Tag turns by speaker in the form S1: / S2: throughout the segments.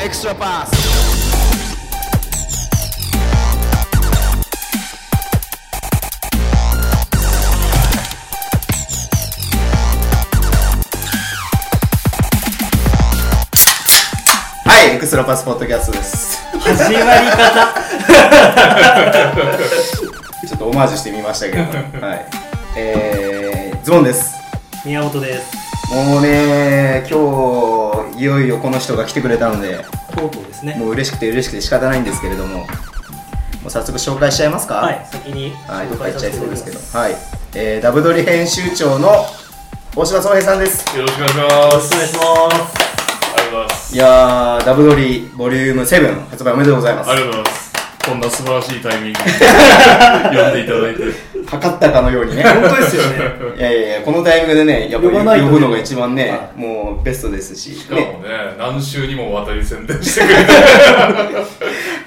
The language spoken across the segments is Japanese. S1: extra pass. はい、エクストラパスポッドキャストです。
S2: 始まり方
S1: ちょっとオマージュしてみましたけど、 はい。えー、ズボンです。
S2: 宮本です
S1: もうね、今日、いよいよこの人が来てくれたので、
S2: とうとうですね
S1: もう嬉しくて嬉しくて仕方ないんですけれども、もう早速紹介しちゃいますか
S2: はい先に
S1: はい、どっ
S2: 紹
S1: か行
S2: 介
S1: っ
S2: さ
S1: ちゃ
S2: せ
S1: い
S2: てい
S1: そ
S2: た
S1: う
S2: だ
S1: で
S2: き
S1: す
S2: ま
S1: けど、
S2: す
S1: はい、えー、ダブドリ編集長の大島壮平さんです。
S3: よろしくお願いします。
S2: お願いします
S3: ありがとうございます。
S1: いやー、ダブドリボリューム7発売おめでとうございます
S3: あ。りがとうございます。こんな素晴らしいタイミングで呼んでいただいて。
S1: 測ったかのように ね。
S2: 本当ですよね
S1: いやいやいや、このタイミングでね、やっぱ
S2: 呼ばないと
S1: 呼ぶのが一番ね
S2: は、
S1: もうベストですし、
S3: しかも
S1: ね、
S3: ね、何週にもわたり宣伝してくれて。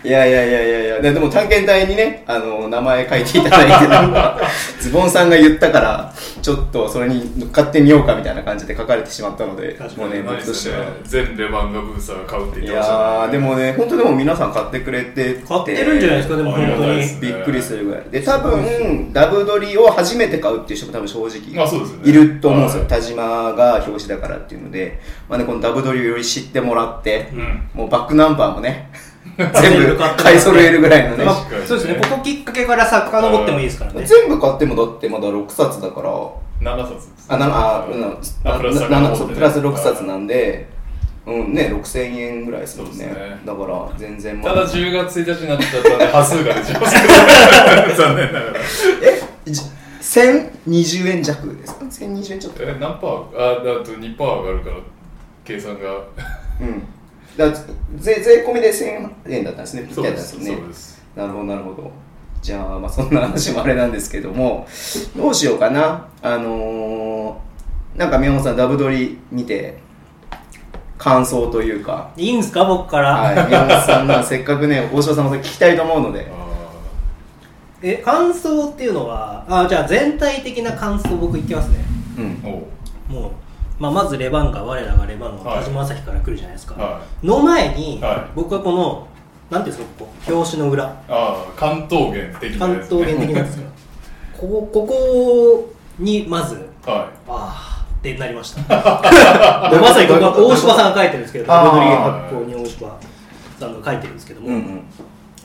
S1: いやいやいやいやいや、ででも探検隊にね、あの、名前書いていただいて、なんか、 ズボンさんが言ったから、ちょっとそれに乗っかってみようかみたいな感じで書かれてしまったので
S2: 確、か
S1: も
S2: に
S1: うね、
S3: 何
S1: 僕として
S3: せね
S1: は。、
S3: 全レバンガブーサーが買うって
S1: い
S3: 言ってましたね。
S1: やーでもね、本当でも皆さん買ってくれてて
S2: 買ってるんじゃないですかでも本
S3: ありが
S2: 当
S3: たい
S2: に
S3: ですね
S1: びっくりするぐらいで多分ダブドリを初めて買うっていう人も多分正直、
S3: まあそうですよね
S1: いると思うんですよ、
S3: はい
S1: 田島が表紙だからっていうので、まあね、このダブドリをより知ってもらって、
S3: うん
S1: もうバックナンバーも ね
S2: 全
S1: 全
S2: 部
S1: 部
S2: 買って
S1: 買い揃えるぐらいのね
S2: まあ
S3: 確かにね
S2: そうですねここきっかけからさかのぼってもいいですからね
S1: 全部買ってもだってまだ6冊だから
S3: 7冊です
S1: あなあうん
S3: あプラス
S1: な
S3: 高
S1: な
S3: 校
S1: そう
S3: でね
S1: プラス6冊なんで、うんね、6000円ぐらいですもんね
S3: そうですね
S1: だから全然ま
S3: た
S1: あ
S3: だ10月1日になっちゃったんで、端数が出ちゃいますけど。残念ながら。
S1: えじ1020円弱ですか1020円ちょっと
S3: え、何パーあ、だと2パー上がるから、計算が。
S1: うんだから税税込みで1000円だったんですねぴった
S3: そう
S1: りだったん
S3: で、
S1: ですす
S3: そう
S1: ね
S3: です。
S1: なるほどなるほどじゃあ,、まあそんな話もあれなんですけども どうしようかなあのー、なんか宮本さんダブドリ見て感想というか
S2: いいんすか僕から、
S1: はい、宮本さんならせっかくね大島さんも聞きたいと思うので
S3: あ
S2: え感想っていうのはあじゃあ全体的な感想僕いきますね
S1: うん
S3: ーおう
S2: もう、まあ、まずレバンガ我らがレバンガ
S3: はい
S2: 田島朝日から来るじゃないですか、
S3: は
S2: の前に、
S3: はい
S2: 僕はこのなんていうんですかここ表紙の裏
S3: あー、関東圏的な
S2: 関
S3: やつね
S2: 東圏的なんですよここここにまず
S3: は
S2: ああってなりましたでまさにここは大島さんが書いてるんですけど
S1: あー
S2: ブルーリー発行に大島さんが書いてるんですけども、
S1: うんうん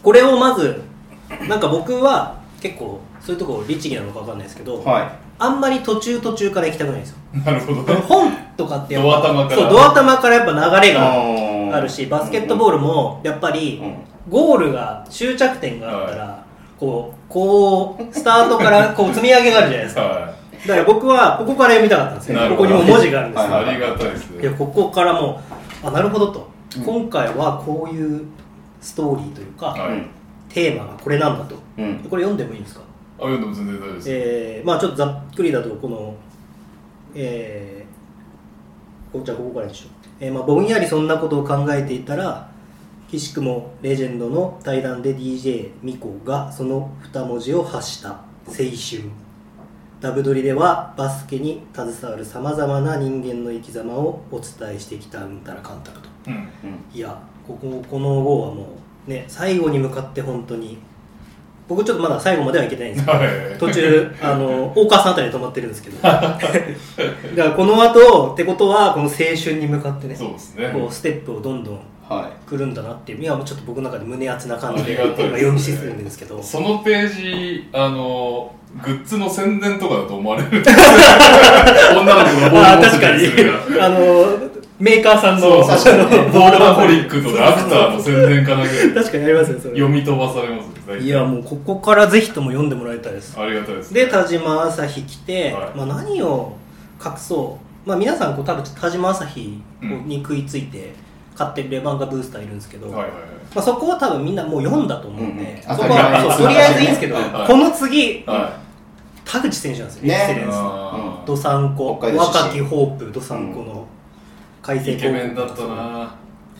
S2: これをまずなんか僕は結構そういうとこ律儀なのかわかんないですけど、
S1: は
S2: あんまり途中途中から行きたくないんですよ
S3: い。なるほど
S2: この
S3: ね。
S2: 本とかってやっぱ
S3: ドア玉から
S2: そうドア玉からやっぱ流
S1: い
S2: れが
S1: ー
S2: あるしバスケットボールもやっぱり
S1: う
S2: ゴールが終着点があったらこうこうスタートから こう積み上げがあるじゃないですか
S3: は
S2: だから僕はここから読みたかったんですよ
S3: な
S2: こ
S3: る
S2: こ
S3: ほ
S2: に
S3: ど
S2: も文字があるんですよ、
S1: はい
S3: い。ありがたいですね。
S2: でここからもうあなるほどと、
S1: うん
S2: 今回はこういうストーリーというか、
S3: はい
S1: うん
S2: テーマがこれなんだと
S1: うん
S2: でこれ読んでもいいんですか
S3: あ、読んでも全然大丈夫です。
S2: えー、まあちょっとざっくりだとこのえー、こうじゃあここからでしょう、えーまあ、ぼんやりそんなことを考えていたら岸くもレジェンドの対談で DJ ミコがその2文字を発した「青春」ダブドリではバスケに携わるさまざまな人間の生き様をお伝えしてきたうんたらかんたらと
S3: うん。
S1: うん
S2: いやこここの号はもうね最後に向かって本当に僕ちょっとまだ最後まではいけてないんですけど
S3: はい。
S2: 途中あの大川さんあたりで止まってるんですけ どだからこの後ってことはこの青春に向かってね
S3: そうですね。
S2: こうステップをどんどん
S1: は
S2: 来るんだなっていう今ちょっと僕の中で胸熱な感じで
S3: あり
S2: 今
S3: がとうございます
S2: 読み進んでるんですけど
S3: そのページ、あの、グッズの宣伝とかだと思われ る。女の子がボー
S2: あー
S3: ル持って
S2: 確
S3: た
S2: か
S3: り
S2: に
S3: するから。
S2: あのメーカーさん
S3: そ
S2: の
S3: う、
S1: 確かに
S2: あの
S3: ボールマホリックとかアクターの宣伝かなぐらい
S2: 確かにありますねそれ
S3: 読み飛ばされますね大体
S2: いやもうここからぜひとも読んでもらいたいです
S3: ありがたいです。
S2: で田島朝日来て、
S3: はい
S2: まあ、何を隠そう、まあ、皆さんこう多分田島朝日に食いついて買ってるレバンガブースターいるんですけど、
S3: はいはいはい。
S2: まあ、そこは多分みんなもう読んだと思うんで、
S1: うんうん
S2: そこは
S3: 当たり前
S2: そうとりあえずいいんですけど、
S3: はい
S2: この次
S3: は
S2: 田口選手なんですよ、
S1: ね
S2: エクセ
S3: い。
S2: レンスの
S3: あー
S2: ドサンコ
S1: 北海道出身
S2: 若きホープドサンコの改正
S3: イケメンだったな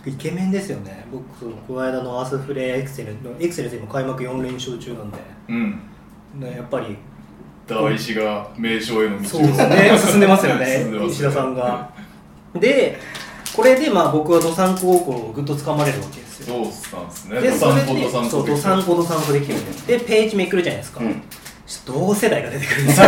S2: イケメンですよね僕そのこの間のアースフレエクセレンのエクセレンス今開幕4連勝中なんで、
S3: うん。
S2: ね、やっぱり
S3: 大石が名称への道
S2: そ
S3: を。
S2: うですね、進んでますよね
S3: 進んで、ます
S2: 石田さんが。で、これでまあ僕はドサンコ高校をぐっと掴まれるわけですよ
S3: そうしたんですね。
S2: で
S3: ド
S2: そ
S3: サ
S2: れ
S3: ンコ
S2: で
S3: ドサンコ
S2: そうドサンコドサンコできるでページめくるじゃないですか、
S1: うん
S2: ちょっと同世代が出てくるんです よ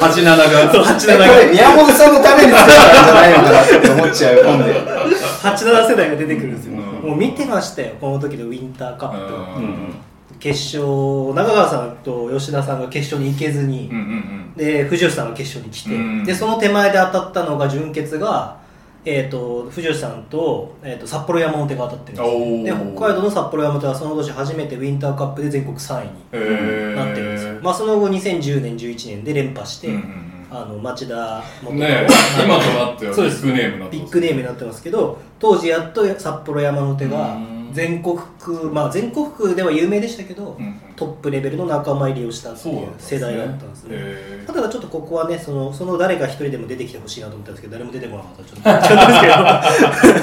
S3: 八七が。
S2: そう87
S1: これ宮本さんのために作ったんじゃないのかなって思っちゃう本で
S2: 87世代が出てくるんですよ、
S3: うん
S2: もう見てましたよこの時のウィンターカップ、
S1: う
S3: うん
S1: うん
S3: ん
S2: 決勝中川さんと吉田さんが決勝に行けずに、
S3: うんうん
S2: で藤吉さんが決勝に来て、
S3: うん
S2: でその手前で当たったのが準決が、えー、と藤吉さんと,、えー、と札幌山本が当たってるんですよ
S3: おー
S2: で北海道の札幌山本はその年初めてウィンターカップで全国3位に
S3: うん。へえ。
S2: なってるんですよ、まあ、その後2010年11年で連覇して、
S3: うんうん
S2: あの町田元
S3: うん。ねえ、今となってはビ
S2: そうです
S3: ッグネームになって
S2: ビッ
S3: ます
S2: グネームになってますけど当時やっと札幌山手
S3: う
S2: が
S3: ん
S2: 全国区まあ全国区では有名でしたけど、
S3: うんうん
S2: トップレベルの仲間入りをしたって
S3: そう
S2: いう
S3: なんですね
S2: 世代だったんですね
S3: へえ
S2: ただちょっとここはねそのその誰か一人でも出てきてほしいなと思ったんですけど誰も出てこなかったらちょっとやったん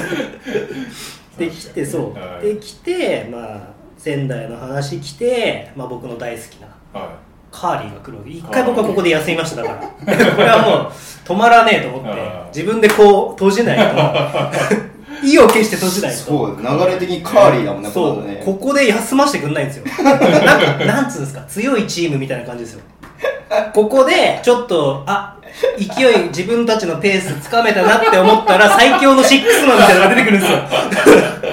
S2: ですけどできてそう、
S3: はい
S2: できてまあ仙台の話来て、まあ、僕の大好きな
S3: は
S2: カーリーが来るわけ一回僕はここで休みましただからこれはもう止まらねえと思って
S3: あー
S2: 自分でこう閉じない と意を決して閉じないと
S1: そう流れ的にカーリーだもんねこ
S2: そ
S1: の
S2: う
S1: ね
S2: ここで休ませてくんないんですよ なんかなんつうんですか強いチームみたいな感じですよここでちょっとあ勢い自分たちのペースつかめたなって思ったら最強のシックスマンみたいなのが出てくるんですよ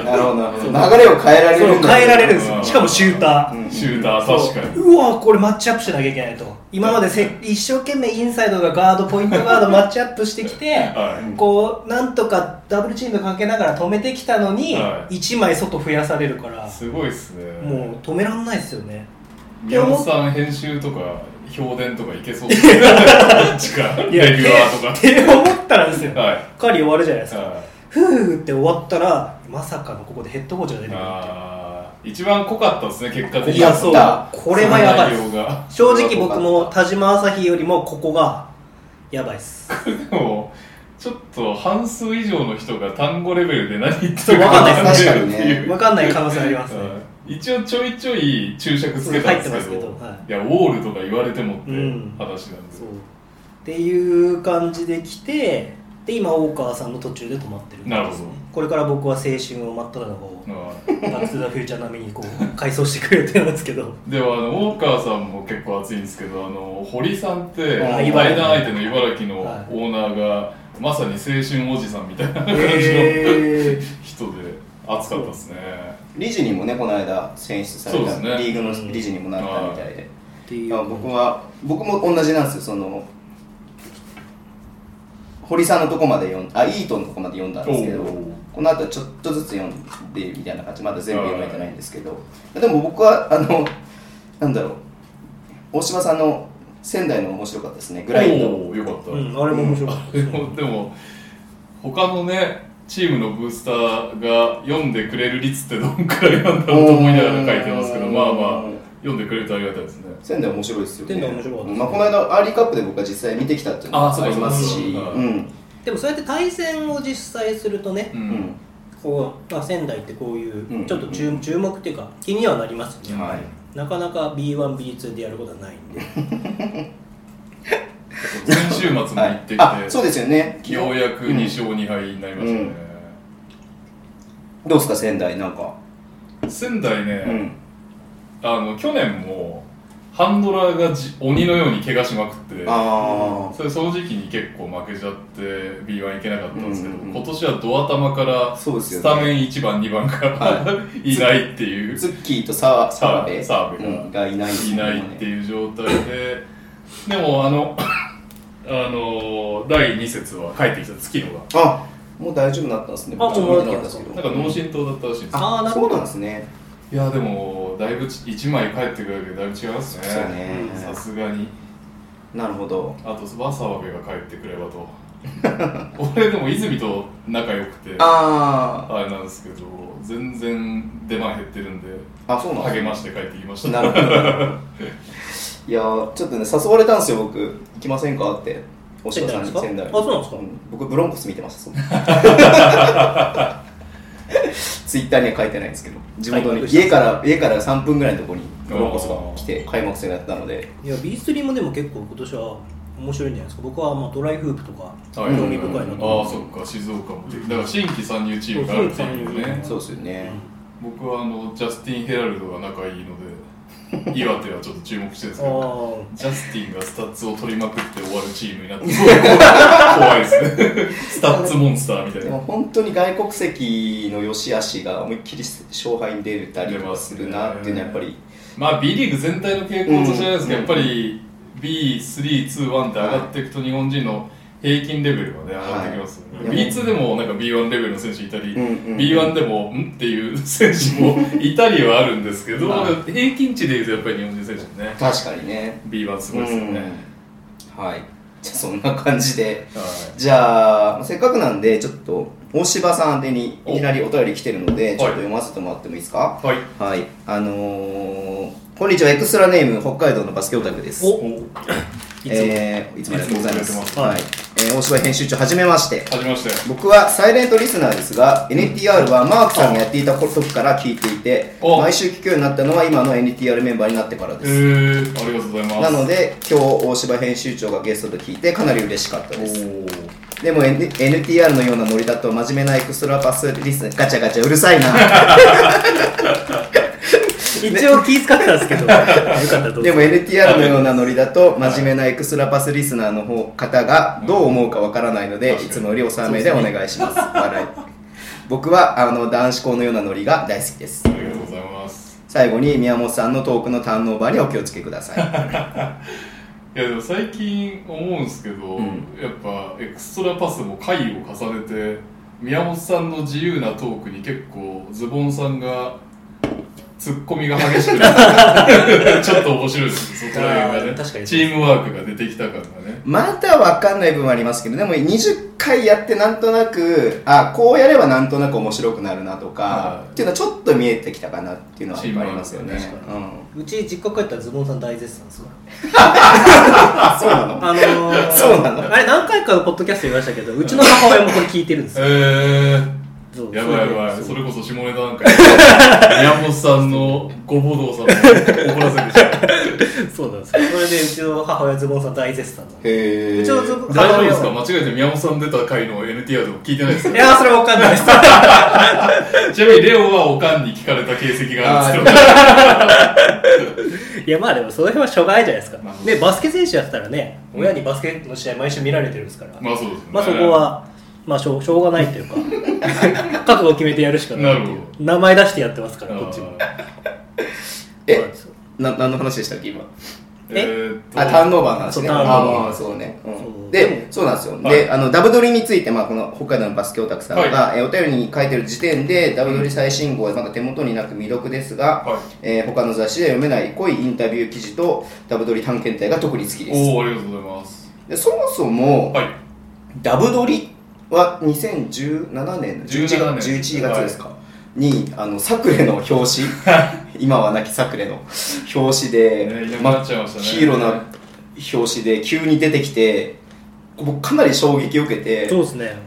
S1: なるほどなるほど流れを変えられる
S2: そ
S1: ん
S2: う
S1: だ
S2: 変えられるんですよしかもシューター、
S1: うん
S3: い。シューター確かに。
S2: うわこれマッチアップしなきゃいけないと今までせ一生懸命インサイドがガードポイントガードマッチアップしてきて
S3: は
S2: こうなんとかダブルチームかけながら止めてきたのに、
S3: はい
S2: 一1枚外増やされるから
S3: い。すごいですね。
S2: もう止めらんないですよね
S3: 宮本さん編集とか評伝とかいけそうですね。 どっちか。レビュアー
S2: っ
S3: と
S2: て思ったらですよ、
S3: か。はい。
S2: カーリー終わるじゃないですか、
S3: はい
S2: ふーって終わったらまさかのここでヘッドコーチが出てくるって
S3: あー一番濃かったですね、結果的
S2: い
S3: に。
S2: や
S1: そ
S2: そううこれはやばいです
S3: その内容が
S2: 正直僕も田島朝日よりもここがやばいっす
S3: でもちょっと半数以上の人が単語レベルで何言って
S2: そう
S3: る
S2: わかんな
S1: で
S2: い
S1: す
S3: わかんないっていう
S2: 分かんない可能性ありますね
S3: うん一応ちょいちょい注釈つけたんですけど
S2: 入ってます
S3: いやウォールとか言われてもって
S2: うん
S3: 話なんです
S2: そう
S3: よ、
S2: っていう感じで来てで今大川さんの途中で止まってる
S3: なるほど
S2: これから僕は青春を真っ只中を
S3: う
S2: バック・トゥ・ザ・フューチャー並みにこう改装してくれてるんですけど
S3: んではあの大川さんも結構熱いんですけどあの堀さんって
S1: あ
S3: 対
S2: 茨城
S3: 談相手の茨城のオ
S2: はい
S3: ーナーが、まさに青春おじさんみたいな感じの
S2: へー
S3: 人で熱かったですね
S1: 理事にもねこの間選出され
S3: そうで
S1: た、
S3: すね
S1: リーグの理事にもなったみたいで、
S2: ってい
S1: いうや僕は僕も同じなんですよその堀さんのとこまで読んあイートンのとこまで読んだんですけど
S3: おー
S1: この後ちょっとずつ読んでみたいな感じまだ全部読めてないんですけどでも僕はあのなんだろう大島さんの仙台の面白かったですねグラインド
S3: おーよかった、
S2: うん、あれも面白かった
S3: でも でも他のねチームのブースターが読んでくれる率ってどんくらいなんだろうと思いながら書いてますけどまあまあ読んでくれるとありがたいですね
S1: 仙台面白いですよね
S2: 仙台面白かった
S1: まあ、この間アーリーカップで僕は実際見てきたっていうの
S3: あそう
S1: もあ
S3: か
S1: りますし
S3: そうか
S1: うん
S2: でもそうやって対戦を実際するとね
S3: う
S1: うんん、
S2: こう、まあ、仙台ってこうい
S1: うん
S2: うちょっと注,、注目っていうか気にはなりますよね、
S1: はい
S2: なかなか B1B2 でやることはないん で
S3: 先週末も行ってきて、
S1: あそうですよね昨日
S3: ようやく2勝2敗になりましたね、
S1: どうですか仙台なんか、
S3: 仙台ね、
S1: うん、
S3: あの去年もハンドラーがじ鬼のように怪我しまくって
S1: あ
S3: それその時期に結構負けちゃって B1 いけなかったんですけど、
S1: うんうんうん
S3: 今年はドア玉から
S1: あそうですよ
S3: ス
S1: ね
S3: タメン1番、2番から、い、ないっていう、
S1: ズッキーと澤澤部
S3: 澤部が
S1: うんがいないです
S3: いないっていう状態で、でもあの、 あの第2節は帰ってきた月野が、
S1: あもう大丈夫になったんですね
S2: あ
S1: 僕
S2: もう
S1: 見てなかったですけど
S3: なんか脳震盪だったらしいんですよ。
S1: あ
S2: あーなる
S1: そ
S2: ほど
S1: うなんですね
S3: いや、でも、だいぶ1枚帰ってくるだけでだいぶ違いますね、
S1: そうね
S3: さすがに。
S1: なるほど
S3: あと、バサワベが帰ってくればと。 俺、でも泉と仲良くて。
S1: あ
S3: あれなんですけど全然出番減ってるんで
S1: ああそうなん
S3: 励
S1: で
S3: まして帰ってきまし
S1: す
S3: た
S1: ねなるほどいやーちょっとね誘われたんですよ僕行きませんかっておしさんに仙台
S2: 仙台ですかあそうなんですか
S1: 僕ブロンコス見てましたそのツイッターには書いてないんですけど地元
S2: 開
S1: に
S2: 幕した
S1: 家から家から3分ぐらいのところにブロンコスが来て開幕戦をやったので
S2: いや B3 もでも結構今年は面白いんじゃないですか僕はまあドライフープとか興
S3: はい
S2: 味深いなと
S3: ああ
S2: 思
S3: そっか静岡もだから新規参入チームがあるっていうね
S1: そうですよね、
S3: 僕はあのジャスティン・ヘラルドが仲いいの で岩手はちょっと注目してるんですけど
S2: あ
S3: ジャスティンがスタッツを取りまくって終わるチーム になってすごい怖いですねスタッツモンスターみたい
S1: で
S3: な
S1: も本当に外国籍の良し悪しが思いっきり勝敗に出たりとかするなっていうのはやっぱり
S3: まあ B リーグ全体の傾向としてあれですけど、
S1: うん
S3: やっぱり B321 って上がっていくと日本人の平均レベルがね上がってきますよね、
S1: はい
S3: B2 でもなんか B1 レベルの選手いたり、
S1: うんうん
S3: B1 でもんっていう 選手もいたりはあるんですけど、
S1: は
S3: 平均値でいうとやっぱり日本人選手ね
S1: 確かにね
S3: B1 すごいですよね、はい
S1: うんはいじゃあそんな感じでじゃあせっかくなんでちょっと大柴さん宛てにいきなりお便り来てるのでち
S3: お
S1: ょっと読ませてもらってもいいですか
S3: はい
S1: はいあのーこんにちはエクストラネーム北海道のバスケオタクです
S2: おいつも
S1: えーいつもありがとうございま
S3: いつもありが
S1: す
S3: とうござ
S1: はい
S3: ます
S1: いえー大柴編集長はじめまして
S3: 始めましたよ
S1: 僕はサイレントリスナーですが NTR はマークさんがやっていた時から聞いていて
S3: お
S1: 毎週聞くようになったのは今の NTR メンバーになってから
S3: え
S1: です
S3: ー、ありがとうございます
S1: なので今日大柴編集長がゲストと聞いてかなり嬉しかった
S3: お
S1: です
S3: ー
S1: でも N- NTR のようなノリだと真面目なエクストラパスリスナーガチャガチャうるさい な
S2: ー一応気遣ってたんです けどよかったらどうぞ
S1: でも NTR のようなノリだと真面目なエクストラパスリスナーの方方がどう思うかわからないので
S3: うん
S1: いつもよりおさめでお願いします笑い僕はあの男子校のようなノリが大好きです
S3: ありがとうございます
S1: 最後に宮本さんのトークのターンオーバーにお気をつけください
S3: いやでも最近思うんですけど、
S1: うん
S3: やっぱエクストラパスも回を重ねて宮本さんの自由なトークに結構ズボンさんがツッコミが激しくな ってちょっと面白いですねそこら辺が
S2: あー
S3: ね
S2: 確かに
S3: チームワークが出てきた感がね
S1: まだわかんない部分はありますけどでも20回やってなんとなくあこうやればなんとなく面白くなるなとか
S3: はい
S1: っていうのはちょっと見えてきたかなっていうのはやっぱありますよね
S3: チームワーク
S1: うん
S2: うち実家帰ったらズボンさん大絶賛ですから
S1: あそうなの
S2: あのー、
S1: そうなの
S2: あれ何回かのポッドキャスト言いましたけどうちの母親もこれ聞いてるんですよ
S3: えー
S2: そう
S3: やばいやばい、
S2: そう
S3: それこそ下ネタなんかやってる宮本さんのご報道さんを怒らせてしまう。
S2: そうなんですよそれでうちの母親ズボンさん大絶 賛なんで
S1: へえ
S2: うちのズボン
S3: 大丈夫です
S2: 母
S3: か
S2: 親は
S3: 間違えて宮本さん出た回の NTR でも聞いてないです
S2: い
S3: よ
S2: やーそれはわかんないです
S3: ちなみにレオはおかんに聞かれた形跡があるんです
S2: いやまあでもその辺は諸外じゃないですか、
S3: まあ
S2: ね、バスケ選手やったらね親にバスケの試合毎週見られてるんですから、
S3: けど。まあそうですね。
S2: まあそこ。は、まあしょうしょうがないと いうか覚悟を決めてやるしかないってい
S3: な
S2: う
S3: るほ
S2: 名前出してやってますからこっちも
S3: あ
S2: そうなん
S1: え
S2: ですよ
S1: な何の話でしたっけ今
S3: ーえーっと、
S1: あ、ターンオーバーの話ね。
S2: そうターンオーバー
S1: ああ、そうね。うん
S2: そう
S1: で、そうなんですよ。
S3: はい
S1: で、あの、ダブドリについて、まあ、この北海道のバスケオタクさんが、えーお便りに書いてる時点で、ダブドリ最新号はまだ手元になく未読ですが、
S3: はい
S1: えー他の雑誌では読めない濃いインタビュー記事と、ダブドリ探検隊が特に好きです。
S3: おお、ありがとうございます。
S1: でそもそも、
S3: はい。
S1: ダブドリは2017年の11
S3: 17
S1: 月
S3: 年
S1: ,11 月ですか、にあのサクレの表 紙今は亡きサクレの表紙で、
S3: ねいなく
S1: ま
S3: なっちゃいましたね
S1: ヒーローな表紙で急に出てきて僕かなり衝撃を受けて
S2: そうですね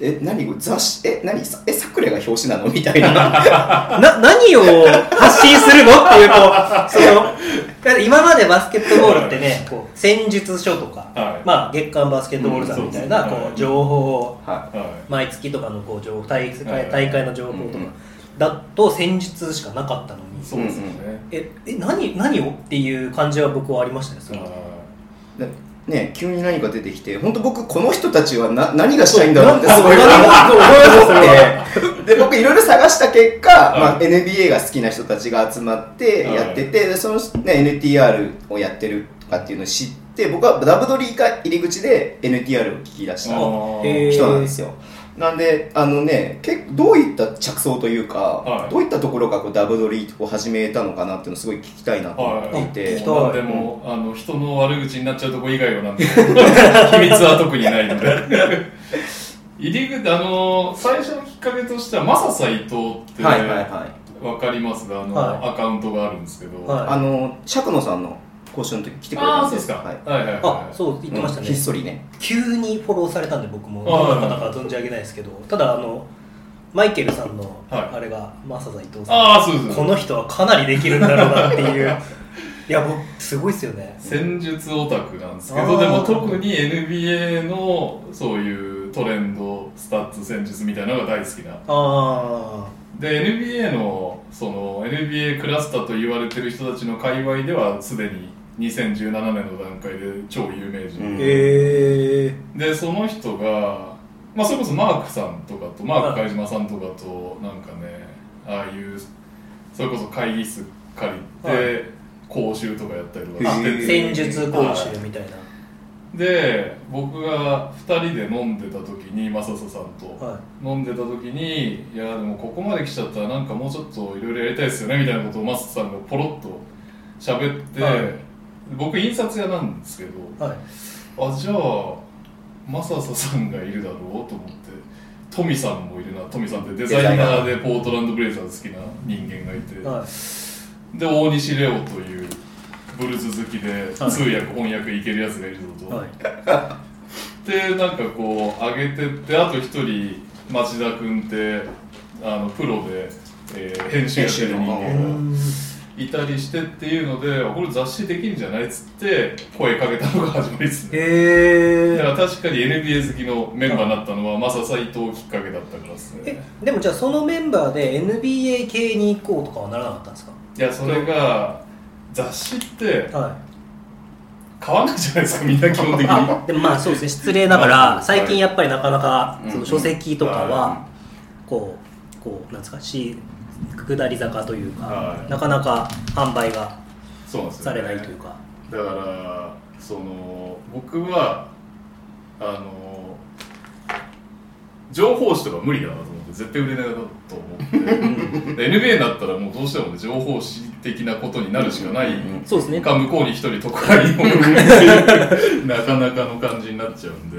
S1: え何雑誌え何さえサクレが表紙なのみ たいな
S2: な何を発信するのっていうこ うそのだって今までバスケットボールってねこう戦術書とか、
S3: はい
S2: まあ、月刊バスケットボールさんみたいな、
S3: うんそうですね
S2: こう情報を
S1: は
S3: は
S2: 毎月とかのこう情報大
S3: はい
S2: 会大会の情報と
S1: うんう
S2: か
S1: ん
S2: だと戦術しかなかったのに
S3: い。そうですよね。
S2: ええ何何をっていう感じは僕はありましたねその
S3: はい
S1: でね急に何か出てきて本当僕この人たちはな何がしたいんだろうって
S2: そう
S1: すごい
S2: そう
S1: 思ってで僕いろいろ探した結果、
S3: い
S1: まあ、NBA が好きな人たちが集まってやってて、でその、ね、NTR をやってるとかっていうのを知って僕はダブドリーが入り口で NTR を聞き出し
S3: あ
S1: た
S3: ー
S2: へー
S1: 人なんですよ。なんであのね結構どういった着想というか、
S3: はい
S1: どういったところがこうダブドリを始めたのかなっていうのをすごい聞きたいなと思っていて、
S2: はい
S3: もう何でも、あの人の悪口になっちゃうとこ以外は何でも秘密は特にないので 入り口あの最初のきっかけとしてはマササ伊藤って、
S1: はいはいはい
S3: わかりますがあの、
S2: はい
S3: アカウントがあるんですけど、
S2: はい
S1: あの釈野さんの講習の時来てくれ
S3: あ
S1: た
S3: あ
S1: ん
S3: そう
S1: で
S3: です
S1: す
S3: か、
S1: は
S3: はいい、はいはい
S2: あそう言ってましたね
S1: うんひっそりね
S2: 急にフォローされたんで僕もど
S3: あ
S2: の方か存じ上げないですけどただあのマイケルさんの
S3: はい
S2: あれがマサザ伊藤さん
S3: ああそうです
S2: この人はかなりできるんだろうなっていういや僕すごいですよね
S3: 戦術オタクなんですけ
S2: あ
S3: ど
S2: ー
S3: でも特に NBA のそういうトレンドスタッツ戦術みたいなのが大好きな
S2: あ
S3: で NBA のその NBA クラスターと言われてる人たちの界隈ではすでに2017年の段階で超有名人、
S1: うん
S2: あへえ
S3: でその人が、まあ、それこそマークさんとかとマーク貝島さんとかとなんかねああいうそれこそ会議室借りて、
S2: はい
S3: 講習とかやったりとか
S1: あ
S3: して
S1: へー
S3: て
S2: 戦術講習みたいな
S3: で僕が2人で飲んでた時に正サさんと、
S2: は
S3: 飲んでた時にいやでもここまで来ちゃったらなんかもうちょっといろいろやりたいですよねみたいなことをマサさんがポロッと喋って、
S2: はい
S3: 僕印刷屋なんですけど
S2: いはい
S3: あじゃあマササさんがいるだろうと思ってトミさんもいるなトミさんってデザイナーでポートランドブレイザーズ好きな人間がいて、
S2: はい
S3: で大西レオというブルーズ好きで通
S2: はい
S3: 訳、翻訳いけるやつがいるぞと、
S2: はい
S3: でなんかこう上げてってあと一人町田君ってあのプロで、えー編集やってる人
S1: 編
S2: う
S1: 集
S2: ー
S3: 間が
S2: ん
S3: いたりしてっていうのであこれ雑誌できるんじゃないっつって声かけたのが始まりですね
S2: へ
S3: だか
S2: え
S3: ら確かに NBA 好きのメンバーになったのはマサ斎藤きっかけだったからですね
S2: でもじゃあそのメンバーで NBA 系に行こうとかはならなかったんです
S3: いやそれが雑誌って
S2: かはい
S3: 買わないじゃないですかみんな基本的に
S2: でもまあそうですね失礼なが
S3: は
S2: ら
S3: い
S2: 最近やっぱりなかなか
S1: うん
S2: その書籍とかはこうこうなんですかし下り坂という
S3: は
S2: か
S3: い
S2: なかなか販売が
S3: そうなんです
S2: さ
S3: よね
S2: れないというか
S3: だからその僕はあの情報誌とか無理だなと思って絶対売れないなと思ってで NBA になったらもうどうしてもね情報誌的なことになるしかない、
S1: うん
S2: そうですね
S3: か向こうに一人都 会を向くっていうなかなかの感じになっちゃうんで、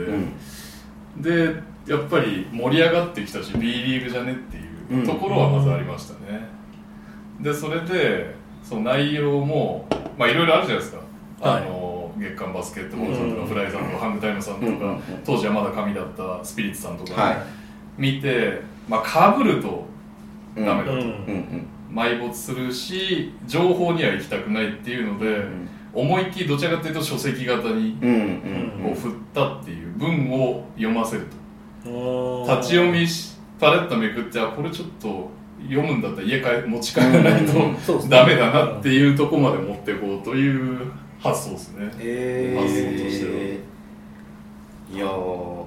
S1: うん
S3: でやっぱり盛り上がってきたし B リーグじゃねっていうところはまずありましたね、でそれでその内容もまあいろいろあるじゃないですか、
S2: はい
S3: あの月刊バスケットボールさんとか、
S2: うん
S3: フライさんとかハングタイムさんとか、
S1: うんうんうん
S3: 当時はまだ紙だったスピリッツさんとか、
S1: はい
S3: 見てまあかぶると
S1: うん
S3: ダメ
S2: う
S3: だと、
S1: うんうんん
S3: 埋没するし情報には行きたくないっていうので、思いっきりどちらかというと書籍型に
S1: うんうん
S3: こう振ったっていう文を読ませると
S2: おー
S3: 立ち読みしパレットめくってあこれちょっと読むんだったら家帰持ち帰らないと
S1: うん
S2: そうですね
S3: ダメだなっていうとこまで持っていこうという発想ですね
S2: へ
S3: まあそう
S2: え
S3: として
S1: えーいやー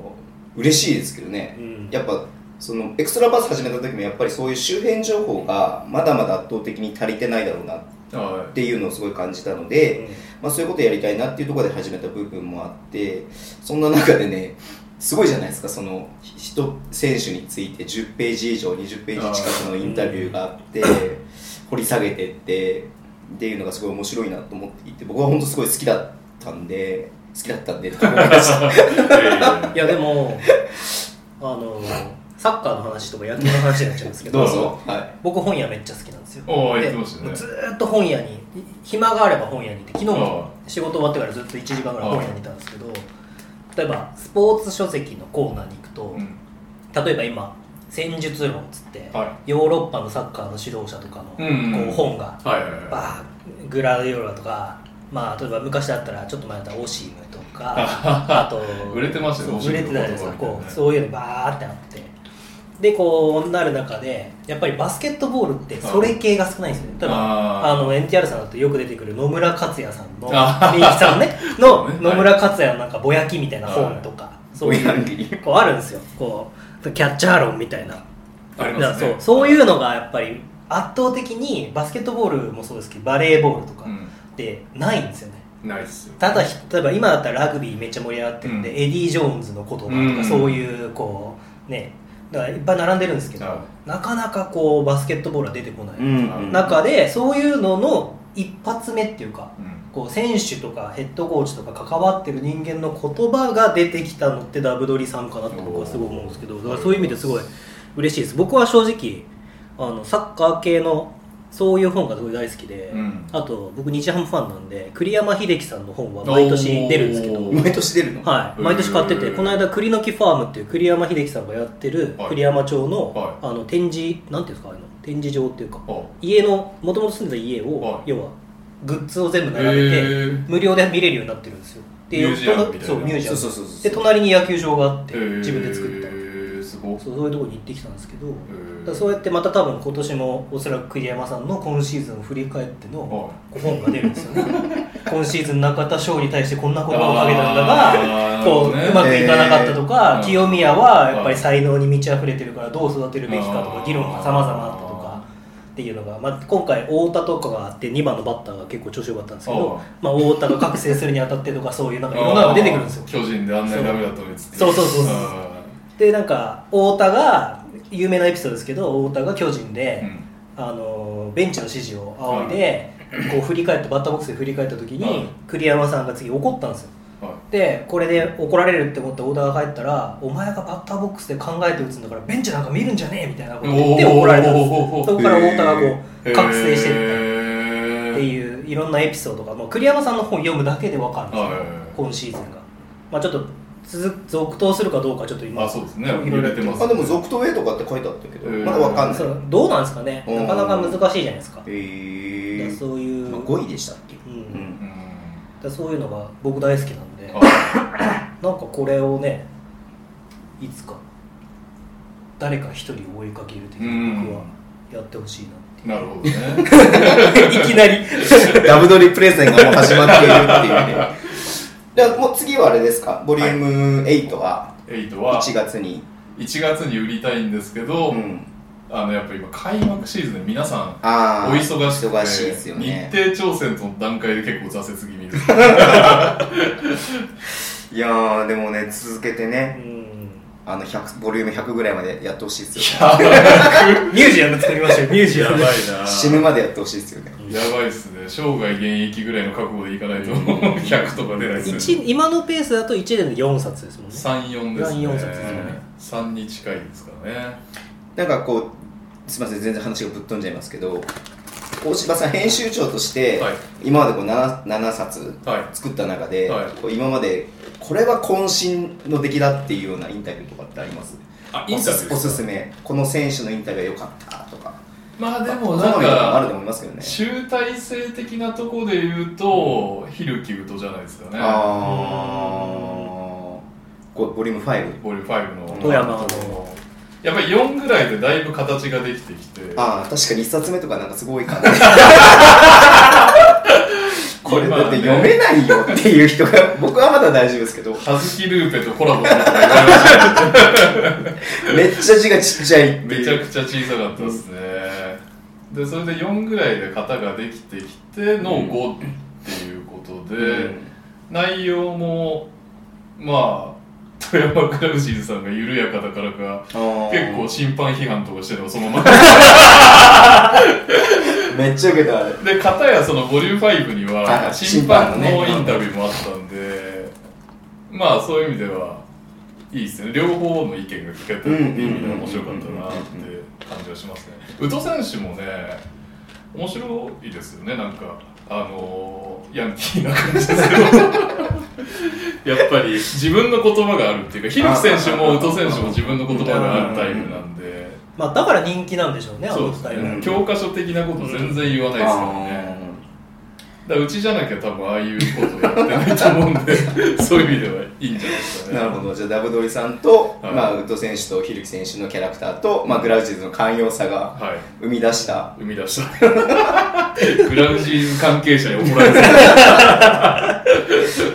S1: 嬉しいですけどね
S2: うん
S1: やっぱそのエクストラパス始めた時もやっぱりそういう周辺情報がまだまだ圧倒的に足りてないだろうなっ
S3: は
S1: ていうのをすごい感じたので、まあ、そういうことやりたいなっていうところで始めた部分もあってそんな中でねすごいじゃないですかその人選手について10ページ以上20ページ近くのインタビューがあって掘り下げてってっていうのがすごい面白いなと思っていて僕は本当すごい好きだったんで好きだったん でって思いました
S3: い
S2: いやで もあのサッカーの話とか野球の話になっちゃうんですけ
S1: ど
S2: ど
S1: うぞは
S2: 僕本屋めっちゃ好きなんですよ
S3: おー
S2: で
S3: 言ってましたね
S2: ずーっと本屋にい暇があれば本屋に行って昨日も
S3: あ
S2: 仕事終わってからずっと1時間ぐらい本屋にいたんですけど例えばスポーツ書籍のコーナーに行くと、
S3: うん
S2: 例えば今戦術論っつって、
S3: は
S2: ヨーロッパのサッカーの指導者とかの、
S3: うんうん
S2: こう本が
S3: はいはいはい
S2: まあ、グラディオラとか、まあ、例えば昔だったらちょっと前だったらオシムとかあと
S3: 売れてましたよ
S2: そう
S3: オシム
S2: 売れ
S3: の
S2: てたじゃないですか
S3: 言葉みたいな
S2: こ
S3: ね
S2: うそういうのバーってあってでこうなる中でやっぱりバスケットボールってそれ系が少ないんですよね例えば
S3: あ
S2: あの NTR さんだとよく出てくる野村克也さんの
S3: あー
S2: みゆきさんね の
S3: そうね
S2: 野村克也のなんかぼやきみたいな本とか
S1: い
S2: そう
S1: お
S2: い
S1: やん
S2: う
S1: ぎり
S2: こうあるんですよこうキャッチャー論みたいな
S3: あり
S2: だから
S3: ます
S2: そう
S3: ね
S2: そういうのがやっぱり圧倒的にバスケットボールもそうですけどバレーボールとか
S3: うん
S2: ってないんですよね、
S3: ないっすよ
S2: ただ例えば今だったらラグビーめっちゃ盛り上がってるんで、
S3: うん
S2: エディ・ジョーンズの言葉と
S3: うんう
S2: か
S3: ん
S2: そういうこうねだからいっぱい並んでるんですけど、
S3: は
S2: なかなかこうバスケットボールは出てこない、
S1: うん
S2: 中でそういうのの一発目っていうか
S3: うん
S2: こう選手とかヘッドコーチとか関わってる人間の言葉が出てきたのってダブドリさんかなと僕はすごい思うんですけどだからそういう意味ですごい嬉しいです僕は正直あのサッカー系のそういう本がすごい大好きで、
S3: うん
S2: あと僕日ハムファンなんで栗山英樹さんの本は毎年出るんですけ
S3: お
S2: ど
S3: ー
S1: 毎年出るの、
S2: はい、毎年買って
S3: へ
S2: て
S3: ー
S2: この間栗の木ファームっていう栗山英樹さんがやってる
S3: はい
S2: 栗山町の,、
S3: は
S2: あの展示なんていうんですかあれの展示場っていうか
S3: あ
S2: 家のもともと住んでた家を、
S3: はい
S2: 要はグッズを全部並べて、
S3: え
S2: 無料で見れるようになってるんですよで
S3: ミュージアムみたいな
S2: そうミュージア
S1: そう
S2: ム
S1: そうそうそう
S2: で隣に野球場があって、
S3: えー、
S2: 自分で作ったり
S3: えー、すごっ
S2: そうそういうところに行ってきたんですけど、
S3: えー
S2: だからそうやってまた多分今年もおそらく栗山さんの今シーズンを振り返っての
S3: はい
S2: 本が出るんですよね今シーズン中田翔に対してこんなことをかけたんだが
S3: あー
S2: こう
S3: なる
S2: う
S3: ほど
S2: ま
S3: ね
S2: くいかなかったとか、
S3: えー
S2: 清宮はやっぱり才能に満ち溢れてるからどう育てるべきかとか
S3: あー
S2: 議論が様々あったとかっていうのが、まあ、今回太田とかがあって2番のバッターが結構調子良かったんですけど
S3: あ
S2: まあ、太田が覚醒するにあたって とかそういうなんかいろんなのが出てくるんですよ
S3: あー巨人であんなにダメだったのにつって
S2: そうそうそうそう
S3: あ
S2: でなんか太田が有名なエピソードですけど太田が巨人
S3: ー
S2: で、
S3: うん
S2: あのベンチの指示を仰いで、こう振り返ってバッターボックスで振り返った時に、
S3: はい
S2: 栗山さんが次怒ったんですよ
S3: はい
S2: でこれで怒られるって思った太田が帰ったら「お前がバッターボックスで考えて打つんだからベンチなんか見るんじゃねえ」みたいなこと言って怒られたんですよ
S3: おー
S2: そこから太田がこ
S3: へ
S2: う
S3: ー
S2: 覚醒してる
S3: へー
S2: っていういろんなエピソードが、まあ、栗山さんの本読むだけで分かるんですよ、
S3: はいはいはい
S2: 今シーズンが、まあ、ちょっと続く続投するかどうかちょっと今
S3: あそうですね
S2: いろいろやって
S3: 揺れてます
S1: あでも「続投へ」とかって書いてあったけど、
S3: うん
S1: まだわかんない
S2: そ
S1: へ
S2: うどうなんですかね
S1: うん
S2: なかなか難しいじゃないですか,、
S1: えー
S2: そういう、
S1: まあ、5位でしたっけ、
S2: うん
S3: うん
S2: だからそういうのが僕大好きなんでなんか
S3: あ
S2: これをねいつか誰か一人追いかける的
S3: うん
S2: に僕はやってほしいなっ
S3: なるほどね
S2: て いきなり
S1: ダブドリプレゼンがもう始まっているっていうね じゃあもう次はあれですかボリューム8は
S3: 8は
S1: 1月に、
S3: 1月に売りたいんですけど、
S1: うん
S3: あのやっぱ今開幕シーズンで皆さん
S1: ああ
S3: お忙しくて
S1: 忙しいですよね
S3: 日程調整の段階で結構挫折気味です
S1: いやーでもね続けて
S2: う
S1: ね
S2: ん
S1: あの100ボリューム100ぐらいまでやってほしいですよね
S3: やばいな
S2: ミュージアム作りましたよミュージアム
S1: 死ぬまでやってほしいですよね
S3: やばいっすね生涯現役ぐらいの覚悟でいかないと
S1: うん
S3: 100とか出ないっすね
S2: 一今のペースだと1年で4冊ですもんね
S3: 34ですね
S2: 34冊ですね
S3: 3に近いですからね
S1: なんかこうすみません全然話がぶっ飛んじゃいますけど大柴さん編集長として、
S3: はい
S1: 今までこう 7, 7冊
S3: はい
S1: 作った中で、
S3: はい
S1: こう今までこれは渾身の出来だっていうようなインタビューとかってあります
S3: あ
S1: おすすめこの選手のインタビューは良かったとか
S3: まあで
S1: 好
S3: も
S1: み
S3: なん
S1: とかもあると
S3: か
S1: 思いますけどね
S3: 集大成的なとこで言うとヒルキウトじゃないですかね
S1: ああこうボリューム5
S3: ボリューム5の
S1: 富
S2: 山の
S3: やっぱり4ぐらいでだいぶ形ができてきて
S1: ああ確かに1冊目とかなんかすごい 感じこれだって
S3: 今
S1: 読
S3: ね
S1: めないよっていう人が 僕はまだ大丈夫ですけど
S3: 葉月ルーペとコラボするとか言われましたけど
S1: めっちゃ字がちっちゃいって
S3: めちゃ
S1: いう
S3: くちゃ小さかったですね、でそれで4ぐらいで型ができてきての5っていうことで、内容もまあ富山クラブシーズさんが緩やかだからか結構審判批判とかしてるのがそのまま
S1: 構めっちゃ受けたあれ
S3: で片やそのボリューム5に
S1: はいは
S3: はい審判
S1: 審判の
S3: の
S1: ね
S3: インタビューもあったんでまあそういう意味ではいいですね両方の意見が聞けたっていう意味では面白かったなって感じはしますね宇都選手もね面白いですよねなんかあのーヤンキーな感じですけど やっぱり自分の言葉があるっていうかひろき選手も宇都選手も自分の言葉があるタイプなんで。
S2: まあだから人気なんでしょうねあ
S3: そう
S2: の
S3: です
S2: スタイルは
S3: ね教科書的なこと全然言わないですからね、だからうちじゃなきゃ多分ああいうことやってないと思うんでそういう意味ではいいんじゃないですかね
S1: なるほどじゃあダブドリさんと、
S3: はい
S1: まあ、ウッド選手とヒルキ選手のキャラクターと、まあ、グラウジーズの寛容さが
S3: はい
S1: 生み出した
S3: 生み出したグラウジーズ関係者に怒られてる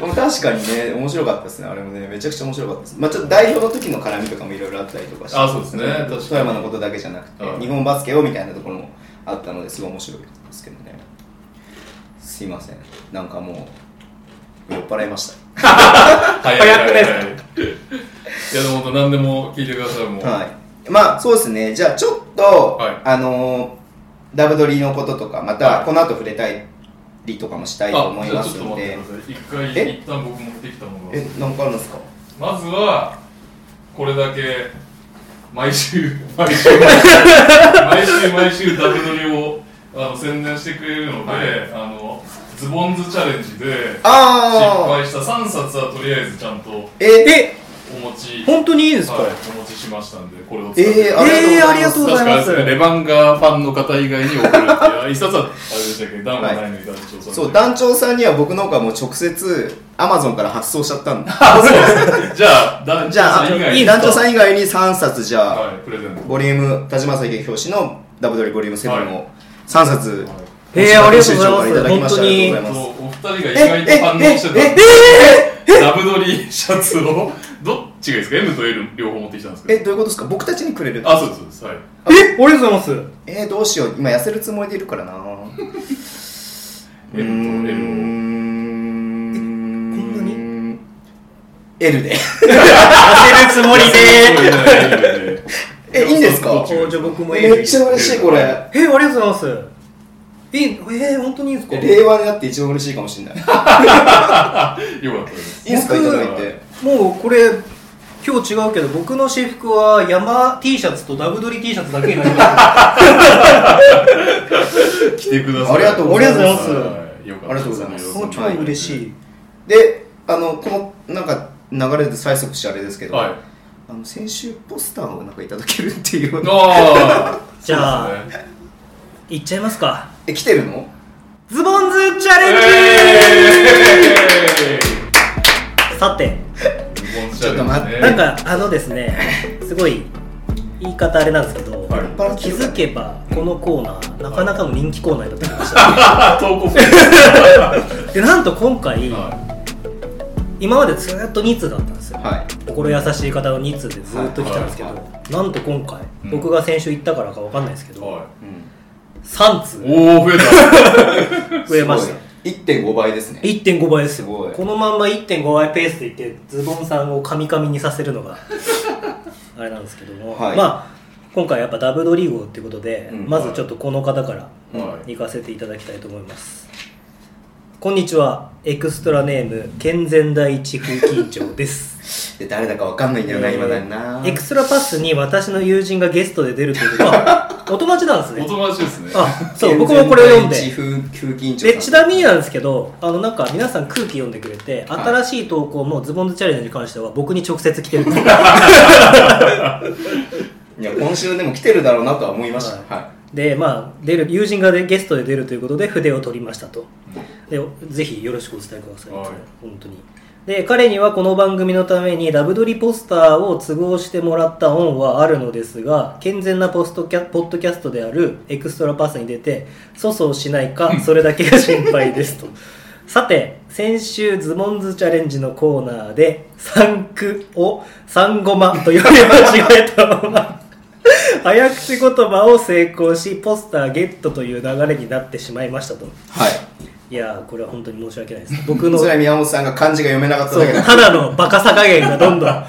S1: もう確かにね面白かったですねあれもねめちゃくちゃ面白かったです、まあ、ちょっと代表の時の絡みとかもいろいろあったりとかして
S3: あそうですね確かに
S1: 富山のことだけじゃなくて、
S3: はい
S1: 日本バスケをみたいなところもあったのですごい面白いですけどねすいませんなんかもう酔っ払いました
S3: 早
S1: 早くね
S3: いやでも本当何でも聞いてくださいもう、
S1: はい、まあそうですねじゃあちょっと、
S3: はい
S1: あのーダブドリのこととかま
S3: は
S1: た
S3: い
S1: この後触れたりとかもしたいと思
S3: あ
S1: い
S3: じゃ
S1: ま
S3: あちょっ
S1: す
S3: と
S1: の
S3: 待って
S1: で
S3: ください一
S1: え
S3: 回一旦僕持ってきたものが
S1: えなんかあるんですか
S3: まずはこれだけ毎週毎週毎週毎週ダブドリをあの宣伝してくれるので、あのズボンズチャレンジで失
S1: ああ
S3: 敗した3冊はとりあえずちゃんと
S1: ええ
S3: お持ち
S2: 本当にいいですか、
S3: はいお持ちしましたんでこれを使って
S1: えー、ありがとうございます。
S2: えーありがとうございます
S3: 確かあれですねレバンガファンの方以外に送るっていうあ一冊はあれでしたっけ段はないのに団長さん
S1: そう団長さんには僕の方がもう直接アマゾンから発送しちゃった んで
S3: じゃあ団
S1: じ
S3: 長
S1: ゃ
S3: さ
S1: あ
S3: ん以外に
S2: いい
S1: 団長さん以外に3冊じゃあ、
S3: はいプレゼント
S1: ボリューム田島正樹表紙のダブドリボリューム
S3: は
S1: 7
S3: い
S1: を3冊
S3: はい
S2: えーありがとうございます
S1: ご紹介ただきました
S2: 本当に
S1: ありがとうございます
S3: そうお二人が意外と反応してたんでダブドリシャツをどっちがいいですか M と L 両方持ってきたんです
S1: え
S3: けど
S1: どういうことですか僕たちにくれる
S3: あそうですそうですはい
S2: えありがとうございます
S1: えー、どうしよう今痩せるつもりでいるからなう
S3: M と L
S2: こ
S3: を
S2: んなに
S1: ん L で
S2: 痩せるつもりで
S1: えいいんですか
S3: どちが
S2: おじゃあ僕も
S1: めっちゃ嬉しいこれ
S2: えありがとうございますええー、本当にいいんですか
S1: 令和になって一番嬉しいかもしれないい
S3: よかったです
S1: いですかいただいて
S2: もうこれ今日違うけど僕の私服は山 T シャツとダブドリ T シャツだけになりました
S3: 来てください
S1: ありがとうございます
S2: ありがとうございます
S3: はいよかっ
S1: あり
S3: たです
S1: がとうございます
S2: もう超嬉しい
S1: であのこのなんか流れで催促してあれですけど、
S3: はい
S1: あの先週ポスターをなんかいただけるっていうの
S3: ああ
S2: じゃあ
S3: そうですね
S2: いっちゃいますか
S1: え来てるの
S2: ズボンズチャレンジ、
S3: え
S2: さて
S3: ー
S1: ちょっと待って
S2: なんかあのですねすごい言い方あれなんですけど、
S3: はい
S2: 気づけばこのコーナーなかなかの人気コーナーだと思いまし
S3: あ投稿フェイス
S2: たでなんと今回、
S3: は
S2: 今までずっと2通だったんですよ
S1: はい
S2: 心優しい方の2通でずっと来たんですけど、
S1: はいは
S2: なんと今回、
S3: うん
S2: 僕が先週行ったからかわかんないですけ
S3: い
S2: ど、
S3: は
S2: 3
S3: い
S2: 通
S3: おお増えた
S2: 増えました
S1: た1.5倍ですね
S2: 1.5倍ですよ
S1: すごい
S2: このまんま1.5倍ペースでいってズボンさんをカミカミにさせる のがあれなんですけども、
S1: はい
S2: まあ今回やっぱダブドリーゴっていうことで、
S1: うん
S2: まずちょっとこの方から
S3: はい
S2: 行かせていただきたいと思いますこんにちはエクストラネーム健全第一風紀長です
S1: で誰だかわかんないんだよな、今だにな
S2: エクストラパスに私の友人がゲストで出るということはお友達なんです
S3: お
S2: ね
S3: 友達ですね
S2: あそう僕もこれを読んで
S1: 健全第一風緊張
S2: でちなみになんですけどあのなんか皆さん空気読んでくれて新しい投稿もズボンズチャレンジに関しては僕に直接来てるんですよ
S1: いや今週でも来てるだろうなとは思いました
S2: は
S1: は
S2: でまあ出る友人がでゲストで出るということで筆を取りましたとでぜひよろしくお伝えください、
S3: はい
S2: 本当にで彼にはこの番組のためにダブドリポスターを都合してもらった恩はあるのですが健全なポストキャポッドキャストであるエクストラパスに出て粗相しないかそれだけが心配です とさて先週ズモンズチャレンジのコーナーで「三区」を「三ごま」と呼び間違えたまま 早口言葉を成功しポスターゲットという流れになってしまいましたと
S1: い
S2: いやーこれは本当に申し訳ないです僕
S1: はい
S2: の
S1: それは宮本さんが漢字が読めなかった
S2: そ
S1: だけ
S2: う
S1: だ
S2: ただのバカさ加減がどんどん
S3: ま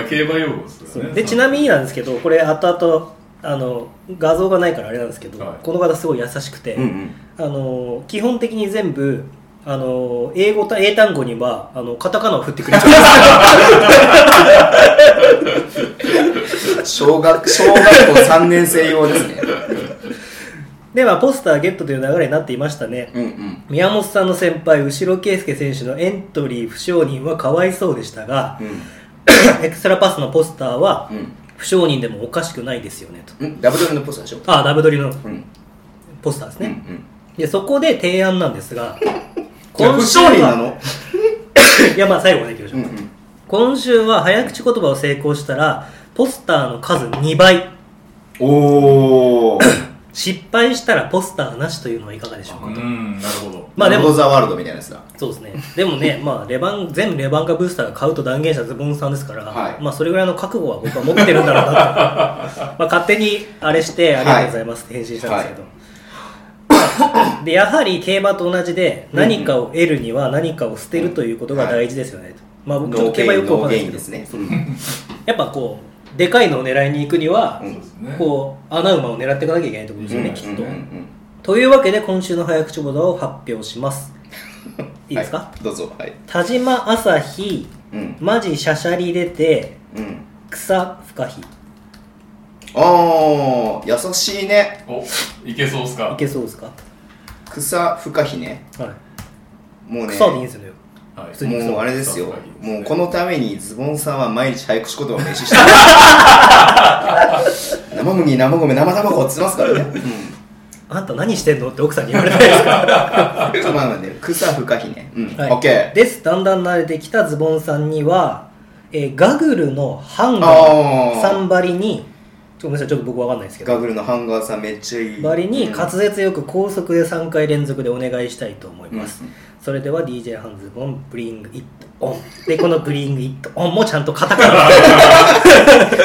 S3: あ競馬用語です
S2: そ
S3: よね
S2: うでちなみになんですけどこれ後々あの画像がないからあれなんですけど、
S3: はい
S2: この方すごい優しくて、
S1: うんうん
S2: あのー基本的に全部あのー英語と英単語にはあのカタカナを振ってくれてます
S1: 小学小学校3年生用ですね
S2: ではポスターゲットという流れになっていましたね、
S1: うんうん
S2: 宮本さんの先輩後ろ圭介選手のエントリー不承認はかわいそうでしたが、 エクストラパスのポスターは
S1: うん
S2: 不承認でもおかしくないですよねと
S1: うんんダブドリのポスターでしょ
S2: あダブドリの
S1: うんうん
S2: ポスターです
S1: う
S2: ね、
S1: ん
S2: でそこで提案なんです が
S1: これ不承認な
S2: は
S1: の
S2: いやまあ最後までいきましょ
S1: う
S2: う、
S1: んうん
S2: 今週は早口言葉を成功したらポスターの数2倍
S1: おお
S2: 失敗したらポスターなしというのはいかがでしょうか
S3: うんなるほど
S2: まあでも
S1: ザワールドみたいなやつだ
S2: そうですねでもね、 まあ、レバン全部レバンガブースターが買うと断言したズボンさんですから、
S1: はい
S2: まあ、それぐらいの覚悟は僕は持ってるんだろ うなとまあ勝手にあれしてありがとうございますって返信したんですけど、でやはり競馬と同じで
S1: うんうん
S2: 何かを得るには何かを捨てるということが大事ですよねと、まあ僕ちょっと競馬よくわかんない
S1: ノーゲインノーゲイン
S2: で
S1: ですす
S2: けど
S1: ね
S2: やっぱこうでかいのを狙いに行くには、
S1: うん
S3: そうですね
S2: こう穴馬を狙っていかなきゃいけないってことですよね、
S1: うん
S2: きっと、
S1: うんうん
S2: というわけで今週の早口言葉を発表しますいいですか、
S1: はいどうぞはい
S2: 田島朝日
S1: うん
S2: マジシャシャリ出て
S1: うん
S2: 草不可避い
S1: ああ優しいね
S3: おいけそうっすか
S2: けそうですか、
S1: 草不可避ね
S2: は
S1: もう
S2: い、
S1: ね
S2: 草でいいんですよね
S3: はい
S2: 普通に
S1: もうあれですよ
S3: そうですね
S1: もうこのためにズボンさんは毎日早口言葉を練 習してる生麦生米生卵をつますからね、
S2: あんた何してんのって奥さんに 言われたいですか
S1: うん、ちょっとまあまあね草不可避ねうん、
S2: はい
S1: オッケ
S2: ですだんだん慣れてきたズボンさんには、えーガグルのハン
S1: ー
S2: ガ
S1: あ
S2: ーさ
S1: あ
S2: んばりにちょっとごめんなさいちょっと僕わかんないですけ
S1: ガ
S2: ど
S1: グルのハンガーさんめっちゃいい
S2: ばりに
S1: うん
S2: 滑舌よく高速で3回連続でお願いしたいと思い
S1: うん
S2: ます、それでは DJ ハンズボン「ブリングイットオン」でこの「ブリングイットオン」もちゃんとカタカナ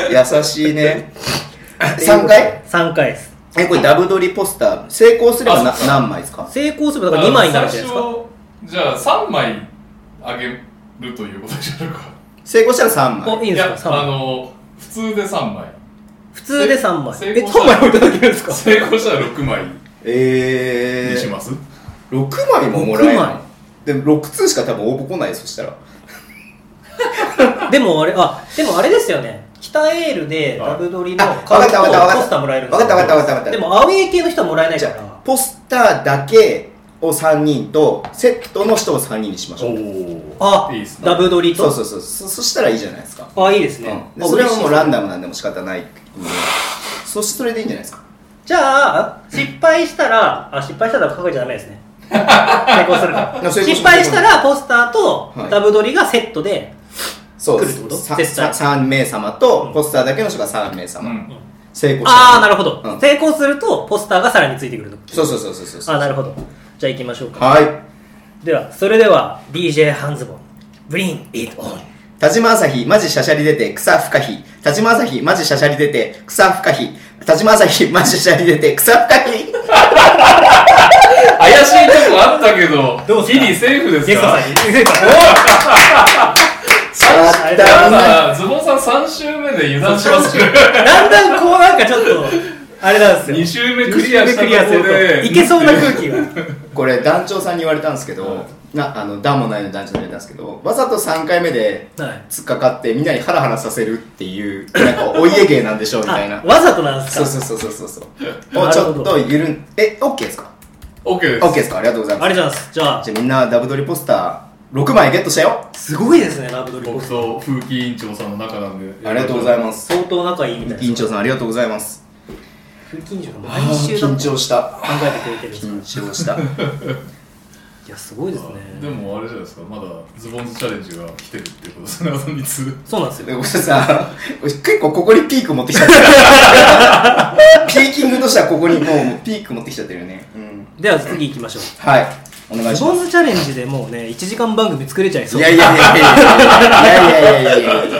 S1: 優しいね 3回
S2: ?3 回です
S1: えこれダブドリポスター成功すればな
S3: あそうか
S1: 何枚ですか
S2: 成功すればだから2枚になるじゃないですか
S3: ですかじゃあ3枚あげるということになるか
S1: 成功したら3枚
S2: おいいんですか
S3: やあ
S2: 3枚
S3: の普通で3枚
S2: 普通で3枚
S3: 成
S2: え
S3: 功
S2: 3
S3: した
S2: 枚もいただけるんですか
S3: 成功したら6枚
S1: え
S3: にし
S1: ー、
S3: ます、
S1: 6枚ももらえな
S2: 六
S1: い
S2: 枚
S1: でも6通しか多分応募来ないそしたら
S2: でもあれあでもあれですよね北エールでダブドリの
S1: あ
S2: カ
S1: わか
S2: ー
S1: ったわかったわかった
S2: ポスターもらえるんで
S1: わ
S2: す
S1: か
S2: よ
S1: ったわかったわかった
S2: でもアウェー系の人はもらえない
S1: じ
S2: か
S1: ゃあ
S2: ら
S1: ポスターだけを3人とセットの人を3人にしましょう
S2: あ
S3: いいですね
S2: ダブドリ
S1: そう
S2: と
S1: そうそうそそしたらいいじゃないですか、
S2: あいいです
S1: うん
S2: ね、
S1: でそれはもうラン
S2: ダ
S1: ダ
S2: ム
S1: ムなんでも仕方ないんでそしてそれでいいんじゃないですか
S2: じゃあ失敗したらあ失敗したらかけちゃダメですね成功するか
S1: い や
S2: ら
S1: 成功する
S2: 失敗したらポスターと
S1: はい
S2: ダブドリがセットで、
S1: そう
S2: 来るってこと絶対
S1: 3名様とポスターだけの人が3名
S3: う
S1: 様、
S3: ん、
S1: 成功した
S2: ああなるほど、
S1: うん
S2: 成功するとポスターがさらについてくると
S1: そうそうそうそうそう
S2: あなるほどじゃあ行きましょうか
S1: は
S2: ではそれでは DJ 半ズボンブリンイットオン
S1: い田島朝日マジシャシャリ出て草不可避田島朝日マジシャシャリ出て草不可避田島朝日マジシャシャリ出て草不可避
S3: 怪しいとこあったけど
S2: どうすか
S3: ギリセーフです
S2: ゲスト
S3: か
S2: さんにゲストさんに
S1: あ
S2: だ
S3: や
S2: ん
S3: だズボンさん3周目で油 断しますけど
S2: だんだんこうなんかちょっとあれなんですよ
S3: 2周目クリアしたところで
S2: いけそうな空気が
S1: これ団長さんに言われたんですけど、なあの段もないの団長に言われたんですけどわざと3回目で
S2: はい
S1: 突っかかってみんなにハラハラさせるっていうなんかお家芸なんでしょうみたいな
S2: あわざとなんです
S1: そう
S2: か
S1: そうそうそうそうそう
S2: な
S1: もう
S2: る
S1: ち
S2: ほ
S1: ょ
S2: ど
S1: っと緩んえオッケーですか
S3: OK で
S1: オ
S3: す
S1: ッケーですかありがとうございま
S2: あ
S1: す
S2: りがとうございますじゃあ
S1: じゃあみんなダブドリポスター6枚ゲットしたよ
S2: すごいですねラブドリポ
S3: 僕
S2: ス
S3: と風紀委員長さんの中なんで
S1: ありがとうございますす
S2: 相当仲いいみたいな
S1: 委員長さんありがとうございます
S2: 風紀委員長が
S1: あー
S2: 毎週だ
S1: 緊
S2: って考
S1: 張した
S2: えてくれてるんですか
S1: 緊張した
S2: いやすごいですね
S3: でもあれじゃないですかまだズボンズチャレンジが来てるっていうことですねあと2通
S2: そうなんです
S1: で
S2: よ
S1: これさ結構ここにピーク持ってきちゃってるピーキングとしてはここにもうピーク持ってきちゃってるよねうん
S2: では次行きましょう
S1: はい、お願い
S2: ズ
S1: し
S2: ボ
S1: ま
S2: ン
S1: す。
S2: ズチャレンジでもうね1時間番組作れちゃいそ
S1: いうやいやいやいやいやいやいやいやいやいや。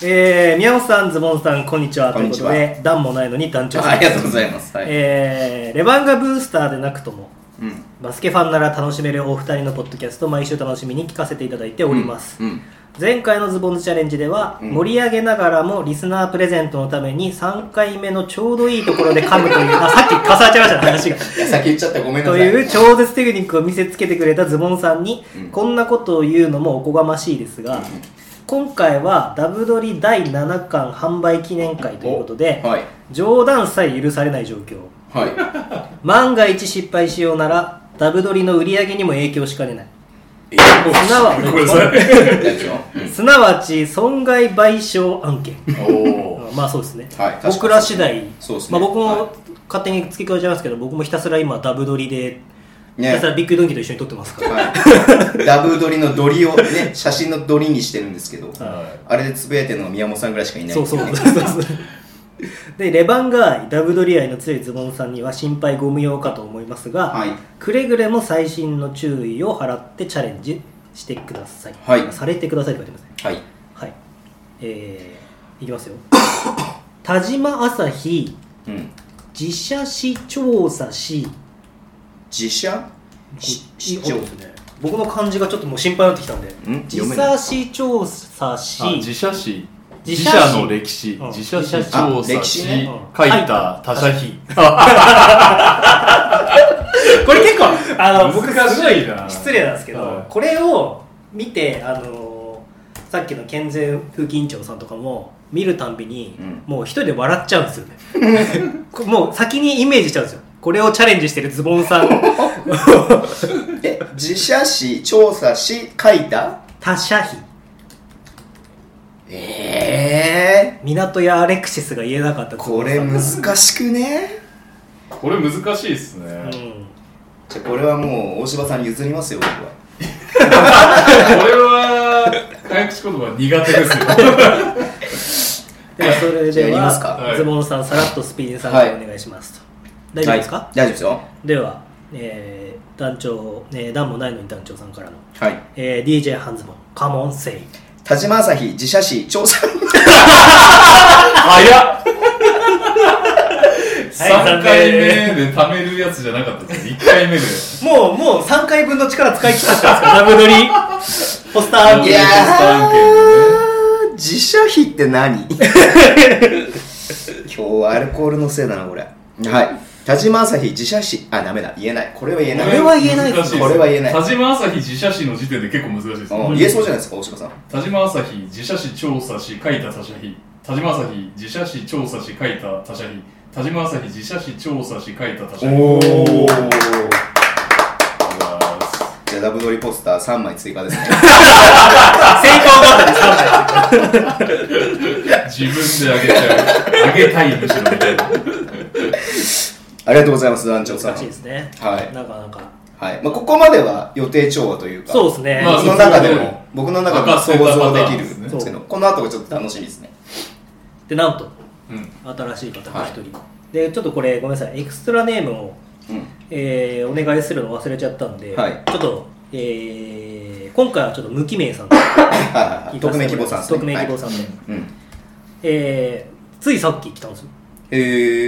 S2: えー、宮本さん、ズボンさん、こんにちは。
S1: こんにちは
S2: ということで、段もないのに団長さん。
S1: ありがとうございますはい
S2: えー、レバンガブースターでなくとも、
S1: うん。
S2: バスケファンなら楽しめるお二人のポッドキャスト、毎週楽しみに聞かせていただいております。
S1: うん。
S2: 前回のズボンズチャレンジでは、
S1: うん
S2: 盛り上げながらもリスナープレゼントのために3回目のちょうどいいところで噛むという、あ、さっきかさわっちゃいましたね、話が。
S1: いや先言っちゃったごめんな
S2: と
S1: さい。
S2: いう超絶テクニックを見せつけてくれたズボンさんに、
S1: うん
S2: こんなことを言うのもおこがましいですが、今回はダブドリ第7巻販売記念会ということで、
S1: はい
S2: 冗談さえ許されない状況
S1: は
S2: 万が一失敗しようならダブドリの売り上げにも影響しかねない
S1: い。
S2: すなわ
S3: ごめんなさい
S1: 大丈夫
S2: すなわち損害賠償案件
S3: お
S2: まあそうですね、
S1: はい確かに
S2: 僕ら次第
S1: そうです
S2: ま
S1: ね
S2: あ、僕
S1: はい
S2: も勝手に付け加えちゃいますけど僕もひたすら今ダブドリで、ひ
S1: ね
S2: たすらビッグドンキと一緒に撮ってますから
S1: はい。ダブ撮りのドリをね写真のドリにしてるんですけど、
S3: はい
S1: あれでつぶやいてるのは宮本さんぐらいしかいない。
S2: そうそう そうそうそうでレバンガーイダブドリ愛の強いズボンさんには心配ご無用かと思いますが、
S1: はい
S2: くれぐれも細心の注意を払ってチャレンジしてください、
S1: はい
S2: されてくださいって書いてますね
S1: はい。
S2: はいえー、いきます よ田島朝日
S1: うん。
S2: 自社市調査し
S1: 自社し
S2: い
S1: 市
S2: い音
S1: 長。
S2: ですね僕の漢字がちょっともう心配になってきたんで
S1: ん
S2: 自
S1: 読めない
S2: 社市調査し
S3: あ自社史
S2: 自
S3: 自
S2: 社
S3: 社
S2: 史
S3: の歴史
S2: うん
S3: 自社史調
S1: あ
S3: 査
S1: 歴
S3: し
S1: 史ね
S2: うん
S3: 書いた他社費
S2: これ結構あの僕
S3: 難しい
S2: すごい
S3: な
S2: 失礼なんですけど、
S3: はい
S2: これを見てあのさっきの健全風紀委員長さんとかも見るたんびに、
S1: うん
S2: もう一人で笑っちゃうんですよねこもう先にイメージしちゃうんですよここれをチャレンジしてるズボン さん
S1: え自社し調査し書いた
S2: 他社費
S1: ええ
S2: 港やアレクシスが言えなかったズボンさん
S1: これ難しくね
S3: これ難しいですね、
S2: うん
S1: じゃあこれはもう大柴さんに譲りますよ僕は
S3: これは早口言葉苦手ですよ
S2: ではそれ
S1: じゃあ
S2: で
S1: やりますか
S2: は
S3: はい
S2: ズボンさんさらっとスピンさんでお願いしますと、大丈夫ですか、
S1: はい大丈夫ですよ
S2: では、えー団長、えー、団もないのに団長さんからの、
S1: はい
S2: えー DJ 半ズボンカモンセイ
S1: 田島朝日自社し調 査
S3: 早っ
S2: 残
S3: 3
S2: 念
S3: 回目で貯めるやつじゃなかったです1回目で
S2: もうもう3回分の力使い切ったんですか ダブドリポスターアン
S1: い
S2: ケー
S1: や
S2: ト
S1: ー自社費って何 今日はアルコールのせいだなこれはい田島朝日自社しあダメだ言えないこれは言えない
S2: これは言えない
S3: です
S1: これは言えない
S3: 田島朝日自社誌の時点で結構難しいです
S1: うん言えそうじゃないですか大柴さん
S3: 田島朝日自社誌調査誌書いた他社費田島朝日自社誌調査誌書いた他社費田島朝日自社誌調査誌書いた他社費
S1: お
S2: おー
S1: じゃあダブドリポスター3枚追加ですね
S2: 成功だったんです3回
S3: 自分であげちゃうあげたいむしろみたいな
S1: ありがとうございます団長さん
S2: 難しいですね
S1: はい
S2: なかなか
S1: はいまあ、ここまでは予定調和というか
S2: そうですね、
S3: まあ
S1: 僕の中でも僕の中でも想像できるん
S3: 分かってたパターンですね
S1: ですけどこの後がちょっと楽しみですね
S2: でなんと
S3: うん
S2: 新しい方が1人、でちょっとこれごめんなさいエクストラネームを、えーお願いするの忘れちゃったんで、
S1: はい
S2: ちょっと、えー今回はちょっと無記 名さんで
S1: はいはいはい匿名希望さんですね
S2: 匿名希望さんで、
S1: はいうん
S2: えーついさっき来たんですよ
S1: へ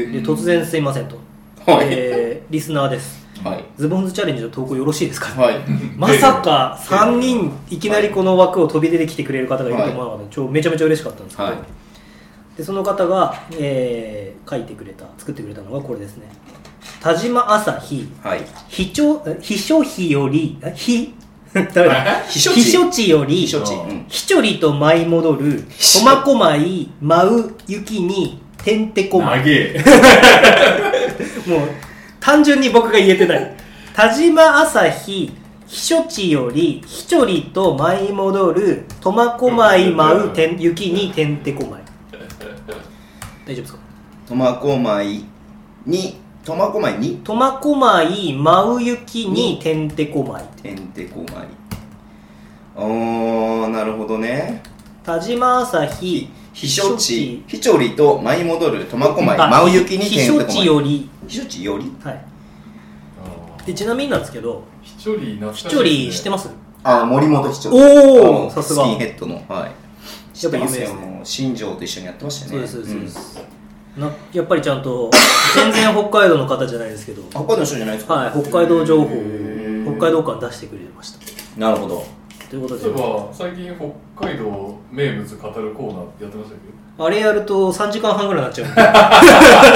S1: え
S2: で突然すいませんと、
S1: はい
S2: えーリスナーです
S1: はい
S2: ズボンズチャレンジの投稿よろしいですか、
S1: はい
S2: まさか3人いきなりこの枠を飛び出てきてくれる方がいると思わなかったのでちょめちゃめちゃ嬉しかったんですけど、
S1: はい
S2: でその方が、えー書いてくれた作ってくれたのがこれですね田島朝日
S1: はい
S2: 秘書え秘書費よりあ秘 ダメだ
S1: 秘書地
S2: 秘書地より
S1: 秘書地
S3: あー
S1: うん
S2: ひちょりと舞い戻る、
S1: 書
S2: 苫小牧、舞う、雪に、てんてこま。もう
S3: 長え、
S2: 単純に僕が言えてない。田島朝日、避暑地より、ひちょりと舞い戻る、苫小牧、舞う、てん雪に、てんてこまい。大丈夫ですか
S1: 苫小牧に苫小牧に
S2: 苫小牧、舞う、雪に、てんてこまい。
S1: てんてこまいおーなるほどね
S2: 田島朝日、
S1: 避暑地避暑里と舞い戻る苫小牧
S2: あ
S1: 舞う雪にてん
S2: 避
S1: て
S2: 暑
S1: こ
S2: 地
S1: まい
S2: より、
S1: 避暑地より
S2: はい。で、ちなみになんですけど、
S3: ひちょり懐かしい
S2: ひちょり知ってます
S1: あ森本避暑地
S2: おー
S1: あ
S2: さすが
S1: スキンヘッドのはい
S2: やっぱ有名です
S1: 知っ
S2: ね
S1: てますよ新庄と一緒にやってましたね
S2: そうですそうですそうで
S1: ん
S2: す、なやっぱりちゃんと全然北海道の方じゃないですけど
S1: 北海道の人じゃないですか
S2: はい北海道情報を
S1: へー
S2: 北海道感出してくれました
S1: なるほど
S2: ということ
S3: 例え
S2: で
S3: ば最近北海道名物語るコーナーやってましたけ
S2: あれやると3時間半ぐらいになっちゃ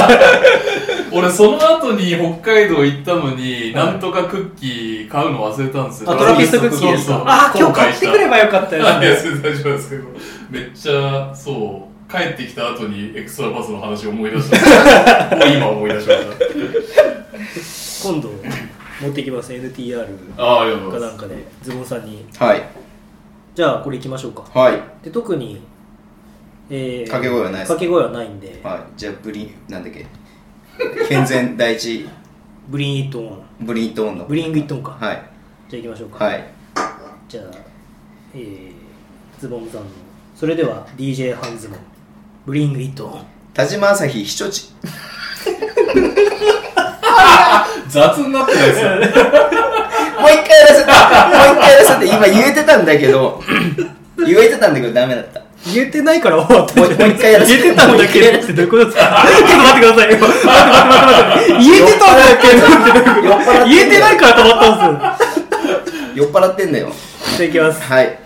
S2: うんで
S3: ど俺その後に北海道行ったのに、
S2: はい
S3: なんとかクッキー買うの忘れたんですよ
S2: あトラピストクッキーです
S3: そう
S2: か
S3: そう
S2: あー今日
S3: 後悔
S2: 買ってくればよかった
S3: いや
S2: ですね
S3: 大丈夫ですけどめっちゃそう帰ってきた後にエクストラパスの話を思い出し たもう今思い出しまし
S2: 今度持ってきます NTR
S3: たああありがとうご
S2: か
S3: ざい
S2: な
S3: ま
S2: んかでズボンさんに
S1: はい
S2: じゃあこれいきましょうか
S1: はい
S2: で特にえー
S1: 掛け声はないです
S2: 掛け声はないんで、
S1: はいじゃあブリンなんだっけ健全第一
S2: ブリンイットオン
S1: ブリントーンの
S2: ブリングイットオンか、
S1: はい
S2: じゃあいきましょうか、
S1: はい
S2: じゃあ、えー、ズボンさんの、それでは DJ ハンズボン、ブリングイット。
S1: 田島朝日避暑地
S3: す雑になってないですよ
S1: もう一回やらせて、もう一回やらせて、今言えてたんだけ ど、言えてたんだけどダメだった。
S2: 言えてないから終わった
S1: もうもう一回やらせ
S2: 言
S1: て
S2: えてたんだけどってどういうことですか ちょっと待ってくださいよ。待って待って待って待って。言えてたんだけど
S1: 酔っ払っ
S2: って言えてないから止まったんで
S1: 酔っ払ってんだよ。
S2: すよ。じゃあいきます。
S1: はい。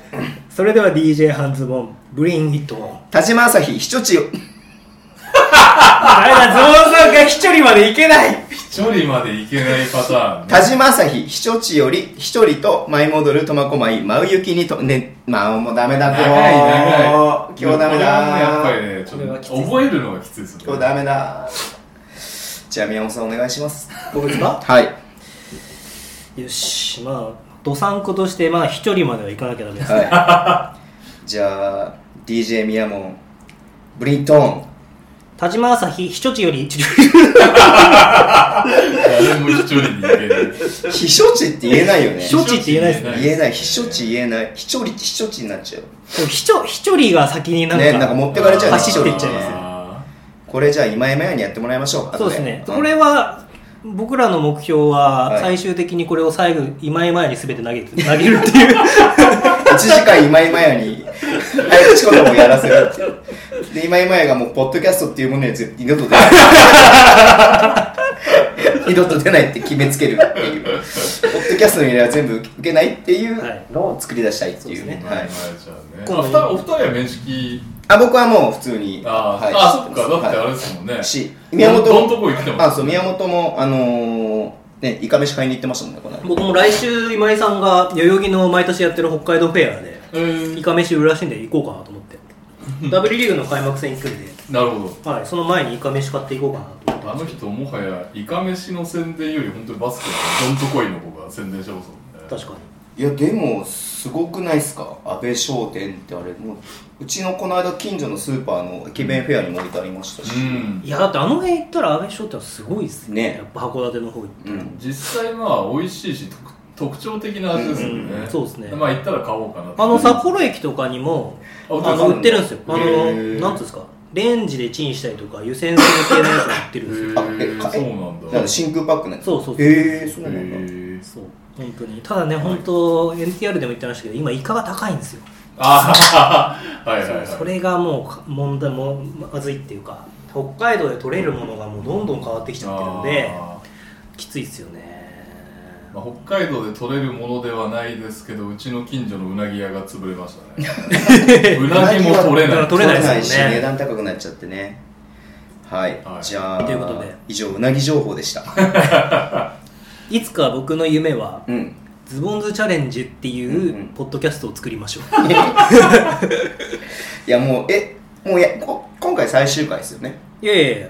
S2: それでは DJ ハンズボン、ブリングイット。
S1: 田島朝日、避暑地よ。
S2: あれだ、ズボンさんが一人までいけない。
S3: 一人まで行けないパターンね
S1: 田島朝日、避暑地より、一人と舞い戻る苫小牧、舞う雪にと、ね、まあもうダメだ、
S3: 長
S1: 今
S3: い長い
S1: 日。今日ダメ
S3: これはねやっぱ
S1: だ。
S3: りねち
S2: これはきつい
S3: ょっと覚えるのがきついですね
S1: 今日ダメだ。じじゃあ宮本さんお願いします
S2: 僕ですか
S1: はい
S2: よしまあどさんことしてまあ一人まではいかなきゃダメです、
S1: はいじゃあ DJ 宮本ブリントン
S2: 田島朝日避暑地より
S3: 誰も一人に行けない。
S1: 避暑地って言えないよね
S2: 避暑地って言えないですね
S1: 言えない避暑地言えない避暑地避暑地になっちゃう
S2: でも避暑避暑里が先になんか,、
S1: ねなんか持ってかれちゃうね
S2: 走ってっちゃいますね
S3: ま
S1: これじゃあ今山屋にやってもらいましょう
S2: そうですね、
S1: 後
S2: これ
S1: うん
S2: は僕らの目標
S1: は
S2: はい最終的にこれを最後今井前に全て投げて投げる っていう
S1: 1時間今山屋に早口言葉をやらせるっていうで今山屋がもうポッドキャストっていうものには絶二度と出ない 二度と出ないって決めつけるっていうポッドキャストの依頼は全部受けないっていう
S2: はい
S1: のを作り出したいっていう,、
S2: そうです
S3: あ、
S1: はい、
S3: じゃあね。
S2: 今度
S3: お二人お二人は面識、
S1: あ僕はもう普通に
S3: あ、
S1: はい
S3: あ、そっか、だってあ
S1: は
S3: れですもんね。
S1: いし宮本
S3: どんどんとこ行っても。
S1: あそう宮本もあのーねイカ飯買いに行ってましたもんねこの間
S2: 僕も来週今井さんが代々木の毎年やってる北海道フェアで
S3: えー
S2: イカ飯売るらしいんで行こうかなと思って W リーグの開幕戦行くんで、
S3: なるほど。
S2: はい、その前にイカ飯買っていこうかなと思って
S3: あの人もはや、イカ飯の宣伝より本当にバスケのどんとこいの方が宣伝してますもんね。
S2: 確かに
S1: いやでもすごくないですか安倍商店ってあれもううちのこの間近所のスーパーの駅弁フェアにも置いてありましたし、
S3: うん。
S2: いやだってあの辺行ったら安倍商店はすごいですね
S1: ね
S2: やっぱ函館の方行って、
S1: うん
S3: 実際まあ、美味しいし、特特徴的な味ですもん
S2: う
S3: ね。
S2: んそうですね
S3: まあ、行ったら買おうかなって
S2: あの札幌駅とかにも
S3: あ売って
S2: あ
S3: ます
S2: の売ってるんですよあの
S1: へー
S2: なんつうんですかレンジでチンしたりとか湯煎する系のやつも売ってるんですよ
S1: あ
S3: へ
S1: え
S3: ー
S1: か
S3: そうなんだ。
S1: なんか真空パックね
S2: そうそうそう
S1: へえそうなんだ、
S3: へー
S2: そう本当にただね本当 NTR でも言ってましたけど今イカが高いんですよ
S3: ああ、はいはいはい。
S2: それがもうか問題もまずいっていうか北海道で取れるものがもうどんどん変わってきちゃってるんで
S3: あ
S2: きついっすよね
S3: ーまあ、北海道で取れるものではないですけど、うちの近所のうなぎ屋が潰れまし たね。うなぎも取れ
S2: だか
S3: な
S2: ら
S3: い。
S2: 取れないです
S1: し
S2: もんね
S1: 値段高くなっちゃってねはい、
S3: はい
S1: じゃあ
S2: ということで
S1: 以上うなぎ情報でした
S2: いつか僕の夢は
S1: うん
S2: ズボンズチャレンジって
S1: うんう
S2: い
S1: ん
S2: うポッドキャストを作りましょう
S1: いやもうえもうやこ今回最終回ですよね
S2: いやいやいや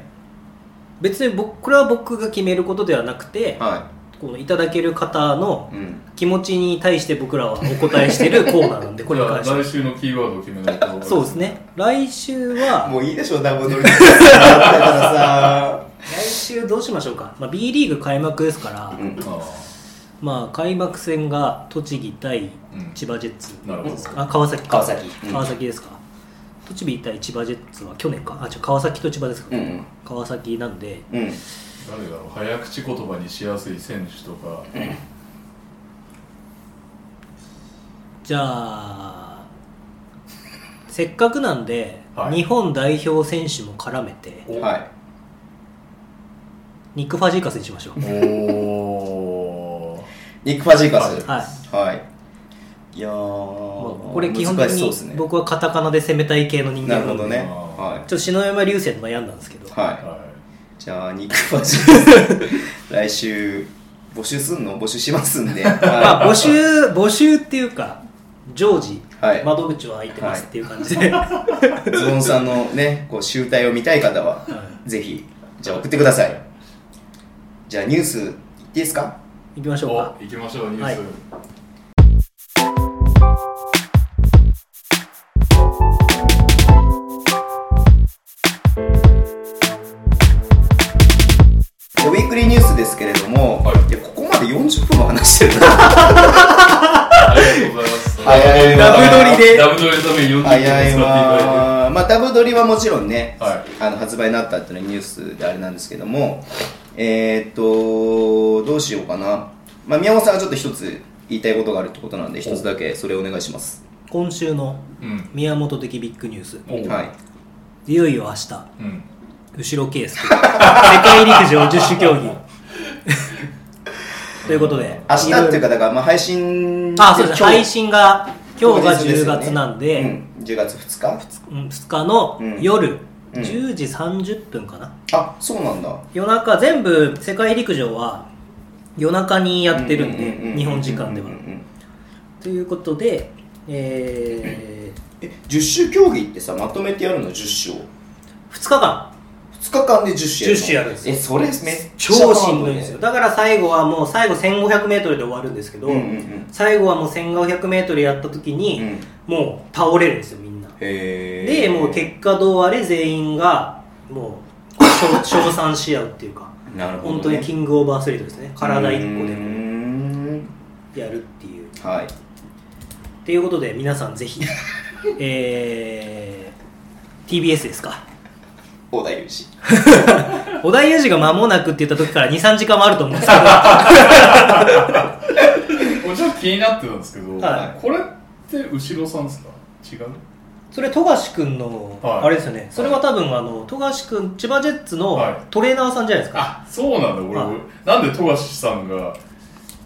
S2: 別に僕これは僕が決めることではなくて
S1: は
S2: このいただける方の
S1: い、うん、
S2: 気持ちに対して僕らはお答えしてるコーナー なんでこ
S3: じ
S2: れに
S3: ゃあ
S2: 関しては
S3: 来週のキーワードを決めないと。
S2: そうです。ね来週は
S1: もういいでしょダブルドリだからさ
S2: 来週どうしましょうか、まあ、B リーグ開幕ですから、
S1: うん
S3: あ
S2: まあ、開幕戦が栃木対
S3: ーうん
S2: 千葉ジェッツ、
S3: なるほど。
S2: あ川崎か
S1: 川崎うん
S2: 川崎ですか、栃木対千葉ジェッツは去年かあじゃ川崎と千葉ですか、
S1: うんうん
S2: 川崎なんで
S1: うん
S3: 誰だろう。早口言葉にしやすい選手と か。
S2: じゃあせっかくなんで、
S3: はい
S2: 日本代表選手も絡めて
S3: お
S1: はい
S2: ニック・ファジーカスにしましょう
S3: おー。
S1: ニック・ファジーカス
S2: はい
S1: はいいやー、
S2: まあこれ基本的
S1: 難しそうです
S2: に
S1: ね
S2: 僕はカタカナで攻めたい系の人間
S1: な
S2: な
S1: るほ
S2: ので
S1: どね
S2: ちょ
S1: は
S2: っと篠山流星と悩んだんですけど
S1: い、は、
S3: はい
S1: じゃあニック・ファジーカス 来週募集すんの募集します んで、
S2: ま
S1: は
S2: あ、募集募集っていうか常時、
S1: はい
S2: 窓口は開いてますっていう感じで、
S1: い、ズボンさんのねこう集大を見たい方は
S2: は
S1: ぜひじゃあ送ってくださいじゃあニュースいっていいですか
S2: い、行きまし
S3: い。
S2: ょうか
S3: お、行きましょう、ニュース。
S2: はい
S1: ウィークリーニュースですけれども、
S3: はい
S1: やここまで40分も話してるな
S3: ありがとうございます。
S1: 早い わ
S3: ダブドリ
S1: ダブドリで
S3: ダブドリのために40分使っていた
S1: 早い
S3: だいて。
S1: わーまあダブドリはもちろんね、
S3: は
S1: あの発売になったっていうのはニュースであれなんですけどもえー、っとどうしようかな、まあ、宮本さんがちょっと一つ言いたいことがあるってことなんで一つだけそれお願いします
S2: 今週の
S3: うん。
S2: 宮本的ビッグニュース
S3: お
S1: はい
S2: いよいよ明日
S3: うん。
S2: 後ろケース世界陸上十種競技 ということで
S1: 明日っていう
S2: か
S1: かだからまあ配信
S2: あそうですね
S1: 今日
S2: 配信が今日が
S1: 当日です
S2: 10
S1: よね
S2: 月なんで
S1: うん、10月2日
S2: うん2日の夜、
S1: うん
S2: 10時30分かな、
S1: あそうなんだ
S2: 夜中全部世界陸上は夜中にやってる
S1: う
S2: ん
S1: ううう
S2: で日本時間では
S1: うんうんうん
S2: ということで、え
S1: え10種競技ってさまとめてやるの10種を
S2: 2日間
S1: 2日間で10種やるの
S2: 10種やるんですよ
S1: えそれめっちゃ
S2: 超しんどいんですよ
S1: ハ
S2: だから最後はもう最後 1500m で終わるんですけ
S1: ー
S2: ど、
S1: ドねうんうん
S2: 最後はもう 1500m やった時
S1: うんう
S2: に、
S1: ん
S2: もう倒れるんですよみんな
S1: へー
S2: でもう結果どうあれ全員がもう 称称賛し合うっていうか
S1: なるほど、ね、
S2: 本当にキングオブアスリートですね体一個で
S1: うー
S2: も
S1: ん
S2: やるっていう
S1: はい
S2: っていうことで皆さんぜ ひえー、TBS ですか
S1: 小田裕二
S2: 織田裕二が間もなくって言った時から23時間もあると思うんですけど
S3: 俺ちょっと気になってたんですけど、
S2: は
S3: これって後ろさんですか違う
S2: それ富樫君の、
S3: はい
S2: あれですよねそれは多分あの富樫君千葉ジェッツの
S3: はい
S2: トレーナーさんじゃないですか、
S3: あそうなんだ俺、
S2: はい
S3: なんで富樫さんが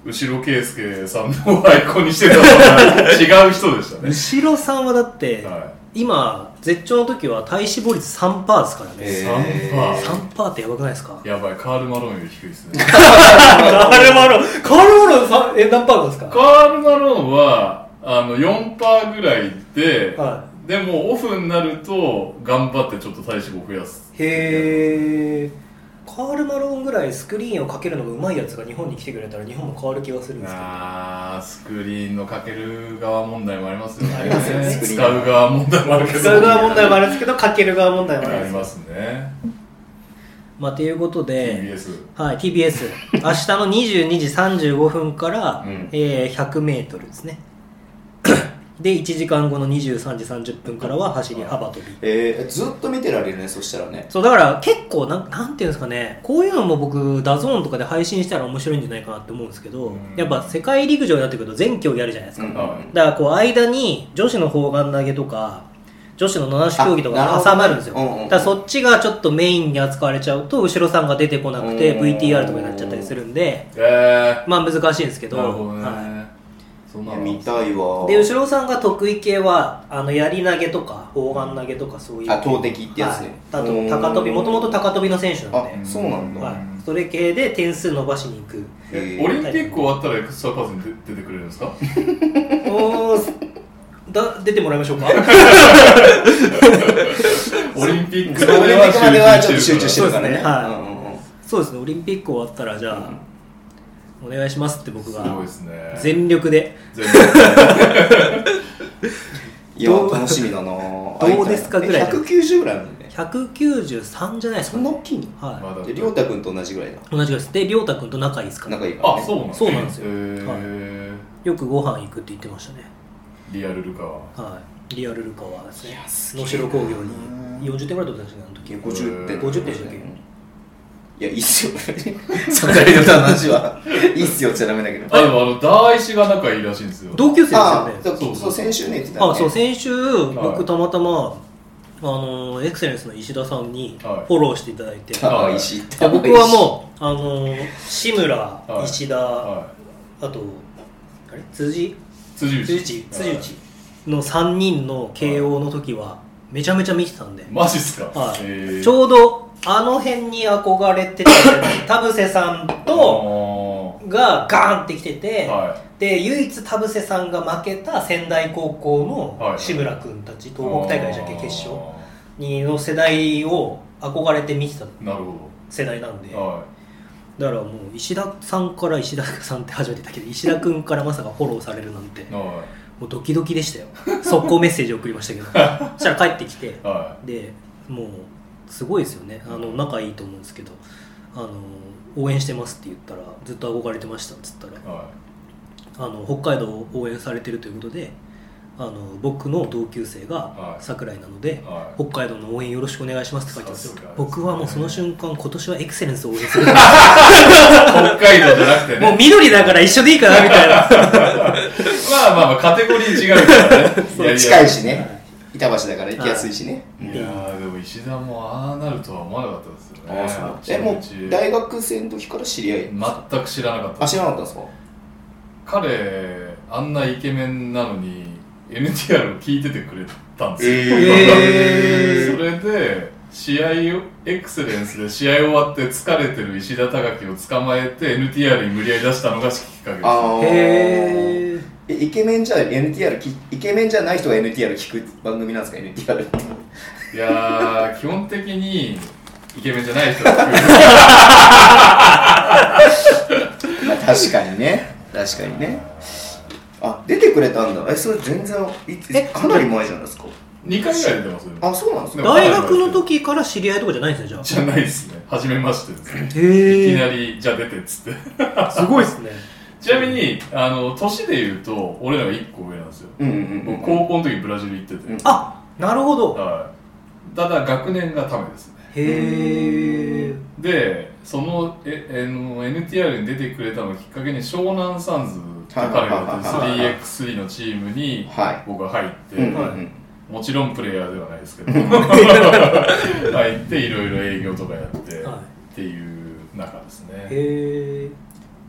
S3: 後ろ圭介さんのアイコンにしてたのかな違う人でしたね
S2: 後ろさんはだって、
S3: は
S2: 今絶頂の時は体脂肪率3%ですからね、
S1: え
S3: ー
S2: 3%ってやばくないですか
S3: いやばいカール・マローンより低いですね
S2: カールマロンカールマロンさんえ何パーなんです
S3: カ
S2: か
S3: ール・マローンはあの4%ぐらいで、
S2: は
S3: でもオフになると頑張ってちょっと体脂肪増やす
S2: いへえカールマロンぐらいスクリーンをかけるのがうまいやつが日本に来てくれたら日本も変わる気がするんですけど
S3: あースクリーンのかける側問題もありますよね
S1: ありますよね
S3: 使う側問題もあるけど
S2: 使う側問題もあるんですけどかける側問題もあるん
S3: あ
S2: で
S3: り
S2: す
S3: ますね
S2: まあということで
S3: TBS
S2: はい、TBS 明日の22時35分から、
S1: うん
S2: えー 100m ですね で1時間後の23時30分からは走り幅跳び
S1: えー、ずっと見てられるねそしたらね
S2: そうだから結構なんなんていうんですかねこういうのも僕ダゾーンとかで配信したら面白いんじゃないかなって思うんですけど、
S3: うん
S2: やっぱ世界陸上になってくると全競技あるじゃないですか、
S1: うん
S3: はい
S2: だからこう間に女子の砲丸投げとか女子の七種競技と
S1: あなる
S2: か
S1: ほど
S2: 挟まるんですよ、
S1: うんうんうん
S2: だからそっちがちょっとメインに扱われちゃうと後ろさんが出てこなくて
S1: うん
S2: VTR とかになっちゃったりするんで
S3: え
S2: まあ難しいんですけ
S3: ー、
S2: ど
S3: なるほどね、
S2: は
S3: そんなの
S1: 見たいわ
S2: いで後ろさんが得意系はあの槍投げとか砲丸投げとかそういう
S1: あ投擲ってやつね
S2: はいあと高跳び
S1: うん
S2: もともと高跳びの選手なんで
S1: あそうなんだ
S2: はい、それ系で点数伸ばしに行 く
S1: えー
S3: オリンピック終わったらエクストラパスに出出てくれるんですか
S2: おーだ出てもらいましょうか
S3: オリンピッ
S1: オリン
S3: ク
S1: ピ
S3: ま
S1: ッ
S3: では
S1: クまではちょっと集
S3: 集中
S1: 中
S3: し
S1: してて
S3: る
S1: るからね
S2: はい
S1: うんうんうん
S2: そうですねオリンピック終わったらじゃあ、お願いしますって僕
S3: からすごい
S2: が
S3: ですね
S2: 全力で
S3: 全部
S1: いや
S2: どう
S1: 楽しみだな
S2: どうですかぐらい
S1: 1 9 0ぐらいなんだね
S2: 193じゃないです
S1: そ
S2: か、
S1: んな
S2: ね
S1: 大きいの
S2: は
S3: まだ
S1: で亮太君と同じぐらいだ
S2: い、同じですで亮太君と仲いいですから
S1: 仲いいから、
S3: あ
S1: ね、
S3: そうなんだ
S2: そうなんですよ
S3: へー
S2: よくご飯行くって言ってましたね
S3: リアルルカは
S2: はいリアルルカはですね
S1: すげえ
S2: 能
S1: な
S2: 代工業に40点ぐらい取ってたんですよね
S1: 50
S2: あの時
S1: 点
S2: 50点でしたっけ
S1: いやいいっす よそんなにの話はいいっすよっちゃダメだけど
S3: あでもあのダーイシが仲いいらしいんですよ
S2: 同級生ですよ
S1: あ
S2: ね
S1: そう
S3: そう
S1: そう先週ね言ってたね
S2: あそう先週
S3: は
S2: 僕
S3: い
S2: たまたまあのエクセレンスの石田さんにフ
S3: はい
S2: ォローしていただいて、
S1: 可愛いし
S2: で僕はもうあの志村、
S3: い
S2: 石田、
S3: は
S2: あとあれ辻
S3: い辻内
S2: 辻内辻内の3人の慶応の時はめちゃめちゃ見てたんで、
S3: マジっすか
S2: はい
S3: へー
S2: ちょうどあの辺に憧れてたじゃ ない田臥さんとがガーンってきて
S3: あ
S2: て、
S3: ーは
S2: で唯一田臥さんが負けた仙台高校
S3: は
S2: の
S3: い
S2: 志村君たち、
S3: い
S2: 東北大会じゃっけ決勝
S3: あ
S2: にの世代を憧れて見てた
S3: ーなるほ
S2: 世代なんで
S3: どは
S2: だからもう石田さんから石田さんって初めてだけど石田君からまさかフォローされるなんて
S3: いは
S2: もうドキドキでしたよ速攻メッセージ送りま したけどそしたら帰ってきて
S3: いは
S2: でもうすごいですよねあの仲いいと思うんですけどあの応援してますって言ったらずっと憧れてましたっつったら
S3: いは
S2: あの北海道を応援されてるということであの僕の同級生が
S3: はい
S2: 桜井なので、
S3: いはい
S2: 北海道の応援よろしくお願いしますって書いてますよ
S3: さすがですね
S2: 僕はもうその瞬間今年はエクセレンスを応援する
S3: 北海道じゃなく てね
S2: もう緑だから一緒でいいかなみたいな
S3: まあまあまあカテゴリー違うからねやりやす
S1: 近いしね板橋だから行きやすいしね、
S3: いやーでも石田もああなるとは思わなかったですよね
S1: あそうえもう大学生の時から知り合い
S3: 全く知らなかった
S1: あ知らなかったんですか
S3: 彼あんなイケメンなのに NTR を聞いててくれたんですよ、
S1: えー
S3: それで試合をエクセレンスで試合終わって疲れてる石田貴樹を捕まえて NTR に無理やり出したのがきっかけです
S1: あー
S2: へー
S1: えイケメンじゃ NTR きイケメンじゃない人が NTR 聞く番組なんですか NTR って
S3: いやー基本的にイケメンじゃない人が作る
S1: まあ、確かにね確かにねあ出てくれたんだえそれ全然いつ
S2: え
S1: かなり前じゃないですか
S3: 2回ぐらい出てますよね
S1: あそうなんですか
S3: でも
S2: 大学の時から知り合いとかじゃないんですね、じ
S3: じゃないですね初めましてです
S2: ゃ
S3: ね
S2: あ。へ
S3: いき
S2: え
S3: なりじゃあ出てっつって
S2: すごいですね。
S3: ちなみにあの年で言うと俺らが1個上なんですよ
S1: うんうんうん
S3: 僕高校の時にブラジル行ってて、
S1: うん
S2: あなるほど。
S3: はいただ学年がためですね
S2: へえ。
S3: でそのええの NTR に出てくれたのをきっかけに湘南サンズと彼がや
S1: はいはいはいはい
S3: ってる 3x3 のチームに
S1: は
S3: 僕が入って、
S1: い、うんうん
S2: はい
S1: うん
S3: もちろんプレイヤーではないですけど 入っていろいろ営業とかやって、
S2: はい
S3: っていう中ですね
S2: へ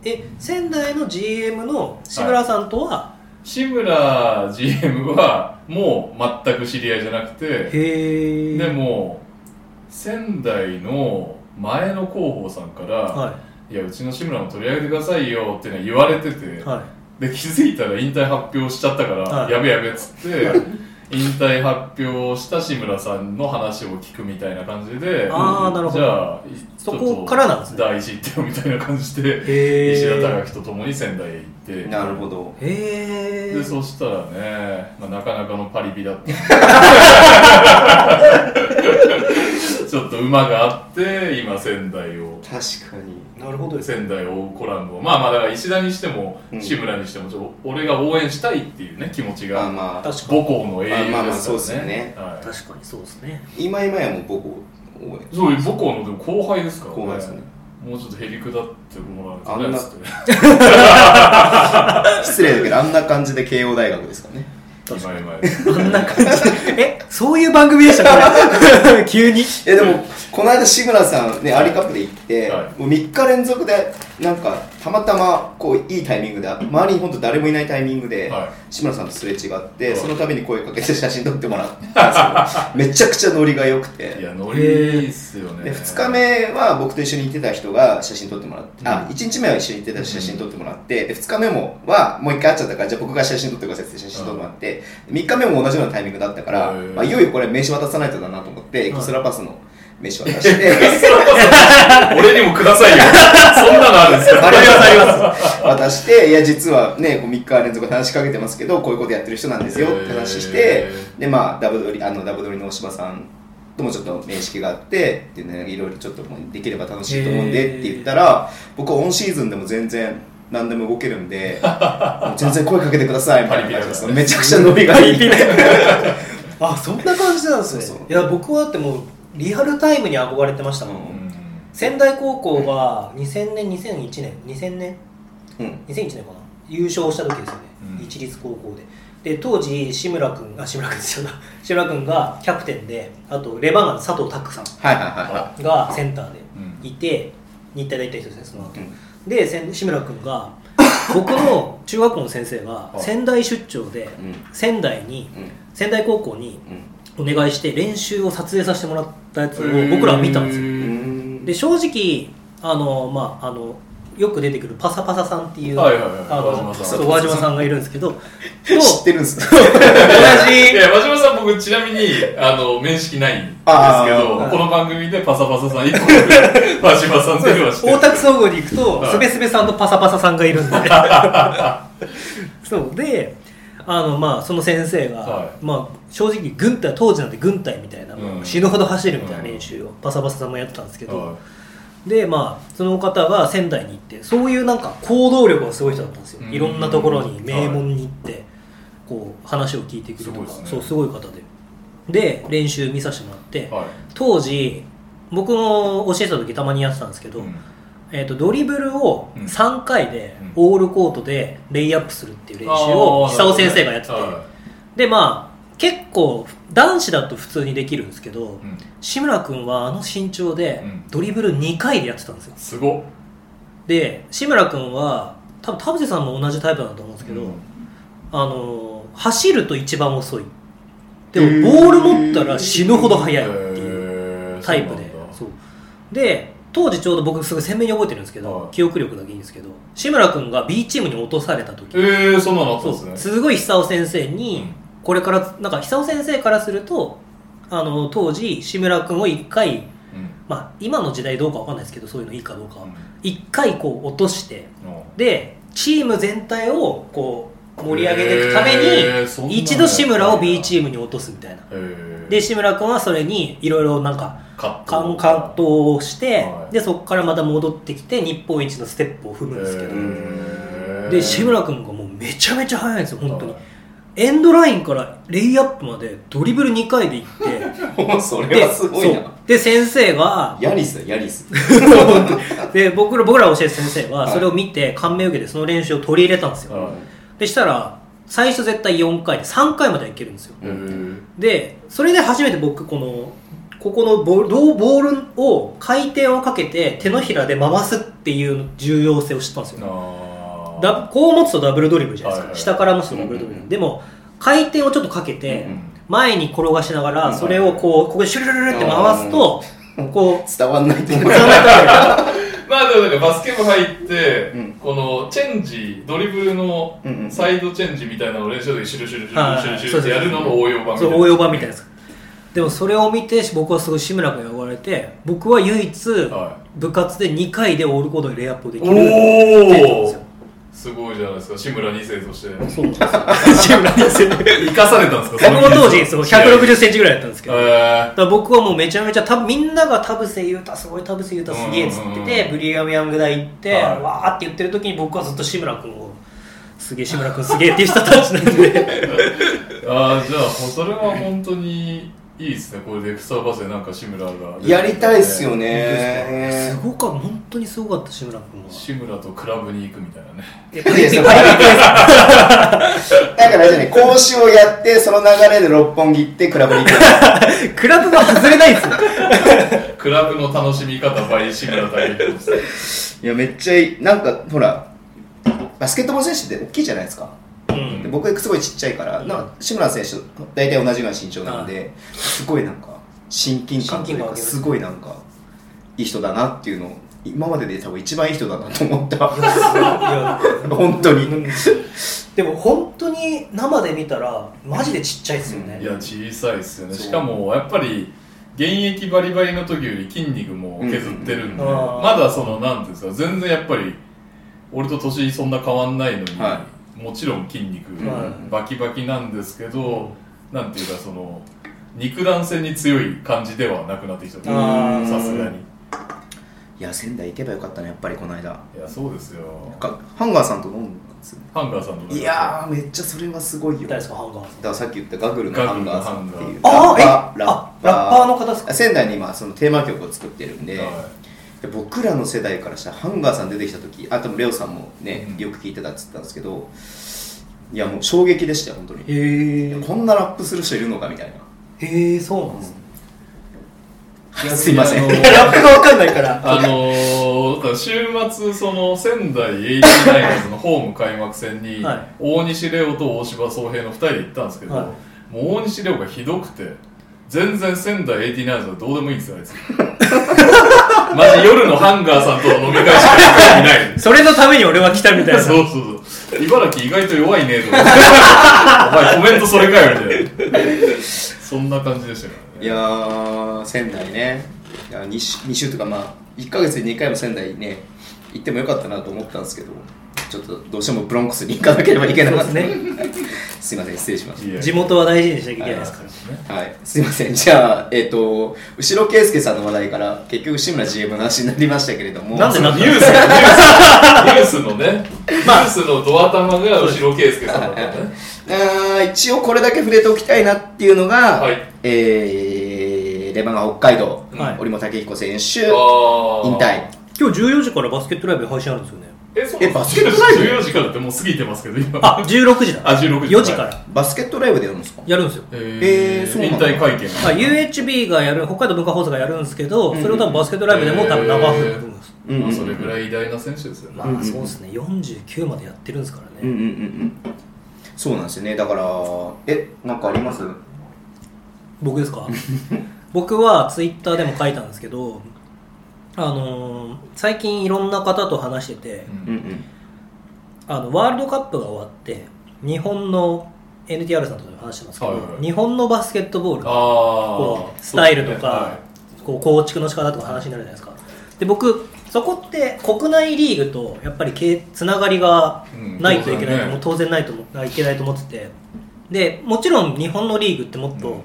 S2: え。え仙台の GM の志村さんとは、
S3: 志村 GM はもう全く知り合いじゃなくて
S2: へえ。
S3: でも仙台の前の広報さんから、
S2: はい
S3: やうちの志村も取り上げてくださいよって、ね、言われてて、
S2: いは
S3: で気づいたら引退発表しちゃったから、
S2: はい
S3: やべやべっつって引退発表した志村さんの話を聞くみたいな感じで
S2: あーなるほど
S3: じゃあ
S2: そこからなんですね
S3: ちょっと第一行ってみたいな感じで
S2: い。へえ。
S3: 石田隆樹と共に仙台へ行って
S1: なるほど
S2: へえ。
S3: でそしたらね、まあ、なかなかのパリピだった ちょっと馬があって今仙台を
S1: 確かに
S2: なるほどですね。
S3: 仙台を追うコラムをまあまあだから石田にしても
S1: うん
S3: 志村にしてもちょ俺が応援したいっていうね気持ち
S1: まあ
S3: が
S1: まあ
S2: 確か
S3: 母
S2: に。
S3: 校の英雄ですからね
S1: まあまあそうですよね
S3: はい
S2: 確かにそうですね。
S1: 今今やもう僕を応援
S3: そう母校のでも後輩ですから
S1: 後輩ですね
S3: もうちょっとへりくだってもらわないとねつって
S1: 失礼だけどあんな感じで慶応大学ですからね
S3: 今今
S2: あんな感じ。えそういう番組でしたこれ。急に。
S1: いやでもこの間志村さんねアリカップで行って、
S3: はい
S1: もう3日連続でなんかたまたまこういいタイミングで周りに本当誰もいないタイミングで、
S3: は
S1: 志村さんとすれ違って、
S3: はい
S1: その度に声かけて写真撮ってもら ったんですけどめちゃくちゃノリが良くて
S3: いいやノリいいっすよ
S1: で
S3: ね
S1: 2日目は僕と一緒に行ってた人が写真撮ってもらって、
S3: う
S1: あ
S3: ん
S1: 1日目は一緒に行ってた人写真撮ってもらって、で2日目もはもう1回会っちゃったからじゃあ僕が写真撮ってくださいって写真撮ってもらって、3日目も同じようなタイミングだったから、
S3: へー
S1: まあ、いよいよこれ名刺渡さないとだなと思ってエ
S2: うん
S1: クストラパスの名刺 渡して、
S3: 俺にもくださいよそんなのあるんですか
S1: ありますあります 渡していや実はねこう3日連続話しかけてますけどこういうことやってる人なんですよって話して
S3: へ
S1: でまあダブドリあのダブドリの大島さんともちょっと面識があってっていうねいろいろちょっともうできれば楽しいと思うんでって言ったら僕はオンシーズンでも全然何でも動けるんでもう全然声かけてくださいみたいな感じです
S3: パリピだからね
S1: めちゃくちゃ伸びがいい
S2: あそんな感じなんですね
S1: そうそう
S2: いや僕はだってもうリアルタイムに憧れてましたもん、
S1: うん
S3: うん
S2: 仙台高校が2000年2001年2000年
S1: うん
S2: 2001年かな優勝した時ですよね、
S3: うん
S2: 一律高校でで当時志村君あ志村君ですよな 志村君がキャプテンであとレバーガンの佐藤拓さ
S1: はいはいはいは
S2: んがセンターで
S3: うん
S2: いて日体大行った人ですねその後
S1: い、うん
S2: でせん志村君が僕の中学校の先生が
S3: あ
S2: 仙台出張で
S1: うん
S2: 仙台に
S1: うん
S2: 仙台高校にお願いして練習を撮影させてもらったやつを
S3: へー
S2: 僕らは見たんですよ
S1: うん
S2: で正直あの、まあ、あのよく出てくるパサパサさんっていう
S3: はいはいはい
S2: あの
S3: 和島さん
S2: そう和島さんがいるんですけ どと
S1: 知
S2: 同
S1: ってるんです か
S3: い
S2: じ
S3: や、和島さん、僕、ちなみに、あの、面識ないんですけ
S1: あ
S3: ど
S1: ー、
S3: この番組でパサパサさん一個で、和島さんというのは知って
S2: 大
S3: る。
S2: 田区総合に行くと
S3: はい
S2: すべすべさんとパサパサさんがいるんで そうであのまあその先生が、
S3: はい
S2: まあ、正直軍隊当時なんて軍隊みたいな、
S3: うん
S2: 死ぬほど走るみたいな練習を、パサパサさんもやってたんですけど、
S3: は
S2: でまあその方が仙台に行ってそういうなんか行動力がすごい人だったんですよ
S3: うん
S2: いろんなところに名門に行って、こう話を聞いてくるとか
S3: すごいですね
S2: そうすごい方でで練習見させてもらって、
S3: いはい
S2: 当時僕も教えてた時たまにやってたんですけど、
S3: うん
S2: えー、とドリブルを
S3: うん
S2: 3回で
S3: うん
S2: オールコートでレイアップするっていう練習を
S3: あー
S2: 久尾先生がやってて、
S3: は
S2: でまあ結構男子だと普通にできるんですけど、
S3: いうん
S2: 志村君はあの身長で
S3: うん
S2: ドリブル2回でやってたんですよ
S3: すごっ。
S2: で志村君は多分田臥さんも同じタイプだと思うんですけど、
S3: うん
S2: あのー走ると一番遅いで
S1: へー
S2: もボール持ったら死ぬほど速いっていう
S3: いう
S2: タイプでそうで当時ちょうど僕すごい鮮明に覚えてるんですけど、
S3: はい
S2: 記憶力だけいいんですけど志村君が B チームに落とされた時、
S3: えー、そんなのあった
S2: そ
S3: ん
S2: う
S3: ですね。
S2: すごい久尾先生に、
S3: うん
S2: これからなんか久尾先生からするとあの当時志村君を1回
S3: うん
S2: まあ、今の時代どうかわかんないですけどそういうのいいかどうかは
S3: うん
S2: 一回こう落として
S3: あ
S2: でチーム全体をこう盛り上げていくために、
S3: へーそんなの
S2: 一度志村を B チームに落とすみたいな
S3: へー
S2: で志村君はそれにいろいろなんか
S3: 葛
S2: カンカンをして、
S3: はい
S2: でそこからまた戻ってきて日本一のステップを踏むんですけど、
S3: へー
S2: で志村君がもうめちゃめちゃ速いんですよ本当に、エンドラインからレイアップまでドリブル2回で行って
S1: もうそ れ
S2: で
S1: はすごい
S2: そう
S1: な。
S2: で先生が
S1: ヤリスだ、ヤリス。
S2: で僕ら僕らが教えてた先生は
S1: はい
S2: それを見て感銘を受けてその練習を取り入れたんですよ、
S3: は
S2: でしたら最初絶対4回で3回まではいけるんですよ
S3: いへー
S2: でそれで初めて僕このここのボールどうボールを回転をかけて手のひらで回すっていう重要性を知ったんですよ
S3: あー
S2: だこう持つとダブルドリブルじゃないですか、
S3: はいはい
S2: 下から持つとダブルドリブル、
S1: うん
S2: でも回転をちょっとかけて、
S3: うん
S2: 前に転がしなが
S3: う
S2: ら
S3: ん
S2: それをこうここでシュルルルルって回すとこう
S1: 伝わんない と思う。
S3: まあでもなんかバスケ部入って、
S1: うん
S3: このチェンジドリブルの
S1: うんうん
S3: サイドチェンジみたいなのを練習でシュルシュルシュ
S2: は
S3: ル
S2: い
S3: シュルシュルってやるのの応用版みた
S2: そ
S3: いうな
S2: 応用版みたいなやつでもそれを見て僕はすごい志村君に呼ばれて僕は唯一
S3: は
S2: 部活で2回でオールコードにレイアップできる
S3: お
S2: そう
S3: おすごいじゃないですか志村二世として
S2: そうなんですよ志村先生
S3: 生かされたんですか
S2: 僕も当時そう1 6 0ンチぐらいだったんですけ
S3: え
S2: どだから僕はもうめちゃめちゃ多分みんなが田臥勇太すごい田臥勇太すげえっつって
S3: うんうんう
S2: て
S3: ん
S2: ブリガムヤング大行って、
S3: はい
S2: わーって言ってる時に僕はずっと志村君をすげえ志村君すげえっていう人たちなんで
S3: ー、あーじゃあもうそれは本当にいいですねこれでエクサバスでなんか志村が
S1: やりたいっすよ
S2: す
S1: ね。
S2: ごかった本当にすごかった志村君は
S3: 志村とクラブに行くみたいなね
S2: いや
S1: いやそうだからじゃね、講師をやって、その流れで六本木行って、クラブに行く。
S2: クラブが外れないですよ
S3: クラブの楽しみ方 by 志村大彦です
S1: いや、めっちゃいい。なんか、ほら、バスケットボール選手って大きいじゃないですか。
S2: うん
S1: で僕すごいちっちゃいから、なんか志村選手と大体同じぐらいの身長なんで、すごいなんか親近感とい
S2: 親近
S1: う
S2: 感を
S1: か
S2: 受ける
S1: すごいなんかいい人だなっていうのを今までで多分一番いい人だなと思っ た
S2: いやすごいいや
S1: 本当に、
S2: うん でも本当に生で見たらマジでちっちゃいですよね、
S3: いや小さいっすよね
S1: そう
S3: しかもやっぱり現役バリバリの時より筋肉も削ってるんで、
S2: うんうんうん
S3: まだそのなんていうんですか全然やっぱり俺と年そんな変わんないのに、
S1: は
S3: もちろん筋肉
S2: はい
S3: バキバキなんですけど、なんていうかその肉弾戦に強い感じではなくなってきちゃった
S2: あ
S1: ー
S3: さすがに
S1: いや仙台行けばよかったねやっぱりこの間
S3: いやそうですよ
S1: かハンガーさんと飲んだんですよね
S3: ハンガーさんの中で
S1: いやーめっちゃそれはすごいよ
S2: 誰
S1: だ
S2: です
S1: か
S2: かハンガーさん
S1: らさっき言ったガグルのハンガーさんっていう
S2: ああえ
S1: ラッパー
S2: あラッパーの方ですか
S1: 仙台に今そのテーマ曲を作ってるんで、
S3: は
S1: で僕らの世代からしたらハンガーさん出てきた時あとレオさんもね
S3: うん
S1: よく聞いてたっつったんですけどいやもう衝撃でしたよ本当にい
S2: へ
S1: や
S2: え
S1: こんなラップする人いるのかみたいな、
S2: へえそうなんですね
S3: い
S1: すいません
S3: あの
S2: いや ラップがわかんないから
S3: あのー、だから週末、その仙台エイティナイナーズのホーム開幕戦に、
S2: はい
S3: 大西レオと大柴総平の2人で行ったんですけど、
S2: はい
S3: もう大西レオがひどくて、全然仙台エイティナイナーズはどうでもいいんですよ、あいつ。 マジ夜のハンガーさんとの飲み会しか興味ない。
S2: それのために俺は来たみたいな
S3: そうそうそう。茨城意外と弱いねとか。お前コメントそれかよ、みたいな。そんな感じでしたからね。
S1: いやー仙台ねいや 2, 週2週とかまあ1ヶ月に2回も仙台ね行ってもよかったなと思ったんですけどちょっとどうしてもブロンクスに行かなければいけなかった
S2: そうです
S1: ね すいません失礼しまし
S3: いや
S2: 地元は大事にしなきゃいけないですから
S3: そうですね
S1: たはいすいませんじゃあえっ、と後ろ圭介さんの話題から結局志村 GM の話になりましたけれども
S2: なんで
S3: ニュース、ニュース、ニュースのね、ニュースのドア玉が後ろ圭介さんだったのね。
S1: あー一応これだけ触れておきたいなっていうのが、
S3: はい
S1: えーレバンガ北海道、
S2: はい
S1: 織本武彦選手
S3: あ
S1: 引退
S2: 今日14時からバスケットライブ配信あるんですよね
S3: え、そうなんです
S1: えバスケットラ イブ
S3: 14時からってもう過ぎてますけど、今。
S2: あ16時だ
S3: あ16時
S2: 4時から
S1: バスケットライブでやるんですか
S2: やるんですよ
S3: え
S1: えーそうな
S3: 引
S1: んだ
S3: 退会見。
S2: あ UHB がやる北海道文化放送がやるんですけどそれを多分バスケットライブでも多分生放送です
S1: うんうん
S3: まあ、それぐらい偉大な選手ですよね。
S2: まあそうですね49までやってるんですから
S1: うんう
S2: ね
S1: んうんうんそうなんですよねだからえなんかあります
S2: 僕ですか 僕はツイッターでも書いたんですけどあのー最近いろんな方と話してて
S3: う
S1: う
S3: ん
S1: んうん
S2: あのワールドカップが終わって日本の NTR さんとも話してますけど、
S3: はいはい
S2: 日本のバスケットボール
S3: あ
S2: こ
S3: あ。
S2: うスタイルとか、こう構築の仕方とか話になるじゃないですかで僕そこって国内リーグとやっぱりけつながりがないといけないと、
S3: うん
S2: 当然ないと思いけないと思っててでもちろん日本のリーグってもっと、
S3: うん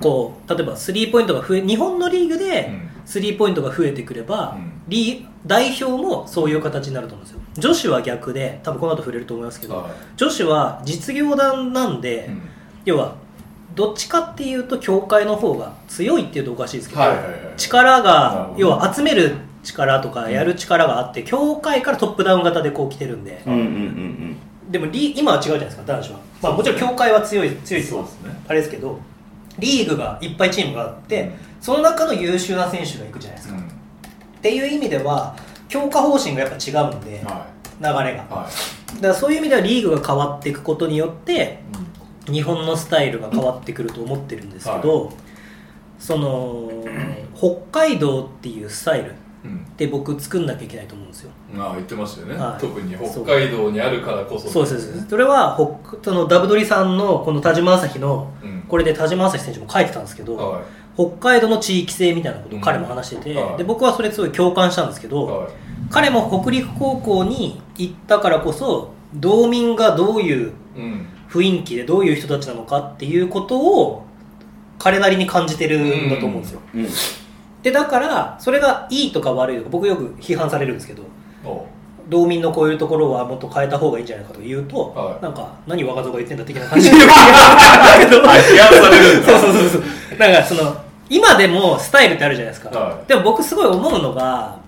S2: こう例えばスリーポイントが増え日本のリーグで
S3: うん
S2: スリーポイントが増えてくれば、
S3: うん
S2: リ代表もそういう形になると思うんですよ女子は逆で多分この後触れると思いますけど、
S3: は
S2: 女子は実業団なん
S3: い
S2: で、
S3: うん
S2: 要はどっちかっていうと協会の方が強いっていうとおかしいですけど、
S3: はいはいはい
S2: 力
S3: なる
S2: が
S3: ほど
S2: 要は集める力とか
S3: うん
S2: やる力があって協会からトップダウン型でこう来てるんで、
S1: うんうんうん
S2: でもリ今は違うじゃないですか男子は、まあ、もちろん協会は強い強いです
S3: そう
S2: よ
S3: ですね
S2: あれですけどリーグがいっぱいチームがあって、
S3: うん
S2: その中の優秀な選手が行くじゃないですか、
S3: うん
S2: っていう意味では強化方針がやっぱ違うんで、
S3: は
S2: 流れが
S3: いは
S2: だからそういう意味ではリーグが変わっていくことによって
S3: いうん
S2: 日本のスタイルが変わってくると思ってるんですけど、その北海道っていうスタイルっ
S3: うん
S2: て僕作んなきゃいけないと思うんですよ
S3: ああ言ってましたよね、
S2: はい
S3: 特に北海道にあるからこそ
S2: そうですそうですそれは北そのダブドリさんのこの田島朝日の
S3: うん
S2: これで田島朝日選手も書いてたんですけど、
S3: は
S2: 北海道の地域性みたいなことを彼も話してて、
S3: うんはい
S2: で僕はそれすごい共感したんですけ
S3: い
S2: ど、
S3: はい
S2: 彼も北陸高校に行ったからこそ道民がどういう
S3: うん
S2: 雰囲気でどういう人たちなのかっていうことを彼なりに感じてるんだと思うんですよ、
S1: うんうん
S2: でだからそれがいいとか悪いとか僕よく批判されるんですけど
S3: お
S2: 道民のこういうところはもっと変えた方がいいんじゃないかとか言うと、
S3: はい
S2: なんか何若造が言ってんだ的な感じ でだけど
S3: 批判されるんだ
S2: そうそうそうそうなんかその今でもスタイルってあるじゃないですか、
S3: はい
S2: でも僕すごい思うのが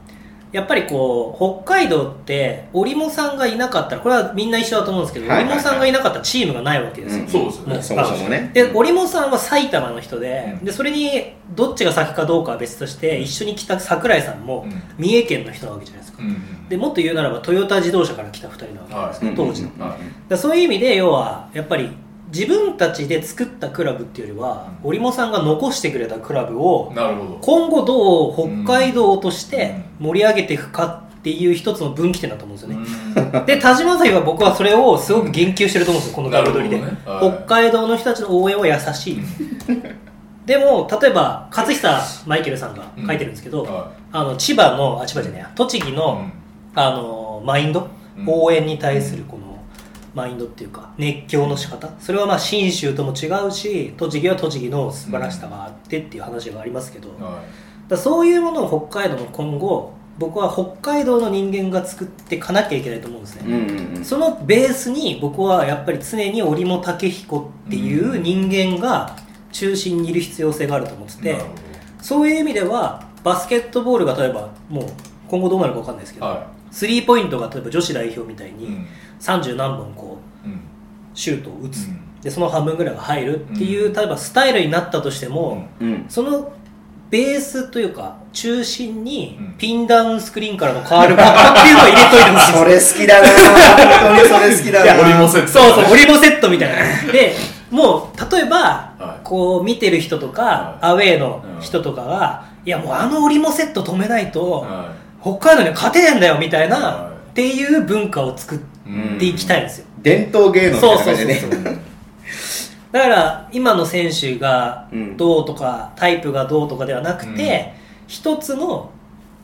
S2: やっぱりこう北海道って織茂さんがいなかったらこれはみんな一緒だと思うんですけど
S1: はい
S2: 織
S1: はいはい
S2: 茂さんがいなかったらチームがないわけですよ、
S1: ん
S3: そうですよ
S2: もう
S3: ね
S1: そもそもね
S2: で織茂さんは埼玉の人で,、
S3: うん
S2: でそれにどっちが先かどうかは別として一緒に来た桜井さんも
S3: うん
S2: 三重県の人なわけじゃないですか、
S3: うんうん
S2: でもっと言うならばトヨタ自動車から来た2人なわけじゃないですか、
S1: うん
S2: 当時の、
S1: うんうん
S2: だからそういう意味で要はやっぱり自分たちで作ったクラブっていうよりは
S3: うん
S2: 織茂さんが残してくれたクラブを
S3: なるほど
S2: 今後どう北海道として盛り上げていくかっていう一つの分岐点だと思うんですよね、 で田島朝日は僕はそれをすごく言及してると思うんですよこのダブル取りで、
S3: なるほどねはい
S2: 北海道の人たちの応援は優しい、でも例えば勝久マイケルさんが 書いてるんですけど、
S3: うんは
S2: あの千葉のあ千葉じゃないや栃木
S3: い
S2: の、あのマインド、
S3: うん
S2: 応援に対するこのマインドっていうか熱狂の仕方それはまあ信州とも違うし栃木は栃木の素晴らしさがあってっていう話がありますけど、
S3: うん
S2: だか
S3: は
S2: らそういうものを北海道の今後僕は北海道の人間が作っていかなきゃいけないと思うんです
S1: うん
S2: ね、
S1: うんうん
S2: そのベースに僕はやっぱり常に織茂武彦っていう人間が中心にいる必要性があると思って
S3: い
S2: て、
S3: なるほ
S2: そういう意味ではバスケットボールが例えばもう今後どうなるか分かんないですけ
S3: ど
S2: ど、
S3: は
S2: スリーポイントが例えば女子代表みたい
S3: い
S2: に30何本こ
S3: うん
S2: うシュートを打つ、
S3: うん
S2: でその半分ぐらいが入るっていう、
S3: うん
S2: 例えばスタイルになったとしても、
S1: うん
S2: そのベースというか中心に
S3: うん
S2: ピンダウンスクリーンからのカールバックっていうのを入れといてほしいんです
S1: それ好き
S2: よ
S1: だな本当にそれ好きだ
S3: いや俺
S1: な
S3: もセット
S2: そうそうオリボセットみたいなでもう例えば、
S3: はい
S2: こう見てる人とか、
S3: は
S2: アウェーの人とかが、いやもうあのオリモセット止めないと、
S3: は
S2: 北海道には勝てねえんだよみたいな、
S3: はい
S2: っていう文化を作っていきたいんですよ、
S1: 伝統芸能みたいな感じでね
S2: そう
S3: いうん
S2: だから今の選手が
S1: うん
S2: どうとか、タイプがどうとかではなくて、一つの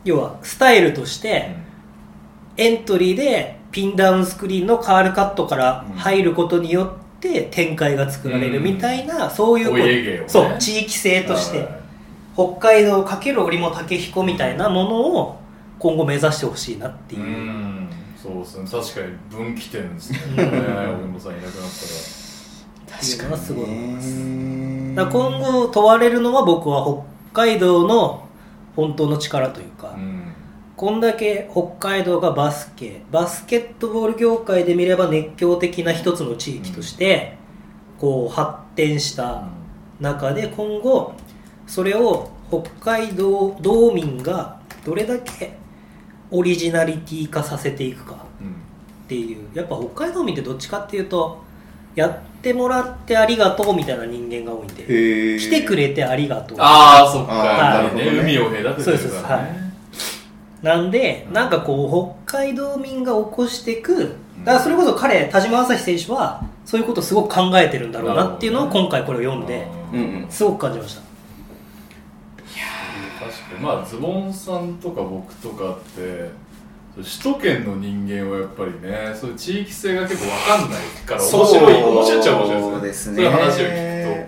S2: 要はスタイルとしてエントリーでピンダウンスクリーンのカールカットから入ることによって展開が作られるみたいな、 そういうこう
S3: お家芸をね
S2: そう地域性として、
S3: はい
S2: 北海道×織茂武彦みたいなものを今後目指してほしいなって
S3: う
S2: いう。
S3: んそうですね確かに分岐点ですね
S2: うん
S3: 俺もさんいなくなった、
S2: 確かにすごい思います
S1: ね
S2: だから今後問われるのは僕は北海道の本当の力というから
S3: うん
S2: こんだけ北海道がバスケバスケットボール業界で見れば熱狂的な一つの地域としてこう発展した中で今後それを北海道道民がどれだけオリジナリティ化させていくか
S3: うん
S2: っていうやっぱ北海道民ってどっちかっていうとやってもらってありがとうみたいな人間が多いんで
S1: へえ
S2: 来てくれてありがとう
S3: ああそっか
S1: あ
S2: ー
S3: やっぱり
S1: な
S3: ね
S1: るほどね
S3: 海を隔ててる
S2: そうです
S3: か
S2: は
S3: ら
S2: い
S3: ね
S2: なんで
S3: うん
S2: なんかこう北海道民が起こしていくだからそれこそ彼田島朝日選手はそういうことをすごく考えてるんだろうなっていうのを
S3: なるほどね
S2: 今回これを読んで
S1: うんうん
S2: すごく感じました
S3: まあズボンさんとか僕とかって首都圏の人間はやっぱりねそういう地域性が結構わかんないから面白い
S1: そう
S3: 面白いっちゃ面白いですねそういう話を聞く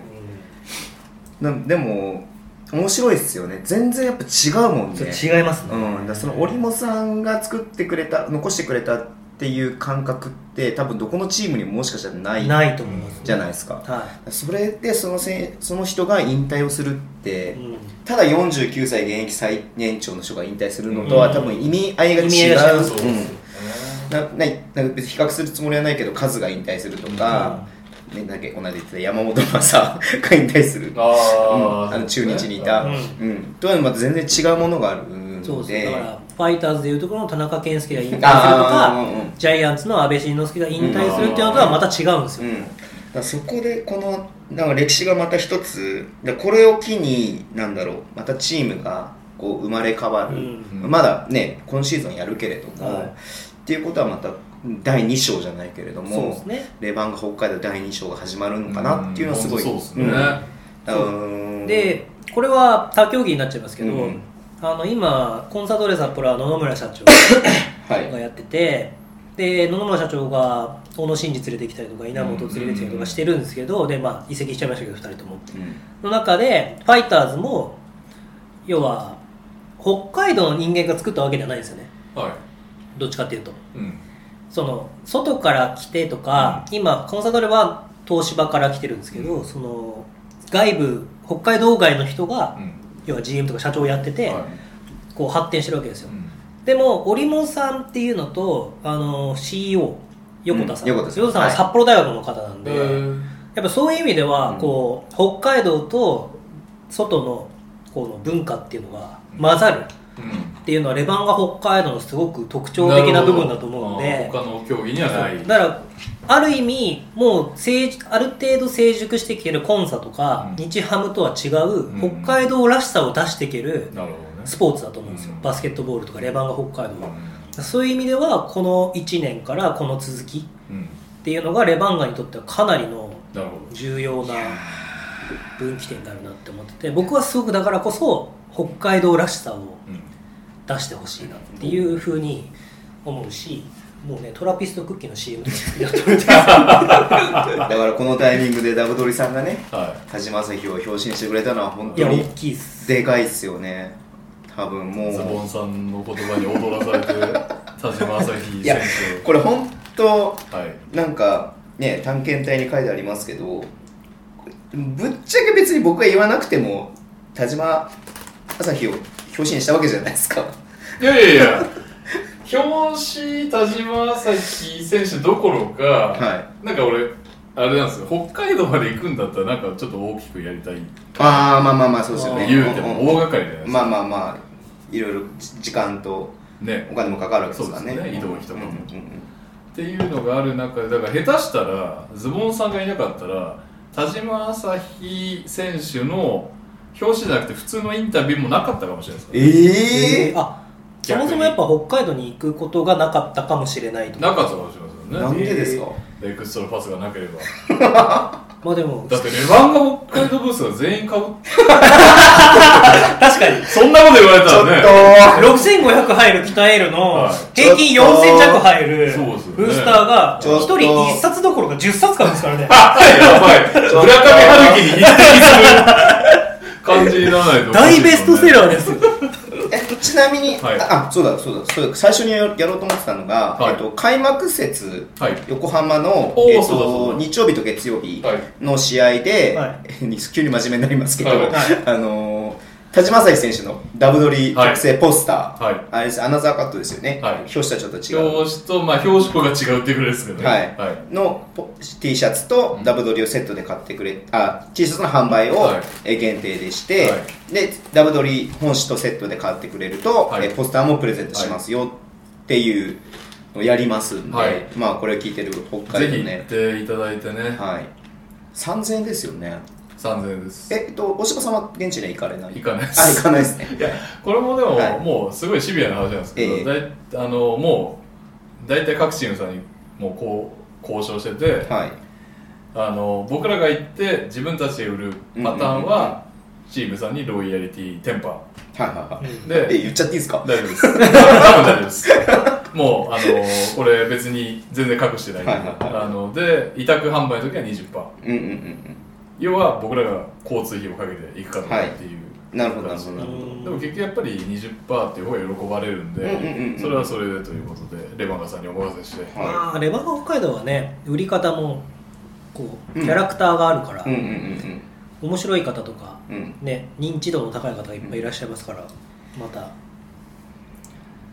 S1: なでも面白いですよね全然やっぱ違うもん
S2: ちょ
S1: ね
S2: っと違いますね、
S1: うん、だからその織茂さんが作ってくれた残してくれたっていう感覚って多分どこのチームにももしかしたらない
S2: ないと思います、
S1: じゃないですか
S2: は
S1: それでそのせその人が引退をするっ
S2: い、
S1: て
S2: うん
S1: ただ49歳現役最年長の人が引退するのとは
S2: うん
S1: 多分意味合いが違う
S2: 意味合いが違
S3: と
S2: う
S3: そうです
S1: う
S3: よ
S1: ん
S3: ね
S1: なないなんか別に比較するつもりはないけどカズが引退するとか、ね、なんかこの間言ってた山本昌が引退する
S3: あ
S1: うん
S3: ー
S1: あの中日にいた、
S2: う
S1: うんんとはまた全然違うものがあるので
S2: そうですねだからファイターズでいうところの田中健介が引退すると
S1: あー
S2: かジャイアンツの阿部慎之助が引退するっていうのとはまた違うんです
S1: うん
S2: よ、
S1: うんだからそこでこのなんか歴史がまた一つだからこれを機になんだろうまたチームがこう生まれ変わる、
S2: うん
S1: まだね今シーズンやるけれども、
S2: はい
S1: っていうことはまた第2章じゃないけれど
S2: そうで
S1: も
S2: すね
S1: レバンが北海道第2章が始まるのかなっていうのはすごい、
S3: うんそうですね、
S1: ん
S3: あ
S1: うん
S2: でこれは他競技になっちゃいますけど、
S1: うん
S2: あの今コンサドーレ札幌は野々村社長
S1: はい
S2: がやってて、で野々村社長が小野伸二連れてきたりとか稲本連れてきたりとかしてるんですけど、でまあ移籍しちゃいましたけど2人とも
S1: うん
S2: の中でファイターズも要は北海道の人間が作ったわけじゃないんですよね
S3: は
S2: どっちかっていうと
S3: い、うん、
S2: その外から来てとか、今コンサドーレは東芝から来てるんですけど、
S3: う
S2: その外部北海道外の人が、
S3: うん
S2: 要は GM とか社長をやってて、
S3: は
S2: こう発展してるわけです
S3: い
S2: よ、
S3: うん
S2: でも織茂さんっていうのとあの CEO 横田さん、
S1: うん横田さん
S2: は札幌大学の方なんで、
S3: えー
S2: やっぱそういう意味では、
S1: うん
S2: こう北海道と外のこの文化っていうのが混ざる
S3: うん
S2: っていうのはレバンが北海道のすごく特徴的な部分だと思うの
S3: なる
S2: で
S3: ほどあー他の競技にはない
S2: だからある意味もう成熟ある程度成熟してきてるコンサとか、
S3: うん
S2: 日ハムとは違う、
S3: うん
S2: 北海道らしさを出していける
S3: なるほどね
S2: スポーツだと思うんですよ、
S3: うん
S2: バスケットボールとかレバンが北海道は、
S3: う
S2: そういう意味ではこの1年からこの続きっ
S3: んうん
S2: ていうのがレバンガにとってはかなりの
S3: なるほど
S2: 重要な分岐点になるなって思ってて僕はすごくだからこそ北海道らしさを
S3: うん
S2: 出してほしいなっていうふうに思うしもうねトラピストクッキーの CM とかやってる
S1: だからこのタイミングでダブドリさんがね
S3: は
S1: 田島朝日を表紙にしてくれたのは本
S2: い
S1: 当
S2: や
S1: に
S2: 大きいっす
S1: でかいっすよね多分も
S3: いズボ
S1: う
S3: ンさんの言葉に踊らされて田島朝日
S1: いや
S3: 選
S1: これ本当
S3: 手はい
S1: なんかね探検隊に書いてありますけどぶっちゃけ別に僕は言わなくても田島朝日を表紙にしたわけじゃないですか
S3: いやいやいや表紙田島朝日選手どころか、
S1: は
S3: なんか俺あれなんですよ北海道まで行くんだったらなんかちょっと大きくやりたい
S1: ああまあまあまあそうですよね
S3: 言うて
S1: う
S3: も
S1: んうん
S3: 大掛かりじゃないです
S1: まあ
S3: か、
S1: まあまあいろいろ時間と
S3: ね
S1: お金もかかるわけですからね
S3: そうですね移動費とかも
S1: うんうんうん
S3: っていうのがある中でだから下手したらズボンさんがいなかったら田島朝日選手の表紙じゃなくて普通のインタビューもなかったかもしれないですからね
S1: ええ
S2: あそもそもやっぱ北海道に行くことがなかったかもしれないと
S3: なかったかもしれません
S1: な
S3: よ
S1: ん
S3: ね
S1: でですか
S3: エクストラパスがなければ
S2: まあでも
S3: だってレバンが北海道ブースが全員買う
S2: 確かに
S3: そんなこと言われたらね
S2: 6500入る北エールの
S3: はい
S2: 平均4000弱入る
S3: そうですよね
S2: ブースターが
S1: ちょっ
S2: 1
S1: と
S2: 人1冊どころか10冊買うんですから ね
S3: やばい村上春樹に匹敵する感じにならないと
S2: 大ベストセ
S3: ー
S2: ラーですよ
S1: えちなみに、
S3: はい
S1: ああそうだそうだそうだ最初にやろうと思ってたのが、
S3: はい
S1: えっと、開幕節
S3: はい
S1: 横浜の、
S3: おー
S1: えっ
S3: そうだそう
S1: と、
S3: だ
S1: 日曜日と月曜日
S3: はい
S1: の試合で、
S2: は
S1: 急に真面目になりますけど、
S3: はい
S1: あのー田島朝日選手のダブドリ特製ポスター、
S3: はいはい
S1: あれですアナザーカットですよね、
S3: はい
S1: 表紙とはちょっと違う
S3: 表紙とまあ表紙子が違うってくらいですけどね
S1: はい
S3: はい
S1: のポ T シャツと
S3: うん
S1: ダブドリをセットで買ってくれあ T シャツの販売を
S3: はい
S1: え限定でして、
S3: は
S1: でダブドリ本誌とセットで買ってくれると、
S3: はい
S1: えポスターもプレゼントしますよっていうのをやりますんで、
S3: はい
S1: まあこれを聞いてる北
S3: ぜ
S1: 海
S3: ひ
S1: 道
S3: 行っ
S1: ね
S3: ていただいてね、
S1: はい3000円ですよね
S3: 3000円です。
S1: えっと大島さんは現地には行かれない
S3: 行 かないで
S1: あ行
S3: す。
S1: かないですね
S3: いや、これもでも、
S1: はい
S3: もうすごいシビアな話なんですけど、
S1: ええ
S3: だいあのもう、大体各チームさんにもうこう交渉してて、
S1: はい
S3: あの僕らが行って、自分たちで売るパターンは、チームさんにロイヤリティ、テンパ
S1: はいはいはい。
S3: で
S1: え、言っちゃっていいですか
S3: 大丈夫 です。多分大丈夫です。もう、あの、これ別に全然隠してないんで。
S1: はいはいはい
S3: あの、で、委託販売の時は20%。
S1: うんうんうんうん。
S3: 要は僕らが交通費をかけていくかどうかっていう、
S1: いなるほどなるほど
S2: なるほど
S3: でも結局やっぱり20%っていう方が喜ばれるんで、
S1: うんうんうん
S3: それはそれでということでレバンガさんにお任せして、
S1: はい
S2: まあレバーガ北海道はね売り方もこう
S1: うん
S2: キャラクターがあるから、
S1: うんうん
S2: 面白い方とか
S1: うんうん。うん。
S2: ね認知度の高い方がいっぱいいらっしゃいますから、また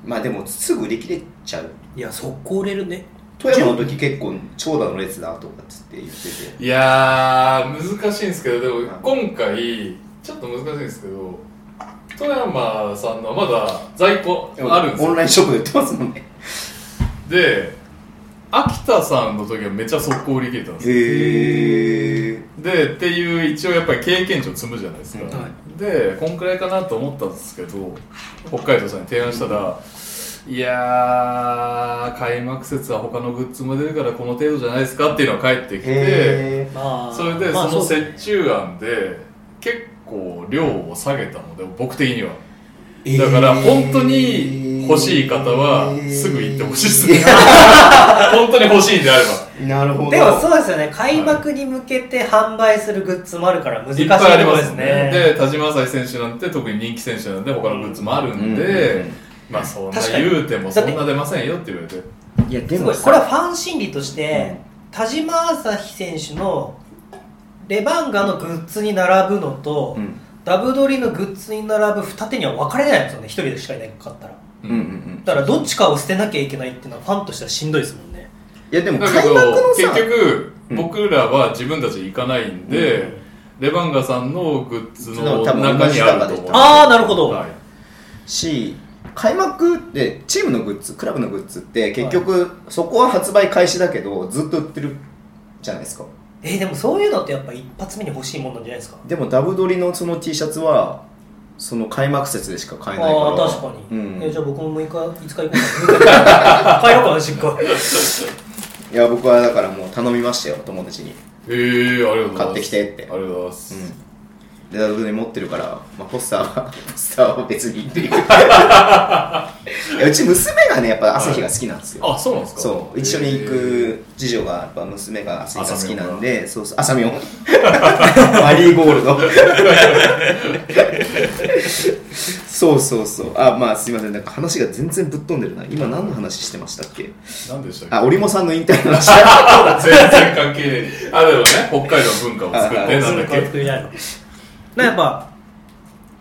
S1: まあでも、すぐ売り切れちゃう。
S2: いや速攻売れるね
S1: 富山の時結構長蛇の列だとかっつって言ってて。
S3: いやー難しいんですけどでも今回ちょっと難しいんですけど富山さんのまだ在庫あるんです
S1: オ
S3: よ
S1: ンラインショップで売ってますもんね。
S3: で秋田さんの時はめっちゃ速攻売り切れたんですよ
S1: へえ。
S3: でっていう一応やっぱり経験値を積むじゃないですか、
S2: は
S3: でこんくらいかなと思ったんですけど北海道さんに提案したら、いやー開幕節は他のグッズも出るからこの程度じゃないですかっていうのが返ってきて
S1: へ
S2: まあ
S3: それで
S2: ま
S3: そ
S2: あ
S3: の
S2: うだね
S3: 折衷案で結構量を下げたので僕的には
S1: え。
S3: だから本当に欲しい方はすぐ行ってほしいですね 本当に欲しいんであれば
S1: なるほど。
S2: でもそうですよね開幕に向けて販売するグッズもあるから難しいところですね
S3: で田島朝日選手なんて特に人気選手なんで他のグッズもあるんで、
S1: うん
S3: まあそんな
S2: 確かに
S3: 言うてもそんな出ませんよって言われて
S1: いや、です
S2: ご
S1: も
S2: い
S1: さ
S2: これはファン心理として、
S1: う
S2: 田島朝日選手のレバンガのグッズに並ぶのと、
S1: うん
S2: ダブドリのグッズに並ぶ二手には分かれないんですよね一人でしかいないかったら
S1: うんうんうん。
S2: だからどっちかを捨てなきゃいけないっていうのはファンとしてはしんどいですもんね
S1: いや、でも
S3: だ
S1: 開
S3: け
S1: 幕
S3: ど
S1: の
S3: 結
S1: さ、
S3: 局
S1: うん
S3: 僕らは自分たち行かないんで、
S2: うん
S3: レバンガさんのグッズの
S1: その多分
S3: 中にあると
S1: 同
S3: 思
S1: じ中で
S3: う
S2: あーなるほど
S3: はい
S1: し開幕ってチームのグッズクラブのグッズって結局、そこは発売開始だけどずっと売ってるじゃないですか
S2: えーでもそういうのってやっぱ一発目に欲しいもんなんじゃないですか
S1: でもダブドリのその T シャツはその開幕節でしか買えないから
S2: ああ確かに、
S1: うん
S2: えーじゃあ僕も6日5日行こう かな帰ろうかな実家
S1: いや僕はだからもう頼みましたよ友達に
S3: えー、ありがとうございます
S1: 買ってきてって
S3: ありがとうございます、
S1: でダブドリ持ってるから、まあ、ポスターはポスターは別に いやうち娘がねやっぱ朝日が好きなんですよ、
S3: あそうなんですか
S1: そう一緒に行く次女がやっぱ娘が朝日が好きなんでそうそう 朝見をマリーゴールドそうそうそうあまあすいませんなんか話が全然ぶっ飛んでるな今何の話してましたっけ
S3: 何でしたっけ
S1: あ織茂さんの引退の話
S3: 全然関係ないあでもね北海道の文化を作っ
S1: は
S3: て
S1: い
S3: なんだっけ
S2: なやっぱ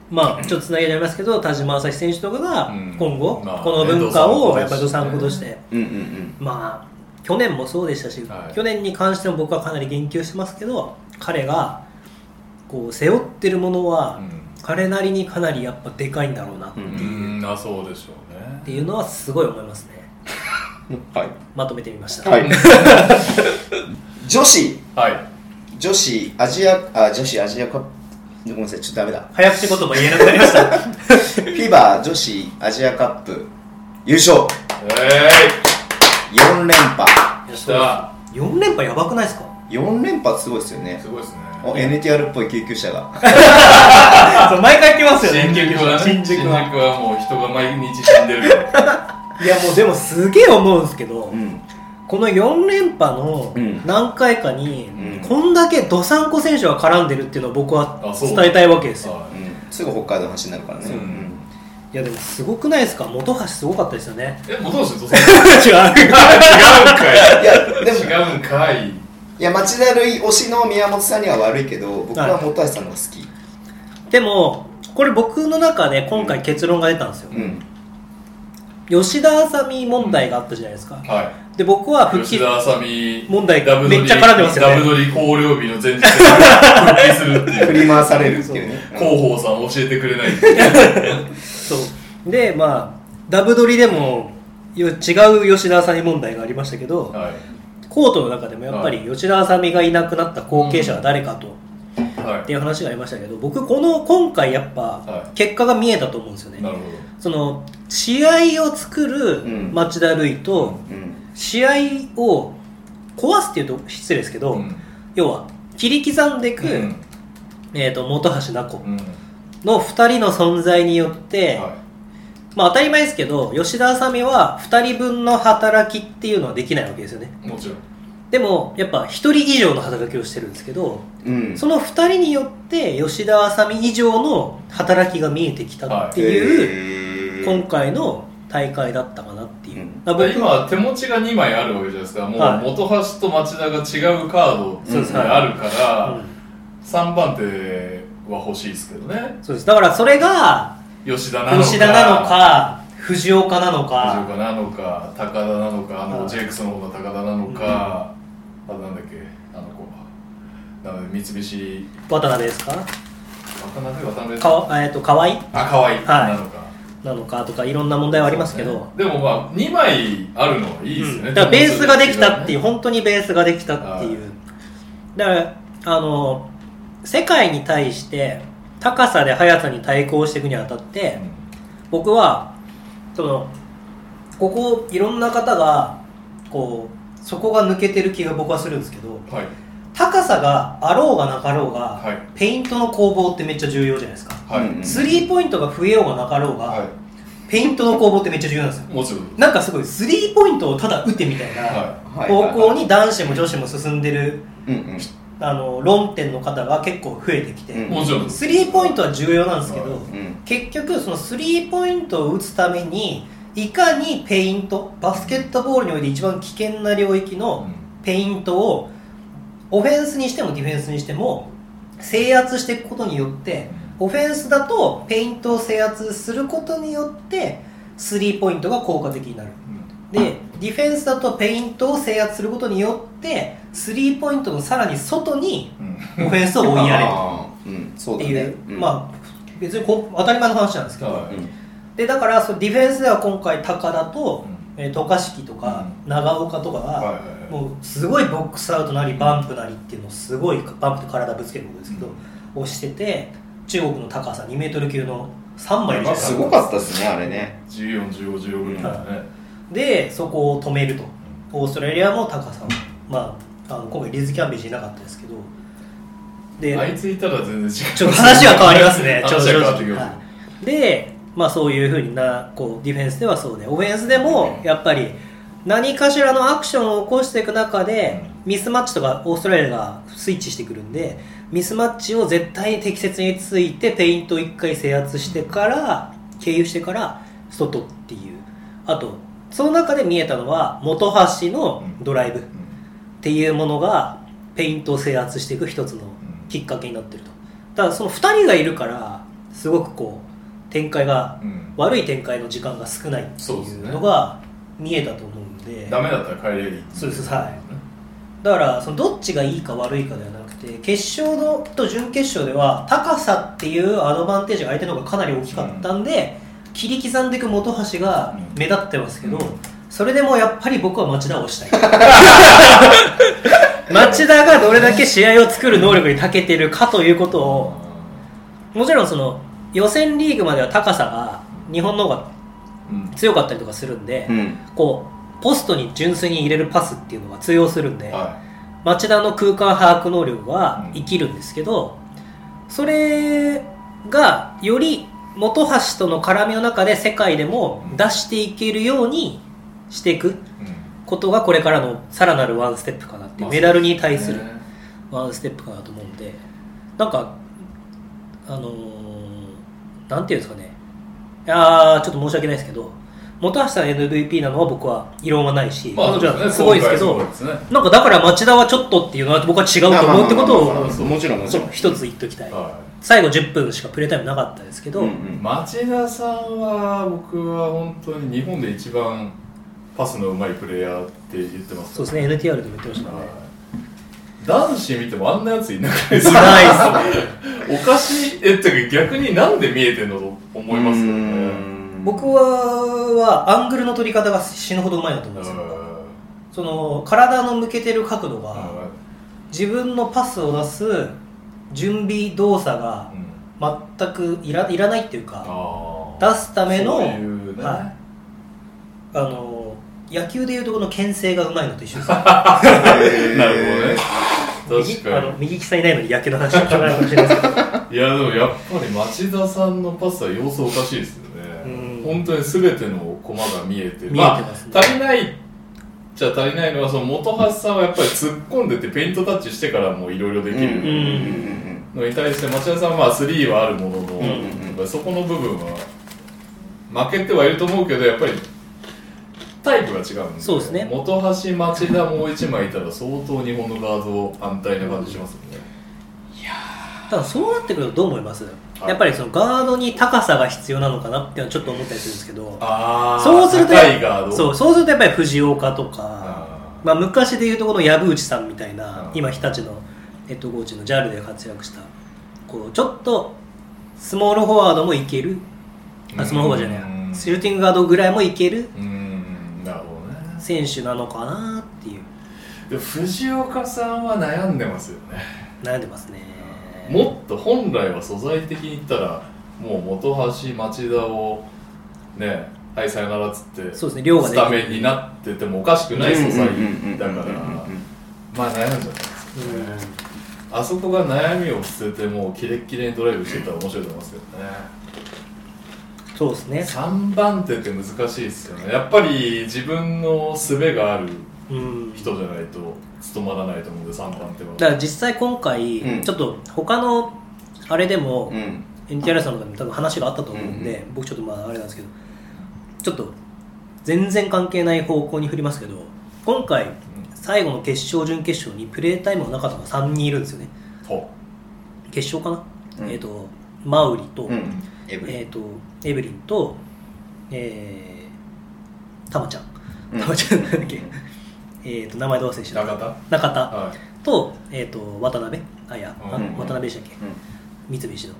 S2: まあちょっとつなげられますけど田島朝日選手とかが
S3: うん
S2: 今後、
S3: まあ
S2: この文化を
S3: ね
S2: やっぱり土産として、
S1: うんうんうん
S2: まあ去年もそうでしたし、
S3: はい
S2: 去年に関しても僕はかなり言及してますけど彼がこう背負ってるものは、
S3: う
S2: 彼なりにかなりやっぱでかいんだろうなっ
S1: うん
S3: ん、うん、あそうでしょうね
S2: ていうのはすごい思いますね
S1: はい、
S2: まとめてみました、
S1: はい、女子
S3: はい
S1: 女子アジアあ女子アジアカップごめんなさいちょっとダメだ
S2: 早口言葉言えなくなりました
S1: フィバー女子アジアカップ優勝
S3: え
S1: 4連覇
S3: ー、来た
S2: 4連覇やばくないですか
S1: 4連覇すごいですよね
S3: すごいですね
S1: お NTR っぽい救急車 が
S2: そう毎回来ますよね
S3: 新宿はね
S2: 新宿は
S3: もう人が毎日死んでるから
S2: いやもうでもすげえ思うんですけど、
S1: うん
S2: この4連覇の
S1: うん
S2: 何回かに、
S1: うん
S2: こんだけドサンコ選手が絡んでるっていうのを僕は
S3: あ そう
S2: 伝えたいわけですよ
S3: は
S1: うんすぐ北海道の話になるからね
S3: そう
S1: うん
S2: いやでもすごくないですか本橋すごかったですよ ね
S3: いえもうどうしよう どうする
S2: 違う
S1: いやでも
S3: 違うんかい違うんかい
S1: いや町田るい推しの宮本さんには悪いけど僕は本橋さんの方が好き
S2: でもこれ僕の中で今回結論が出たんですよ、
S1: うん
S2: 吉田麻美問題があったじゃないですか、
S3: は
S2: で僕はい復帰
S3: 吉田あさみ
S2: 問題
S3: ダブドリ
S2: めっちゃ絡んでますよね
S3: ダブドリ豊漁日の前日に復帰するって
S1: 振
S3: いう
S1: り回されるっていうね
S3: 広報さん教えてくれないっていう
S2: そうでまあダブドリでもよ違う吉田麻美問題がありましたけど、
S3: はい
S2: コートの中でもやっぱり吉田麻美がいなくなった後継者は誰かと
S3: は
S2: っていう話がありましたけど僕この今回やっぱ
S3: は
S2: 結果が見えたと思うんですよ
S3: いな
S2: ね
S3: るほ
S2: その試合を作る
S1: うん
S2: 町田瑠唯と
S1: うん
S2: 試合を壊すっていうと失礼ですけど、
S3: どうん
S2: 要は切り刻んでいく、
S3: うん
S2: えー、と本橋菜子
S3: うん
S2: の2人の存在によって、
S3: は
S2: まあ当たり前ですけど吉田麻美は2人分の働きっていうのはできないわけですよね
S3: い、もちろん
S2: でもやっぱ1人以上の働きをしてるんですけど
S1: うん
S2: その2人によって吉田麻美以上の働きが見えてきたってい
S1: い
S2: う、
S1: う
S2: 今回の大会だったかなってい
S1: う
S2: う、
S1: ん
S2: あ僕
S3: だから今は手持ちが2枚あるわけじゃないですかもう
S2: はい
S3: 元橋と町田が違うカード
S1: そうですね
S3: があるから、
S2: うん
S3: 3番手は欲しいですけどね
S2: そうですだからそれが
S3: 吉田なのか
S2: 吉田なのか藤岡なの
S3: 藤
S2: か
S3: 岡なのか高田なのかあ
S2: は
S3: の
S2: い
S3: ジェイクスの方の高田なのか、あとなんだっけあの子なので三菱
S2: 渡辺ですか
S3: 渡辺渡辺
S2: かわ,、えー、と河合
S3: あ可愛い
S2: はい
S3: なのか、
S2: なのかとかいろんな問題はありますけど
S3: でもまあ2枚あるのはいいですよね、
S2: うんだからベースができたっていう、
S3: う
S2: 本当にベースができたっていう、だからあの世界に対して高さで速さに対抗していくにあたって僕はそのここいろんな方がこうそこが抜けてる気が僕はするんですけど
S3: はい
S2: 高さがあろうがなかろうが、
S3: はい
S2: ペイントの攻防ってめっちゃ重要じゃないですか
S3: はい、
S1: うん
S2: スリーポイントが増えようがなかろうが、
S3: は
S2: ペイントの攻防ってめっちゃ重要なんですよ
S3: いもちろん
S2: なんかすごいスリーポイントをただ打ってみたいな、
S3: は
S1: はい
S2: 高校に男子も女子も進んでる
S1: うんうん
S2: あの論点の方が結構増えてき
S1: う
S3: い
S2: て、
S1: ん
S3: もちろん
S2: スリーポイントは重要なんですけど、
S3: は
S1: うん
S2: 結局そのスリーポイントを打つためにいかにペイントバスケットボールにおいて一番危険な領域
S3: う
S2: の
S3: ん
S2: ペイントをオフェンスにしてもディフェンスにしても制圧していくことによってオフェンスだとペイントを制圧することによってスリーポイントが効果的になるでディフェンスだとペイントを制圧することによってスリーポイントのさらに外に
S3: うんうん
S2: オフェンスを追いやれる
S1: あーうんそう
S2: って
S1: だ
S2: い
S1: ね
S2: う
S1: うん
S2: まあ別にこう当たり前の話なんですけど、
S3: は
S2: でだからそのディフェンスでは今回高田と
S3: うん
S2: えー渡嘉敷とか長岡とか
S3: はい
S2: が
S3: はいはい
S2: もうすごいボックスアウトなりバンプなりっていうのをすごいバンプって体ぶつけることですけど、押してて中国の高さ2メートル級の3枚いるじゃないですすか
S1: ごかったですねあれね
S3: 14、15、15ぐらいだね。
S2: でそこを止めるとオーストラリアも高さん、まあ、あの今回リーズ・キャンベージいなかったですけどで
S3: あいついたら全然違う。
S2: ちょっと話は変わりますね
S3: 話は変わって
S2: 正
S3: き
S2: 直
S3: ま
S2: はいで、まあ、そういうふうになこうディフェンスではそうでオフェンスでもやっぱり何かしらのアクションを起こしていく中でミスマッチとかオーストラリアがスイッチしてくるんでミスマッチを絶対に適切についてペイントを1回制圧してから経由してから外っていうあとその中で見えたのは本橋のドライブっ
S3: す。うん
S2: ていうものがペイントを制圧していく一つのきっかけになってるとただその2人がいるからすごくこう展開が
S3: うん
S2: 悪い展開の時間が少ないって
S3: そうです
S2: いう
S3: ね
S2: のが見えたと思うんで
S3: ダメだったら帰れり。
S2: そうですはいだからそのどっちがいいか悪いかではなくて決勝のと準決勝では高さっていうアドバンテージが相手の方がかなり大きかったんで、切り刻んでいく本橋が目立ってますけど、
S3: うん
S2: それでもやっぱり僕は町田を推した い町田がどれだけ試合を作る能力に長けてるかということをもちろんその予選リーグまでは高さが日本の方が
S3: うん
S2: 強かったりとかするんで、
S1: うん
S2: こうポストに純粋に入れるパスっていうのが通用するんで、
S3: は
S2: 町田の空間把握能力は
S3: うん
S2: 生きるんですけど、それがより本橋との絡みの中で世界でも出していけるようにしていく
S3: いうん
S2: ことがこれからのさらなるワンステップかなって、
S3: まあ
S2: メダルに対する
S3: そうでね
S2: ワンステップかなと思うんでなんかあのーなんていうんですかねいやーちょっと申し訳ないですけど本橋さん MVP なのは僕は異論はないし、
S3: まあ、
S2: もちろん
S3: そうね
S2: すごいですけど
S3: 今回すごいですね
S2: なんかだから町田はちょっとっていうのは僕は違うと思うってこと
S1: まあまあまあまあ
S2: を
S1: まあもちろんもちろん
S2: 一つ言っときたい
S3: は
S2: 最後10分しかプレータイムなかったですけど、
S1: うんう
S3: い
S1: ん
S3: 町田さんは、僕は本当に日本で一番パスのうまいプレイヤーって言ってます
S2: そうですね NTR でも言ってましたからね
S3: はい男子見てもあんなやついなく ないですか
S2: ないです
S3: おかしいえってか逆になんで見えてんのと思いますよ
S1: う
S3: ね
S1: ん
S2: 僕はアングルの取り方が死ぬほどうまいなと思いますよその体の向けてる角度が自分のパスを出す準備動作が全くいらいらないっていうか出
S3: 出
S2: すための
S3: そういうね、
S2: はあの野球でいうとこの牽制がうまいのと一緒ですよ
S3: なるほどね
S2: 右
S3: 確か
S2: あ の右利きさんいないのに野球の話はしょうがないかもしれないですけど
S3: いやでもやっぱり町田さんのパスは様子おかしいですよ
S2: う
S3: ね
S2: ん
S3: 本当に全ての駒が見えて
S2: 見えてますね
S3: あ、足りないじゃ足りないのはその本橋さんはやっぱり突っ込んでてペイントタッチしてからもういろいろでき
S1: うんうん
S3: るのに対して町田さんはまあ3はあるもの
S1: んう
S3: の、
S1: ん
S3: やっぱりそこの部分は負けてはいると思うけどやっぱりタイプが違うんで
S2: そうですね
S3: 本橋町田もう一枚いたら相当日本のガード安泰な感じしますよね
S2: ただそうなってくるとどう思います
S3: はい
S2: やっぱりそのガードに高さが必要なのかなっていうのはちょっと思ったりするんですけど
S3: あー
S2: そうすると
S3: 高いガード
S2: そうそうするとやっぱり藤岡とか
S3: あ
S2: まあ、昔でいうとこの藪内さんみたいな
S3: うん
S2: 今日立のヘッドコーチの JAL で活躍したこうちょっとスモールフォワードもいける
S3: う
S2: あ
S3: ん
S2: スモールフォワードじゃな
S3: うん
S2: いシューティングガードぐらいもいける
S3: ーうーんなるほどね
S2: 選手なのかなっていう
S3: で藤岡さんは悩んでますよね
S2: 悩んでますね
S3: もっと本来は素材的に言ったらもう本橋町田をねはいさよならっつって
S2: そうですね量が
S3: ス
S2: ね
S3: タメンになっててもおかしくない素材だから
S1: う
S3: まあ悩んじゃないですか
S2: う
S3: あそこが悩みを捨ててもうキレッキレにドライブしてたら面白いと思いますけどね
S2: んそうですね
S3: 3番手って難しいですよねやっぱり自分の術がある
S2: うん
S3: 人じゃないと務まらないと思うんで3番手は
S2: だから実際今回、
S1: うん
S2: ちょっと他のあれでも、
S1: んうん
S2: NTR さんの方でも多分話があったと思うんで、僕ちょっとまああれなんですけどちょっと全然関係ない方向に振りますけど今回最後の決勝準決勝にプレータイムの中とか3人いるんですよね
S3: ほ
S2: 決勝かな、
S1: うん
S2: えっ、とマウリと,、
S1: うんうんエブリン
S2: えー、とエブリンとえー、たまちゃん
S1: うん
S2: たまちゃんなんだっけえっと名前どう忘れし
S3: う
S2: た
S3: 中田
S2: 中田
S3: は
S2: と,、えー、と渡辺あいや、あ
S3: うん
S2: 渡辺でしたっけ三菱の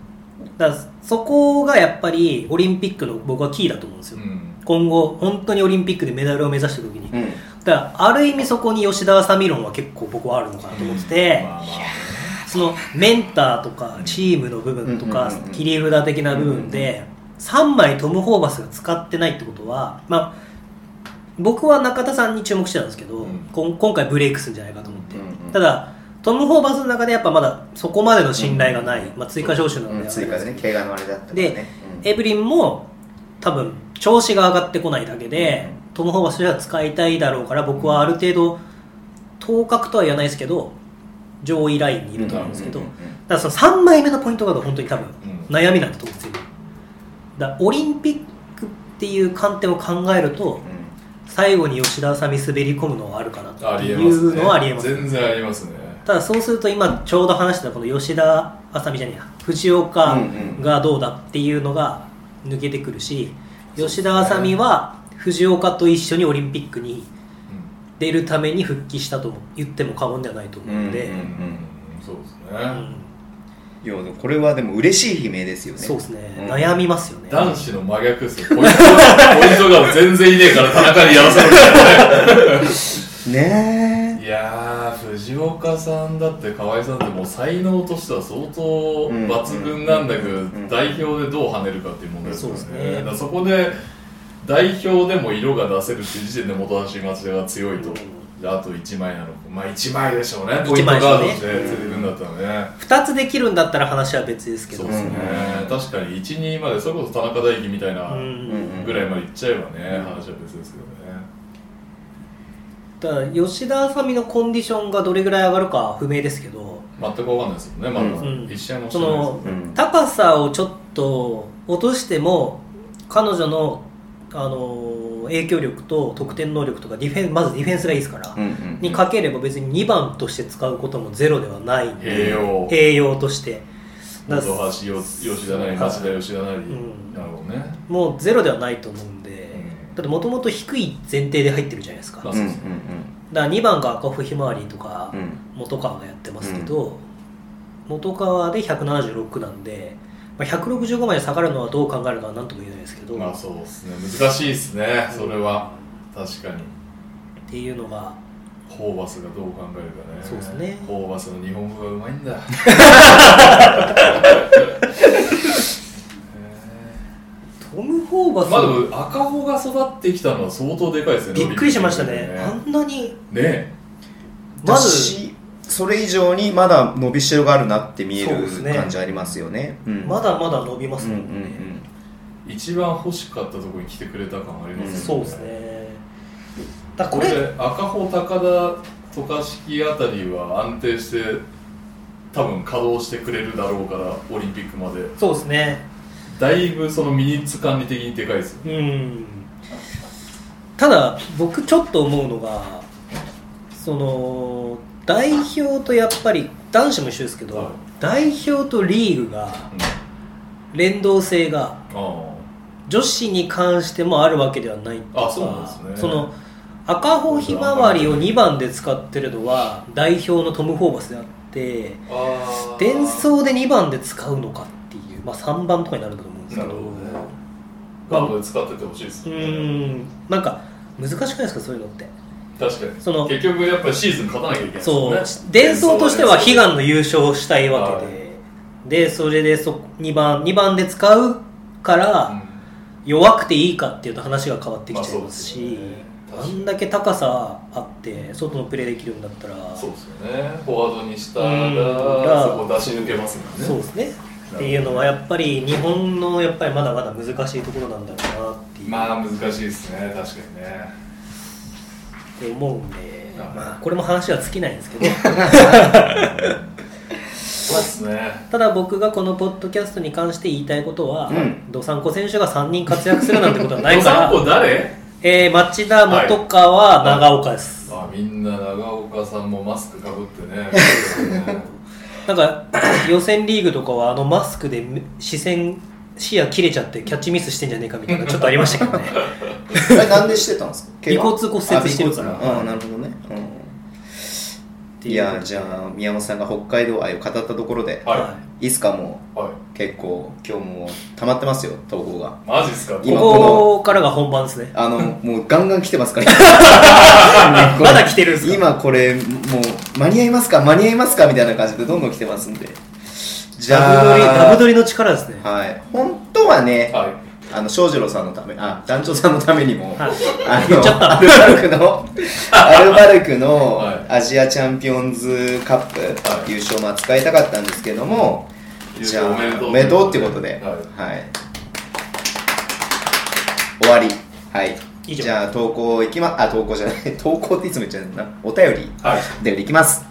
S2: だからそこがやっぱりオリンピックの僕はキーだと思うんです
S3: い、
S2: よ、
S3: うん、
S2: 今後本当にオリンピックでメダルを目指した時に、
S1: うんうん
S2: だからある意味そこに吉田麻美論は結構僕はあるのかなと思ってて、
S3: まあまあ
S2: そのメンターとかチームの部分とか
S1: うんうんうんうん
S2: 切り札的な部分で3枚トム・ホーバスが使ってないってことは、まあ、僕は中田さんに注目してたんですけど、
S3: うん
S2: こん今回ブレイクするんじゃないかと思って、
S1: うんうん
S2: ただトム・ホーバスの中でやっぱまだそこまでの信頼がない、まあ、追加招集なので、
S1: うん追加でね怪我のあれだったからね
S2: でエブリンも多分調子が上がってこないだけでトム・ホーバスとしては使いたいだろうから僕はある程度頭角とは言わないですけど上位ラインにいると思うんですけど、
S1: うん
S2: だからその3枚目のポイントガードは本当に多分
S3: うん
S2: 悩みなんだと思うんですよだからオリンピックっていう観点を考えると最後に吉田麻美滑り込むのはあるかな
S3: あ
S2: って
S3: りえ
S2: い
S3: ますね
S2: うのはありえます
S3: 全然ありますね
S2: ただそうすると今ちょうど話してたこの吉田麻美じゃねえや藤岡がどうだっていうのが抜けてくるし吉田麻美は藤岡と一緒にオリンピックに
S3: う、
S2: 出るために復帰したと言っても過言ではないと思うので、
S1: うんん
S3: そうですね、
S2: うん
S1: いやでもこれはでも嬉しい悲鳴ですよね
S2: そうですね、
S1: うん
S2: 悩みますよね
S3: 男子の真逆ですよポイントポイントが全然いねえから田中にやらせるみたいな
S1: ね
S3: いやー藤岡さんだって河合さんってもう才能としては相当抜群なんだけど、
S1: ん
S3: 代表でどう跳ねるかっていう問題ですよね
S2: そうですね
S3: だからそこで代表でも色が出せるっていう時点で本橋町田が強いと、
S2: う
S3: であと1枚なのかまあ1枚でしょうね
S2: 一枚
S3: ポイントガード
S2: で
S3: と
S2: し
S3: し
S2: ょ
S3: て
S2: うね
S3: 出てくるんだったらね
S2: 2つできるんだったら話は別ですけど
S3: そうですね、確かに1、2までそれこそ田中大輝みたいな
S2: うん
S1: うん
S3: ぐらいまでいっちゃえばね、話は別ですけどね
S2: ただ吉田麻美のコンディションがどれぐらい上がるか不明ですけど
S3: 全く分かんないですもんねまだ、
S2: うん
S3: 一試合もし
S2: そ
S3: てないですもん
S2: の
S3: ね
S1: うん
S2: 高さをちょっと落としても彼女のあの影響力と得点能力とかディフェンまずディフェンスがいいですから、
S1: うんうん
S2: にかければ別に2番として使うこともゼロではないんで
S3: 栄養
S2: 栄養としてだ
S3: 本
S2: から
S3: 橋よ吉田なり町田吉田なり、
S2: ん
S3: なるほどね、
S2: もうゼロではないと思うんで、
S3: うん
S2: だってもともと低い前提で入ってるじゃないですか、
S3: まあ
S1: うんうん
S2: だから2番が赤穂ひまわりとか
S1: うんうん
S2: 元川がやってますけど、元川で176なんで、まあ、165まで下がるのはどう考えるかは何とも言えないですけど、
S3: まあ
S2: っ
S3: そうですね難しいですねそれは確かに
S2: ていうのが
S3: ホーバスがどう考えるかね
S2: そうですね
S3: ホーバスの日本語がうまいんだへ
S2: トム・ホーバ
S3: ー
S2: ス、
S3: まあでも赤穂が育ってきたのは相当でかいですね
S2: びっくりしましたね
S3: オリンピ
S2: あ
S3: ック
S2: んなに
S3: でねね
S2: まず
S1: 私それ以上にまだ伸びしろがあるなって見え
S2: そう
S1: る
S2: ですね
S1: 感じありますよね。うん
S2: まだまだ伸びま
S1: う
S2: す
S1: んう
S2: も
S1: んうん
S2: ね、
S1: ん
S3: 一番欲しかったところに来てくれた感ありますよね、
S2: そうですねだから
S3: こ
S2: これ
S3: れ赤穂高田渡嘉敷あたりは安定して多分稼働してくれるだろうからオリンピックまで
S2: そうですね
S3: だいぶそのミニッツ管理的にでかいですよ
S2: うんただ僕ちょっと思うのがその代表とやっぱり男子も一緒ですけど、
S3: はい
S2: 代表とリーグが
S3: うん、あ
S2: 連動性が
S3: あ
S2: 女子に関してもあるわけではないっていか
S3: あそうなんですね
S2: その赤穂ひまわりを2番で使ってるのは代表のトム・ホーバスであって
S3: あー
S2: 伝送で2番で使うのかっていう、まあ、3番とかになるんだと思うんですけど
S3: なるほどねガンドで使っててほしいです
S2: う
S3: よね
S2: んなんか難しくないですかそういうのって
S3: 確かに
S2: その
S3: 結局やっぱりシーズン勝たなきゃいけないです
S2: そ
S3: よね
S2: う伝送としては悲願の優勝をしたいわけ
S3: は
S2: ででそれでそ2番二番で使うか
S3: う
S2: ら
S3: ん
S2: 弱くていいかっていうと話が変わってきちゃいますし、
S3: まあ
S2: あ
S3: そうですよね
S2: んだけ高さあって外のプレーできるんだったら
S3: そうですよねフォワードにした
S2: うん
S3: らそこ出し抜けますもんね
S2: そうですねっていうのはやっぱり日本のやっぱりまだまだ難しいところなんだろうなっていう、
S3: まあ難しいですね確かに ね
S2: って思うんで、
S3: はい
S2: まあ、これも話は尽きないんですけど
S3: そうですね
S2: ただ僕がこのポッドキャストに関して言いたいことは、
S1: うん
S2: ドサンコ選手が3人活躍するなんてことは
S3: ド
S2: ないか
S3: サ
S2: ら
S3: ンコ誰
S2: えー、町田、元川、長岡です。
S3: あみんな長岡さんもマスクかぶって ね
S2: なんか、 予選リーグとかは、あのマスクでめ視線、視野切れちゃって、キャッチミスしてんじゃねえかみたいな、ちょっとありまし たけどね。
S1: あれなんでしてたんですか
S2: 尾骨骨折してるから
S1: あ尾骨あなるほどね、うん、いやじゃあ宮本さんが北海道愛を語ったところで
S2: あ
S3: はい
S1: つかも
S3: いは
S1: 結構今日も溜まってますよ投稿が
S3: いマジっすか
S1: 今
S2: ここからが本番ですね。
S1: あ のもうガンガン来てますから
S2: まだ来てるんすか
S1: 今これもう間に合いますか間に合いますかみたいな感じでどんどん来てますんでじ
S2: ダブドリ、ダ
S1: ゃあ
S2: ブドリの力ですね。
S1: はい本当はね
S3: は
S1: あの翔士郎さんのためあ団長さんのためにも、
S2: はい
S1: あ
S2: 言っちゃっ
S1: のアルバルクのアルバルクの
S3: はい
S1: アジアチャンピオンズカップ、
S3: はい
S1: 優勝も扱いたかったんですけども、
S3: い
S1: じゃあお
S3: お
S1: め
S3: め
S1: でと
S3: でと
S1: う
S3: う
S1: っていうことで、はい
S3: は
S1: 終わりはい
S2: 以上
S1: じゃあ投稿いきまあ投稿じゃない 投稿っていつも言っちゃうんだなお便り
S3: いはい
S1: お便りいきます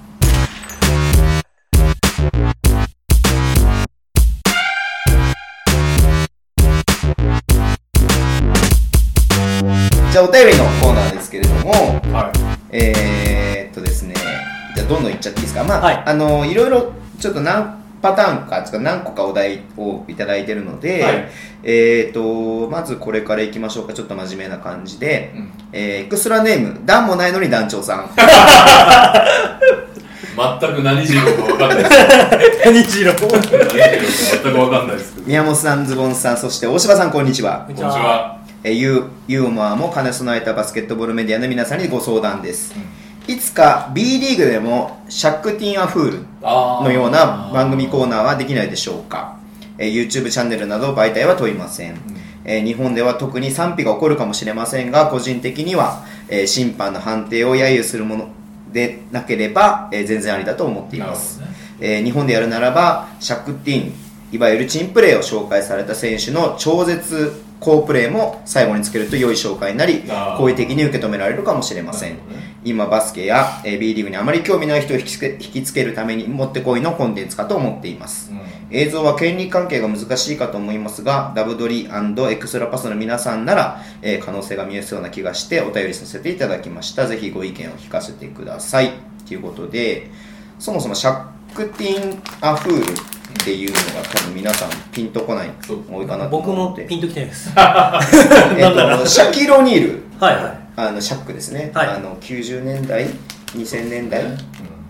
S1: じゃあお便りのコーナーですけれども
S3: は
S1: えー、っとですね、じゃあどんどんいっちゃっていいですか、まあ
S2: はい
S1: あのいろいろちょっと何パターンか、つうか何個かお題をいただいてるので、
S3: はい
S1: えー、っとまずこれからいきましょうか、ちょっと真面目な感じで
S3: い、うん
S1: えーエクストラネーム、段もないのに団長さん、
S3: 全く何人か分かんないです
S2: 何しろ。こんに
S3: 何人か全く分かんないですけど
S1: 宮本さん、ズボンさん、そして大柴さん、こんにちは。
S3: こんにち。は
S1: えーユーユーモアも兼ね備えたバスケットボールメディアの皆さんにご相談です。いつか B リーグでもシャックティン・ア・フール
S3: あー
S1: のような番組コーナーはできないでしょうか、えー YouTube チャンネルなど媒体は問いません、えー日本では特に賛否が起こるかもしれませんが個人的には、えー審判の判定を揶揄するものでなければ、えー全然ありだと思っています、
S3: なる
S1: えー日本でやるならばシャクティンいわゆるチンプレーを紹介された選手の超絶好プレーも最後につけると良い紹介になり
S3: あー
S1: 好意的に受け止められるかもしれません、
S3: なるほどね
S1: 今バスケやえー B リーグにあまり興味ない人を引きつけ引きつけるためにもってこいのコンテンツかと思っています、
S3: うん
S1: 映像は権利関係が難しいかと思いますがダブドリエクストラパスの皆さんなら、えー可能性が見えそうな気がしてお便りさせていただきましたぜひご意見を聞かせてくださいということでそもそもシャックティン・アフールっていうのが多分皆さんピンとこない
S3: そう
S1: 多いかなと
S2: 僕
S1: 思
S2: も
S1: って
S2: ピンときてな いです。
S1: えっとシャキロニール
S2: はいはい。
S1: あのシャックですね、
S2: はい
S1: あの90年代2000年代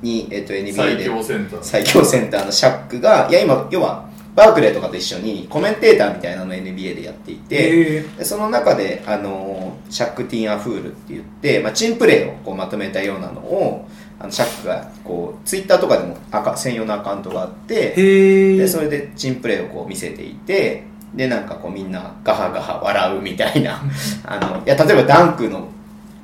S1: に、えっと NBA
S3: 最
S1: で
S3: 強センター
S1: 最強センターのシャックがいや今要はバークレーとかと一緒にコメンテーターみたいなのを NBA でやっていて、
S2: へー
S1: でその中で、あのーシャック・ティン・アフールって言って、まあ、チンプレーをこうまとめたようなのをあのシャックがこうツイッターとかでもアカ専用のアカウントがあって、
S2: へ
S1: で
S2: ー
S1: それでチンプレーをこう見せていて でなんかこうみんなガハガハ笑うみたいなあのいや例えばダンクの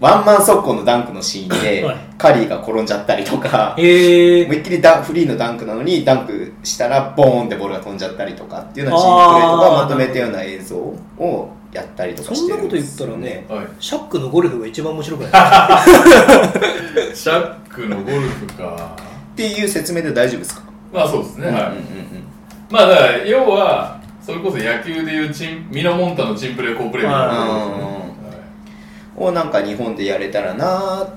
S1: ワンマン速攻のダンクのシーンで
S2: はい
S1: カリーが転んじゃったりとか
S2: へえ
S1: 思いっきりダンフリーのダンクなのにダンクしたらボーンってボールが飛んじゃったりとかっていうようなチームプレーと
S2: あー
S1: かまとめたような映像をやったりとか
S2: そ
S1: し
S2: ん
S1: て
S2: な
S1: る
S2: こ
S1: ん
S2: と
S1: で
S2: 言っ
S1: す
S2: た
S1: よ
S2: らね
S1: ね
S3: は
S2: シャックのゴルフが一番面白くない
S3: い、シャックのゴルフか
S1: っていう説明で大丈夫ですか、
S3: まあそうですね、はい
S1: うんうんうん
S3: まあだから要はそれこそ野球でいうチンミノモンタのチンプレー好プレーみたいなことですねはい
S1: をなんか日本でやれたらなーっ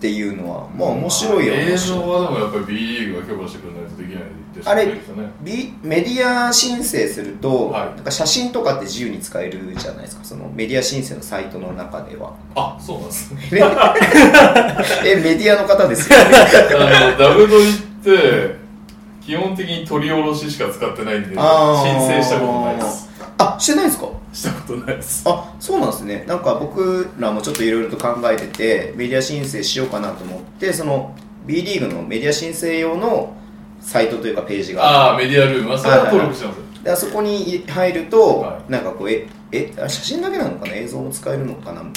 S1: ていうのはまあ面白いよ、
S3: まあ
S1: 面
S3: 映
S1: 白い
S3: 像はでもやっぱり B リーグが許可してくれないとできないって
S1: あれ
S3: 知ってる人ね
S1: ビメディア申請すると、
S3: はい
S1: なんか写真とかって自由に使えるじゃないですかそのメディア申請のサイトの中では
S3: あそうなん ですね
S1: えメディアの方ですよ
S3: あのダブドリって基本的に取り下ろししか使ってないんで申
S1: あー
S3: 請したことないです
S1: あしてないんですか
S3: したことないです
S1: あそうなんですねなんか僕らもちょっといろいろと考えててメディア申請しようかなと思ってその B リーグのメディア申請用のサイトというかページがあっ
S3: ああメディアルームあそれは登録してますよ
S1: てであそこに入ると、
S3: は
S1: なんかこうええあ写真だけなのかな映像も使えるのかなと思っ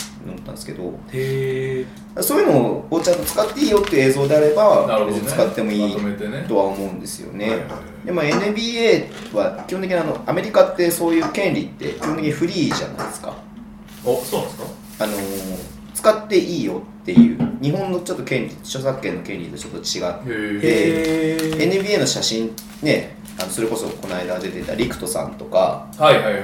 S1: たんですけど
S2: へえ
S1: そういうのをちゃんと使っていいよっていう映像であれ
S3: なる
S1: ば、
S3: ほど
S1: 別
S3: ね
S1: に使ってもいい
S3: まとめてね
S1: とは思うんですよね。
S3: はいはいはい
S1: でも NBA は基本的にあのアメリカってそういう権利って基本的にフリーじゃないですか。
S3: おそうなんですか
S1: あのー使っていいよっていう日本のちょっと権利著作権の権利とちょっと違
S3: へえ
S2: へ
S1: う
S2: え
S1: NBA の写真ねあのそれこそこの間出てたリクトさんとか、
S3: はいはいは
S1: は
S3: い、
S1: い、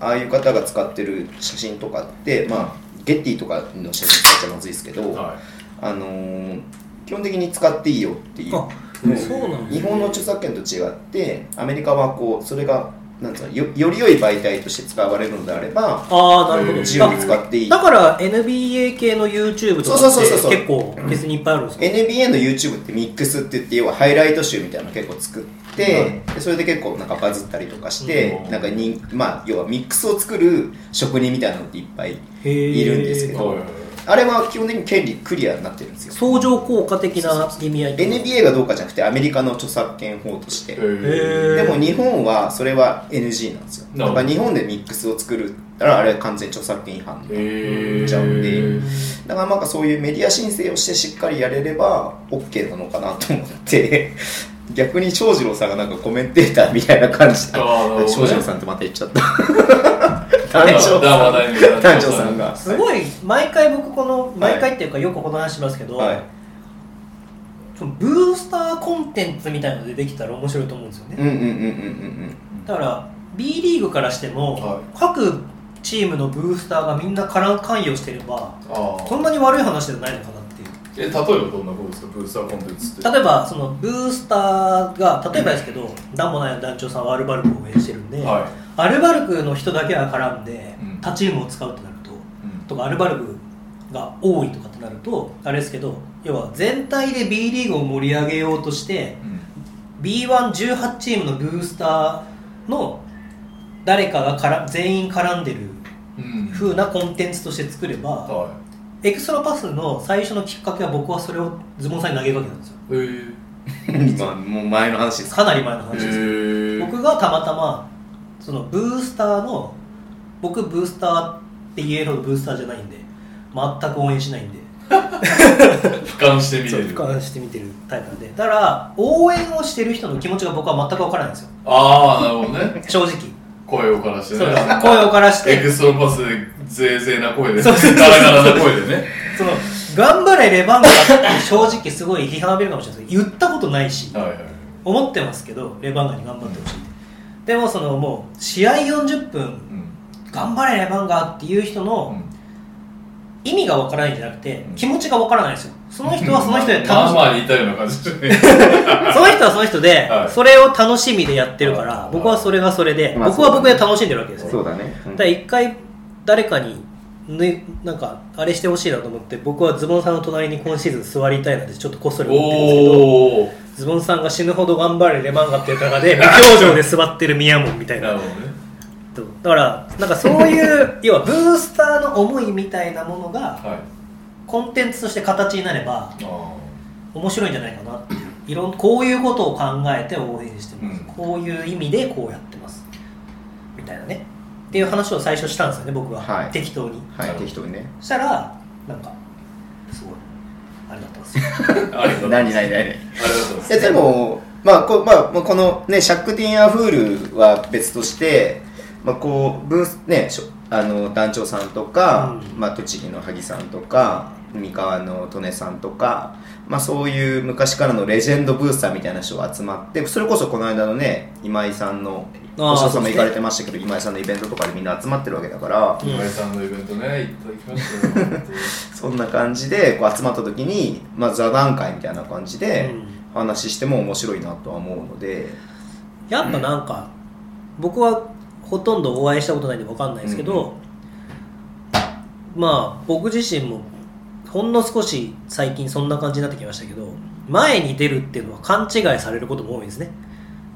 S1: ああいう方が使ってる写真とかって、まあ、ゲッティとかの写真使っちゃまずいですけど、
S3: は
S1: あのー基本的に使っていいよっていう
S2: あ
S1: うん
S2: そうなん
S1: 日本の著作権と違ってアメリカはこうそれがなんつうのよより良い媒体として使われるのであれば
S2: ああなるほど、
S3: へー
S1: 自由に使っていい
S2: だから NBA 系の YouTube とか
S1: そう
S2: っ
S1: そうそうそう
S2: て結構フェスにいっぱいあるんですか
S1: NBA の YouTube ってミックスって言って要はハイライト集みたいなの結構作って、でそれで結構なんかバズったりとかして、
S3: うん
S1: なんかにまあ要はミックスを作る職人みたいなのっていっぱい
S2: へえ
S1: いるんですけ
S3: い
S1: ど
S3: はいはい
S1: あれは基本的に権利クリアになってるんですよ
S2: 相乗効果的な意味合いってこと
S1: NBA がどうかじゃなくてアメリカの著作権法として、
S3: へ
S2: へ
S1: で
S2: ー
S1: も日本はそれは NG なんですよ
S3: な
S1: だ
S3: るほ
S1: か
S3: ど
S1: ら日本でミックスを作るったらあれは完全著作権違反だ
S3: え
S1: ちゃうんで
S3: へ
S1: からなんかそういうメディア申請をしてしっかりやれれば OK なのかなと思って 逆に翔士郎さんがなんかコメンテーターみたいな感じで
S3: あー
S1: 翔士郎さんってまた言っちゃった
S3: だ
S1: 男女
S3: だ話題の男女
S1: 男女さんが
S2: すごい毎回僕この毎回っていうかよくこの話しますけど、
S1: はい
S2: そのブースターコンテンツみたいのでできたら面白いと思うんですよね、
S1: うんうんうんうんうん
S2: だから B リーグからしても、
S3: は
S2: 各チームのブースターがみんなから関与してれば
S3: あー
S2: そんなに悪い話じゃないのかなっていう
S3: え例えばどんなことですかブースターコンテンツって
S2: 例えばそのブースターが例えばですけど、ダンもない団長さんはアルバルクを応援してるんで、
S3: は
S2: アルバルクの人だけが絡んで
S3: うん
S2: 他チームを使うとなると
S3: い、うん
S2: とかアルバルクが多いとかってなるとあれですけど要は全体で B リーグを盛り上げようとして
S3: うん
S2: B118 チームのブースターの誰かがから全員絡んでる
S3: うん
S2: 風なコンテンツとして作れば
S3: は
S2: エクストラパスの最初のきっかけは僕はそれをズボンさんに投げかけたんですよ
S3: いへえ
S1: うんまあもう前の話ですか
S2: かなり前の話です
S3: へえ
S2: 僕がたまたまそのブースターの僕ブースターって言えるほどブースターじゃないんで全く応援しないんで
S3: 俯瞰してみ
S2: そう
S3: れ
S2: 俯
S3: る
S2: 瞰して見てるタイプなんでだから応援をしてる人の気持ちが僕は全く分からないんですよ
S3: ああなるほどね
S2: 正直
S3: 声をからして
S2: そう
S3: ね
S2: だ声をからし
S3: エク
S2: て
S3: ストロパスでぜいぜいな声で
S2: そうそうそう
S3: ガラガラな声でね
S2: その頑張れレバンガって正直すごい批判を浴びるかもしれないですけど言ったことないし
S3: はいはい
S2: 思ってますけどレバンガに頑張ってほしいってでもそのもう試合40
S3: う
S2: 分
S3: ん
S2: 頑張れレバンガっていう人の、意味がわからないんじゃなくて
S3: うん
S2: 気持ちがわからないんですよその人はその人で楽し
S3: まあまあ似たような感じでね
S2: その人はその人で
S3: はい
S2: それを楽しみでやってるから、
S3: はい
S2: 僕はそれがそれで、
S1: まあ
S2: 僕は僕で楽しんでるわけですね、
S1: そうだね、うん
S2: だから一回誰かに、ね、なんかあれしてほしいなと思って僕はズボンさんの隣に今シーズン座りたいなんてちょっとこっそり思ってるんですけど
S3: おお
S2: ズボンさんが死ぬほど頑張れレマンガっていう中で無表情で座ってる宮門みたい
S3: な
S2: な
S3: るほどね
S2: だからなんかそういう 要はブースターの思いみたいなものが
S3: はい
S2: コンテンツとして形になれば
S3: あ
S2: 面白いんじゃないかなっていういろんこういうことを考えて応援してます、
S3: うん
S2: こういう意味でこうやってますみたいなねっていう話を最初したんですよね僕は、
S1: はい
S2: 適当に
S1: はい適当にね
S2: そしたらなんかすごいあれだったんですよ
S3: ありがとうございま
S1: 何何
S3: す。
S1: 何
S3: ありがとうございます。
S1: えでも、まあこまあ、まあこのね、シャック・ティン・ア・フールは別として、まあ、こう、ブース、ね、しょあの、団長さんとか、
S2: うん
S1: まあ、栃木の萩さんとか、三河の利根さんとか、まあ、そういう昔からのレジェンドブースターみたいな人が集まって、それこそこの間のね、今井さんの、
S2: あ ー
S1: お師匠さんも
S2: そうですね
S1: 行かれてましたけど、今井さんのイベントとかでみんな集まってるわけだから、
S2: うん
S3: 今井さんのイベントね、行ってきましたよ。
S1: そんな感じでこう集まった時に、まあ、座談会みたいな感じで
S2: うん
S1: 話しても面白いなとは思うので、
S2: やっぱなんか、僕はほとんどお会いしたことないんで分かんないですけど、まあ僕自身もほんの少し最近そんな感じになってきましたけど前に出るっていうのは勘違いされることも多いんですね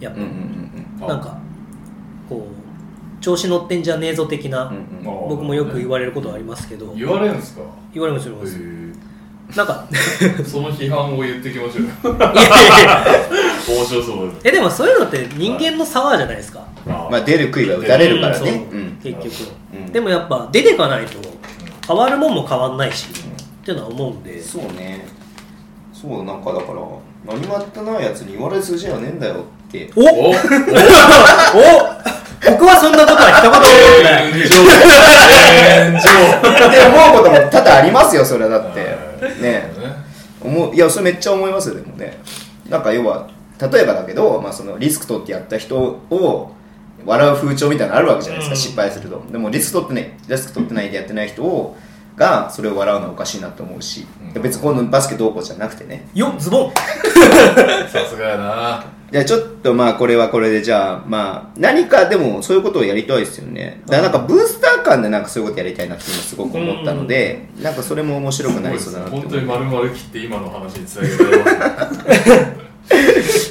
S2: やっ
S1: うん
S2: ぱ、
S1: うんうん
S2: なんかこう調子乗ってんじゃねえぞ的な、
S1: うんうんうん
S3: あ
S2: 僕もよく言われることはありますけど
S3: 言われるんですか
S2: 言われますよ言われますな んか
S3: その批判を言ってきましょうよ。
S2: いやいやいや
S3: 面白そう
S2: えでもそういうのって人間の差はじゃないですか、
S3: だ。
S1: まあ、出る杭は打たれるからね、
S2: う
S1: うんん
S2: 結局、
S1: うん
S2: でもやっぱ出てかないと変わるもんも変わんないし、っていうのは思うんで
S1: そうねそうなんかだから何もやってないやつに言われる筋じゃねえんだよって
S2: おお
S3: お
S2: 僕はそんなことは一言も言ってない
S3: 炎上炎上
S1: って思うことも多々ありますよそれはだって
S3: はい
S1: ね思ういやそれめっちゃ思いますよでもねなんか要は例えばだけど、まあ、そのリスク取ってやった人を笑う風潮みたいなのあるわけじゃないですか、
S2: うん
S1: 失敗するとでもリスク取ってねリスク取ってないでやってない人をがそれを笑うのはおかしいなと思うし、
S3: うん
S1: 別にこのバスケどうこうじゃなくてね
S2: よズボン
S3: さすがやな
S1: じゃあちょっとまあこれはこれでじゃあまあ何かでもそういうことをやりたいですよねだからなんかブースター感でなんかそういうことやりたいなって今すごく思ったので、なんかそれも面白くなりそうだなって思
S3: 本
S1: う
S3: 当に丸々切って今の話につなげてますね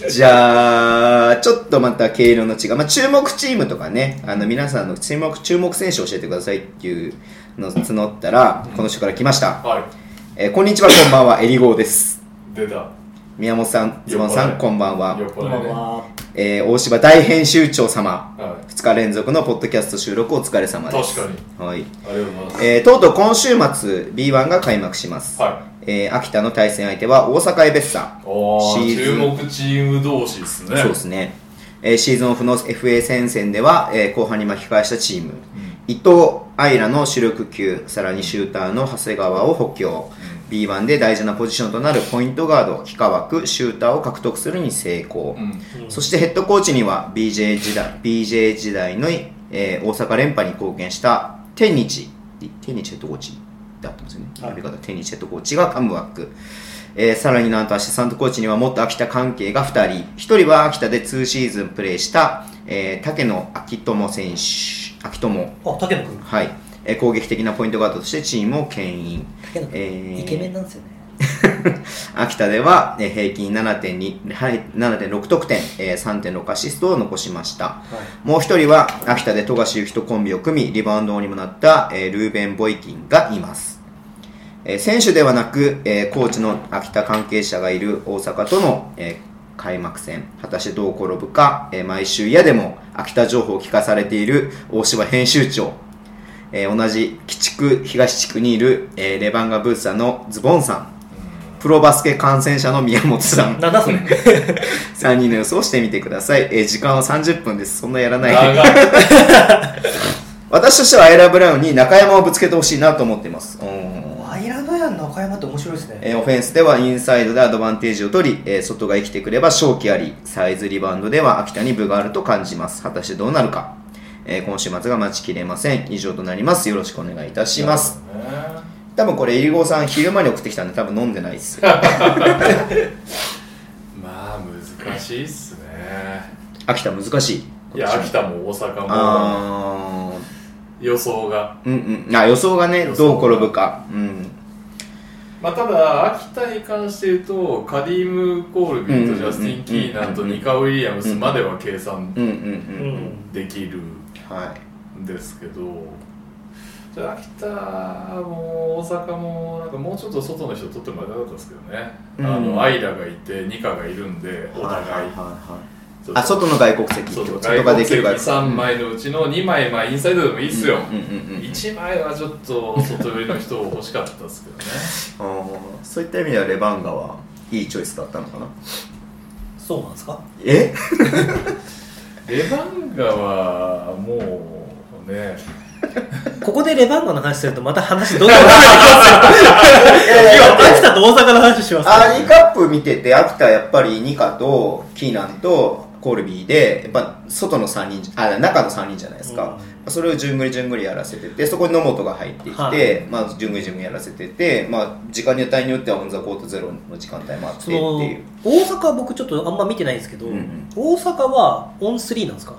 S1: じゃあ、ちょっとまた経路の違う、まあ、注目チームとかね、あの皆さんの注目注目選手を教えてくださいっていうのを募ったら、この人から来ました、
S3: は
S1: えーこんにちは、こんばんは、えりごうです。
S3: い出た
S1: 宮本さん、ズボンさ
S3: 酔っ払
S1: ん、
S3: い
S1: こんばんは
S3: 酔っ、
S2: こんば
S3: 払
S2: ん
S3: いねは
S2: は
S1: えー大柴大編集長様、
S3: い
S1: 2日連続のポッドキャスト収録お疲れ様です。
S3: 確か
S1: に。はい。
S3: ありがとうございます
S1: えーとうとう今週末、B1 が開幕します。
S3: は
S1: えー秋田の対戦相手は大阪エベッサ。
S3: いお
S1: シ
S3: ー
S1: ーズ
S3: 注
S1: ン
S3: 目チーム同士ですね
S1: そうですね、えーシーズンオフの FA 戦線では、えー後半に巻き返したチーム、伊藤愛らの主力級さらにシューターの長谷川を補強、B1 で大事なポジションとなるポイントガード幾何枠シューターを獲得するに成功
S3: う、ん
S1: そしてヘッドコーチには BJ 時代 BJ 時代の、えー大阪連覇に貢献した天日天日ヘッドコーチだったんですよね、
S2: はい
S1: 呼び方天日ヘッドコーチがカムバック、えーさらになんとアシスタントコーチには元秋田関係が2人1人は秋田で2シーズンプレーした、えー竹野昭友選手秋友
S2: あ竹野君
S1: はい、えー攻撃的なポイントガードとしてチームを牽引
S2: 竹野君、
S1: えー
S2: イケメンなんですよね
S1: 秋田ではえー平均7.2はい7.6得点、えー3.6アシストを残しました。
S2: は
S1: もう一人は秋田で富樫由紀とコンビを組みリバウンド王にもなった、えールーベン・ボイキンがいます、えー選手ではなく、えーコーチの秋田関係者がいる大阪との、えー開幕戦果たしてどう転ぶか、えー毎週嫌でも秋田情報を聞かされている大柴編集長、えー同じ基地区東地区にいる、えーレバンガブーサのズボンさんプロバスケ感染者の宮本さん
S2: いなんだそれ
S1: 3人の予想をしてみてください、えー時間は30分ですそんなやらないで
S3: 長い
S1: 私としてはアイラ・ブラウンに中山をぶつけてほしいなと思っています、うん
S2: ワイラバヤン中山って面白いですね
S1: えーオフェンスではインサイドでアドバンテージを取り、えー外が生きてくれば勝機ありサイズリバウンドでは秋田に分があると感じます果たしてどうなるか、えー今週末が待ちきれません以上となりますよろしくお願いいたします
S3: なるほどね
S1: 多分これ入郷さん昼間に送ってきたんで多分飲んでないですよ
S3: まあ難しいっすね
S1: 秋田難しい
S3: いや秋田も大阪も
S1: あー
S3: 予想が
S1: うんうん、あ予想がね
S3: 予想
S1: どう
S3: が
S1: 転ぶか、うん、
S3: まあただ秋田に関して言うとカディム・コールビーとジャスティン・キーナンとニカ・ウィリアムスまでは計算
S1: うんうんう
S2: う
S1: んうん
S3: できる
S1: はい
S3: んですけどじゃあ秋田も大阪もなんかもうちょっと外の人取ってもらいたかったですけどね、
S1: うん
S3: あのアイラがいてニカがいるんでお互い、
S1: はいはいはいあ外の外国籍って
S3: そう
S1: こと
S3: 外
S1: 外がで
S3: 国
S1: き
S3: 籍
S1: る外国
S3: 3枚のうちの2枚、まあ、インサイドでもいいっすよ、
S1: うんうんうんうん
S3: 1枚はちょっと外寄りの人欲しかったですけどね
S1: あーそういった意味ではレバンガはいいチョイスだったのかな
S2: そうなんですか
S1: え
S3: レバンガはもうね
S2: ここでレバンガの話するとまた話どんどん変わってきますよ秋田と大阪の話します
S1: アーリーカップ見てて、秋田やっぱりニカとキーナンとコルビーで、やっぱ外の3人じ、あ、中の3人じゃないですか。それをじゅんぐりじゅんぐりやらせてて、そこに野本が入ってきて、
S2: はい
S1: まあ、じゅんぐりじゅんぐりやらせてて、まあ、時間に帯によってはオンザコートゼロの時間帯もあってって
S2: その
S1: いう。
S2: 大阪は僕ちょっとあんま見てないんですけど、
S1: うんうん
S2: 大阪はオンスリーなんですか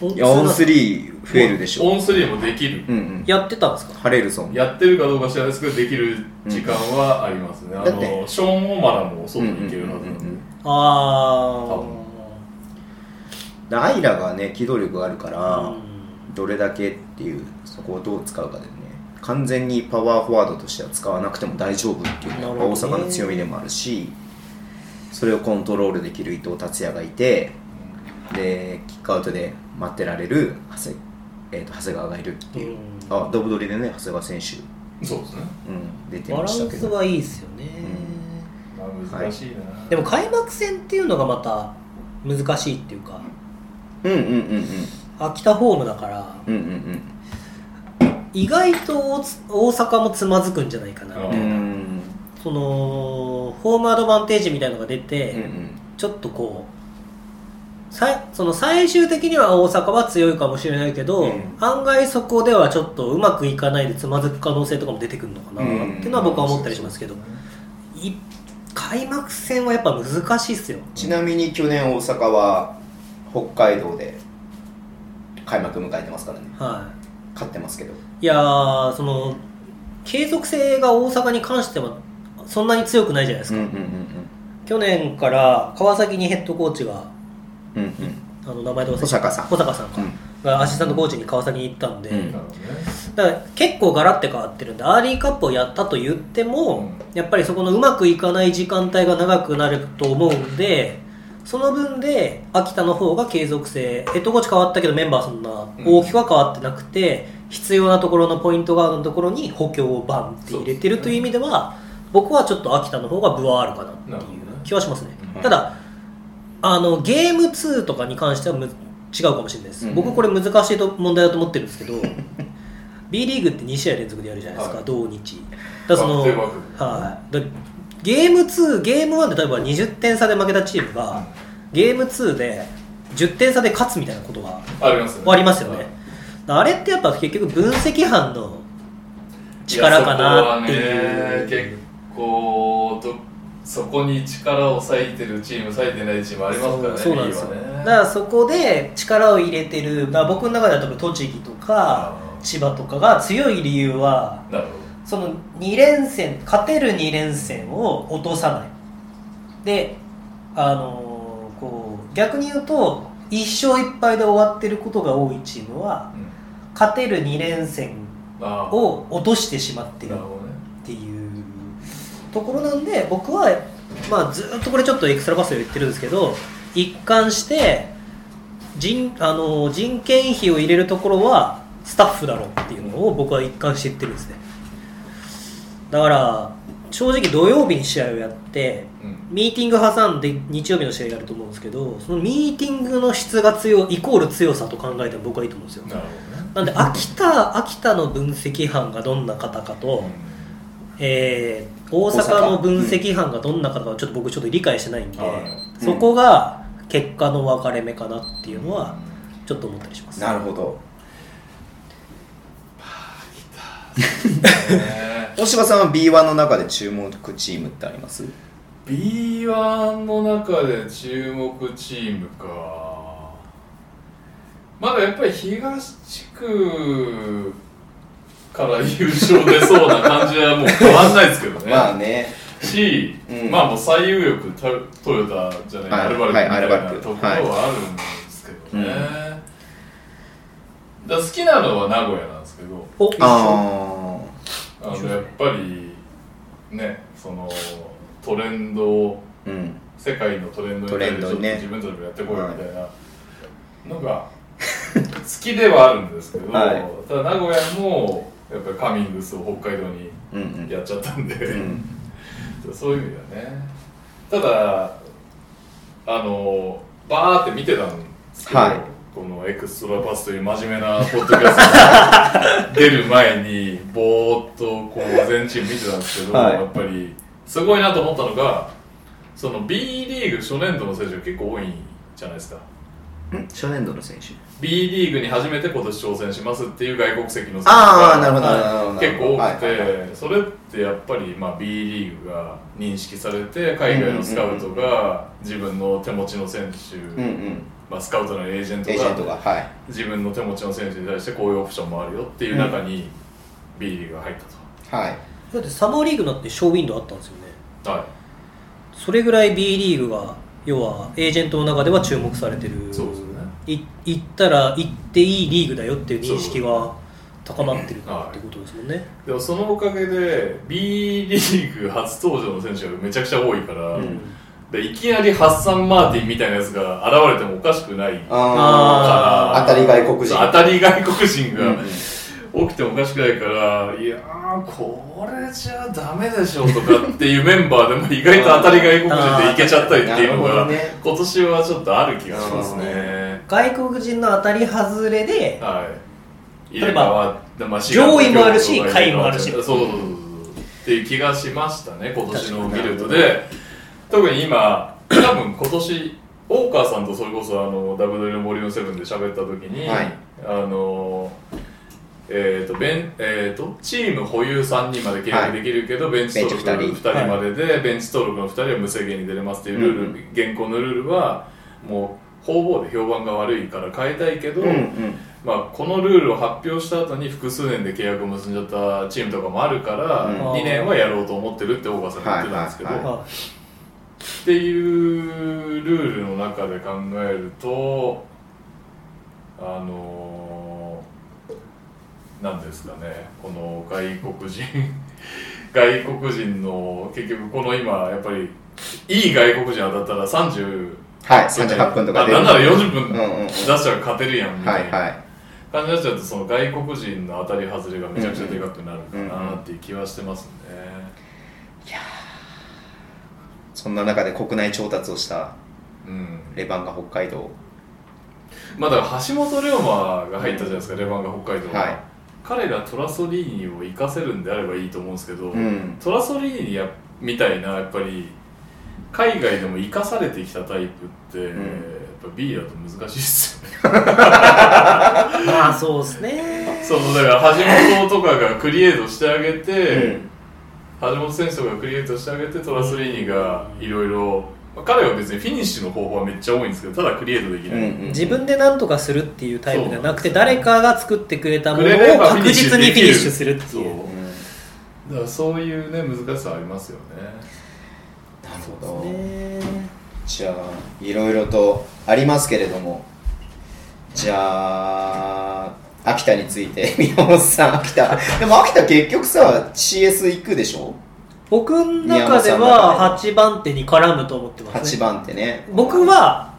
S2: オン
S1: いや、オン
S2: スリー
S1: 3増えるでしょ。
S3: オンスリーもできる
S1: うんうん。
S2: やってたんですか
S1: ハレルソン。
S3: やってるかどうか知らないですけどできる時間はありますね、あ
S1: だって
S3: のショーン・オマラも外に行けるは
S1: うん
S3: ずなん
S1: うんうんうん
S2: あ
S3: で多分
S2: あ
S1: アイラがね、機動力があるから、どれだけっていう、そこをどう使うかでね、完全にパワーフォワードとしては使わなくても大丈夫っていうのが
S2: なる
S1: 大
S2: ほどね
S1: 阪の強みでもあるし、それをコントロールできる伊藤達也がいて、で、キックアウトで待ってられる長谷,、えー、と長谷川がいるっていう、
S2: うん
S1: あ、ドブドリでね、長谷川選手、
S3: そうですね
S1: うん、出て
S2: バラ
S1: ま
S2: ン
S1: したけ
S2: ス
S1: ど。
S2: がいいですよね、
S3: まあ難しいな、
S2: でも開幕戦っていうのがまた難しいっていうか
S1: うんうんうん
S2: 秋田ホームだから
S1: うん。うんうん
S2: 意外と大大阪もつまずくんじゃないかな
S1: うん。うん
S2: そのホームアドバンテージみたいのが出て、
S1: うんうん。
S2: ちょっとこうさいその最終的には大阪は強いかもしれないけど、
S1: うん
S2: 案外そこではちょっとうまくいかないでつまずく可能性とかも出てくるのかな
S1: うん
S2: っていうのは僕は思ったりしますけど、い開幕戦はやっぱ難しいっすよ
S1: ちなみに去年大阪は北海道で開幕迎えてますからね
S2: は
S1: 勝ってますけど
S2: いいやーその継続性が大阪に関してはそんなに強くないじゃないですか、
S1: うん
S2: 去年から川崎にヘッドコーチが
S1: うんうん
S2: あの名前で忘れ
S1: 保
S2: た
S1: 坂さん
S2: 保坂さんか、
S1: うん
S2: がアシスタントコーチに川崎に行ったんで、
S1: うん
S3: なるほどね
S2: だから結構ガラッて変わってるんでアーリーカップをやったと言っても、やっぱりそこのうまくいかない時間帯が長くなると思うんでその分で秋田の方が継続性ヘッドコーチ変わったけどメンバーそんな大きくは変わってなくて、必要なところのポイントガードのところに補強をバンって入れてるという意味では僕はちょっと秋田の方が分はあるかなっていう
S3: なるほどね
S2: 気はしますね、
S1: うん
S2: ただあのゲーム2とかに関してはむ違うかもしれないです、
S1: うん
S2: 僕これ難しいと問題だと思ってるんですけど B リーグって2試合連続でやるじゃないですか、
S3: はい
S2: 同日だからその、
S3: バックバック
S2: はい、だゲーム2ゲーム1で例えば20点差で負けたチームがゲーム2で10点差で勝つみたいなことが
S3: ありますよね
S2: ありますよね、あれってやっぱ結局分析班の力かなっていう
S3: いやそこはね結構どそこに力を割いてるチーム割いてないチームありますからね
S2: そうそうなんですよ、
S3: B はね
S2: だからそこで力を入れてるだから僕の中では多分栃木とか
S3: あー
S2: 千葉とかが強い理由は
S3: なるほ
S2: その2連戦勝てる2連戦を落とさないであのーこう逆に言うと1勝1敗で終わってることが多いチームは
S3: ど、うん
S2: 勝てる2連戦
S3: あー
S2: を落としてしまってる
S3: なるほどね
S2: っていうところなんで僕は、まあ、ずっとこれちょっとエクストラパスで言ってるんですけど一貫して人あの人件費を入れるところはスタッフだろうっていうのを僕は一貫して言ってるんですねだから正直土曜日に試合をやって
S3: うん
S2: ミーティング挟んで日曜日の試合やると思うんですけどそのミーティングの質が強いイコール強さと考えても僕はいいと思うんですよ
S3: なるほ
S2: なんで秋田秋田の分析班がどんな方かと、
S3: どね
S2: えー大阪の分析班がどんな方かちょっと僕ちょっと理解してないんで、
S3: はい
S2: そこが結果の分かれ目かなっていうのはちょっと思ったりします、
S1: なるほど
S3: うんね
S1: 大柴さんは B1 の中で注目チームってあります
S3: B1 の中で注目チームかまだやっぱり東地区から優勝出そうな感じはもう変わんないですけどね
S1: まあね
S3: し、
S1: うん
S3: まあもう最有力トヨトヨタじゃない、
S1: はい
S3: アルバルクみ
S1: はいア
S3: たい
S1: ル
S3: な
S1: バルク
S3: ところはあるんですけどね、
S1: はい
S3: だから好きなのは名古屋なんですけど
S2: お一緒
S1: あ
S3: あのやっぱりねそのトレンドを
S1: あうん
S3: 世界のトレンドに
S1: トレンドにね
S3: 自分たちもやってこいよみたいなのが好きではあるんですけど、
S1: はい
S3: ただ名古屋もやっぱりカミングスを北海道に
S1: うんうん
S3: やっちゃったんで、
S1: うん
S3: そういう意味だねただあのバーって見てたんですけど、
S1: はい
S3: このエクストラパスという真面目なポッドキャストが出る前にぼーっとこう全チーム見てたんですけど、
S1: はい
S3: やっぱりすごいなと思ったのがその B リーグ初年度の選手が結構多いじゃないですか
S1: ん初年度の選手
S3: B リーグに初めて今年挑戦しますっていう外国籍の選手
S1: ああなるほ
S3: が
S1: どなるほど
S3: 結構多くて、
S1: はいはいはい
S3: それってやっぱり、まあ、B リーグが認識されて海外のスカウトが自分の手持ちの選手、
S1: うんうん
S3: まあ、スカウトのエージェン
S1: エージェン
S3: ト
S1: ト
S3: が
S1: がはい
S3: 自分の手持ちの選手に対してこういうオプションもあるよっていう中に、B リーグが入った
S1: はい
S2: だってサマーリーグだってショーウィンドウあったんですよね
S3: と。はい
S2: それぐらい B リーグが要はエージェントの中では注目されてる
S3: そうですね
S2: い行ったら行っていいリーグだよっていう認識が高まってるって
S3: はい
S2: ことですもんね、
S3: でもそのおかげで B リーグ初登場の選手がめちゃくちゃ多いから、
S1: うん
S3: でいきなりハッサン・マーティンみたいなやつが現れてもおかしくない
S1: あ
S2: あ
S1: あ
S2: ー
S1: 当たり外国人
S3: 当たり外国人
S1: うんうん
S3: が起きてもおかしくないから、いやー、これじゃダメでしょとかっていうメンバーでも意外と当たり外国人でいけちゃったりってい
S1: なる
S3: うの
S1: ほど
S3: が、
S1: ね
S3: 今年はちょっとある気がします
S1: う
S3: ね。
S2: 外国人の当たり外れで
S3: はい。
S2: 例えば
S3: 入れ替わって、まあ
S2: 上位もあるし
S3: 四月とか
S2: 下位もあるし
S3: そうそうそうそう。っていう気がしましたね、今年のを見るとで、特に今、多分今年、大川さんとそれこそあの W のボリューム7で喋った時に、
S1: はい
S3: あのえーとベンえー、とチーム保有3人まで契約できるけど、ベンチ登録
S1: ベン
S3: 2
S1: チ
S3: 人までで、ベンチ登録の2人は無制限に出れますっていうルール、現行のルールはもう方々で評判が悪いから変えたいけど、
S1: うんうん
S3: まあ、このルールを発表した後に複数年で契約を結んじゃったチームとかもあるから、
S1: うん
S3: 2年はやろうと思ってるって大川さんが言ってたんですけど、
S1: はいはい
S2: あ
S3: っていうルールの中で考えるとあの何ですかねこの外国人 外国人の結局この今やっぱりいい外国人当たったら30
S1: はい38分とか
S3: あ
S1: で
S3: なんなら40
S1: う
S3: 分
S1: んうんうん
S3: 出したら勝てるやんみ
S1: は
S3: た
S1: い
S3: いな
S1: はい
S3: 感じになっちゃうとその外国人の当たり外れがめちゃくちゃでかくなるかなっていう気はしてますね。
S1: そんな中で国内調達をした
S3: うん
S1: レバンガ北海道
S3: まあだから橋本龍馬が入ったじゃないですか、レバンガ北海道は、
S1: はい
S3: 彼がトラソリーニを生かせるんであればいいと思うんですけど、
S1: うん
S3: トラソリーニやみたいなやっぱり海外でも生かされてきたタイプって、
S1: ん
S3: やっぱ B だと難しいっすよね
S2: まあそうですね
S3: そのだから橋本とかがクリエイトしてあげて、
S1: うん
S3: 橋本選手とかがクリエイトしてあげてトラソリーニがいろいろ彼は別にフィニッシュの方法はめっちゃ多いんですけどただクリエイトできない、
S1: うん
S2: 自分で何とかするっていうタイプではなくて誰かが作ってくれたもの
S3: くれれ
S2: を
S3: ばフィニ
S2: 確
S3: ッシュ
S2: 実
S3: できる
S2: にフィニッシュするって
S3: そう
S2: いう
S3: だからそういうね難しさありますよね
S1: なるほ
S2: そ
S1: ど
S2: うですね
S1: じゃあいろいろとありますけれどもじゃあ秋田について 宮本さん秋田でも秋田結局さ CS 行くでしょ
S2: 僕の中では8番手に絡むと思ってます
S1: 8
S2: ね
S1: 番ってね
S2: 僕は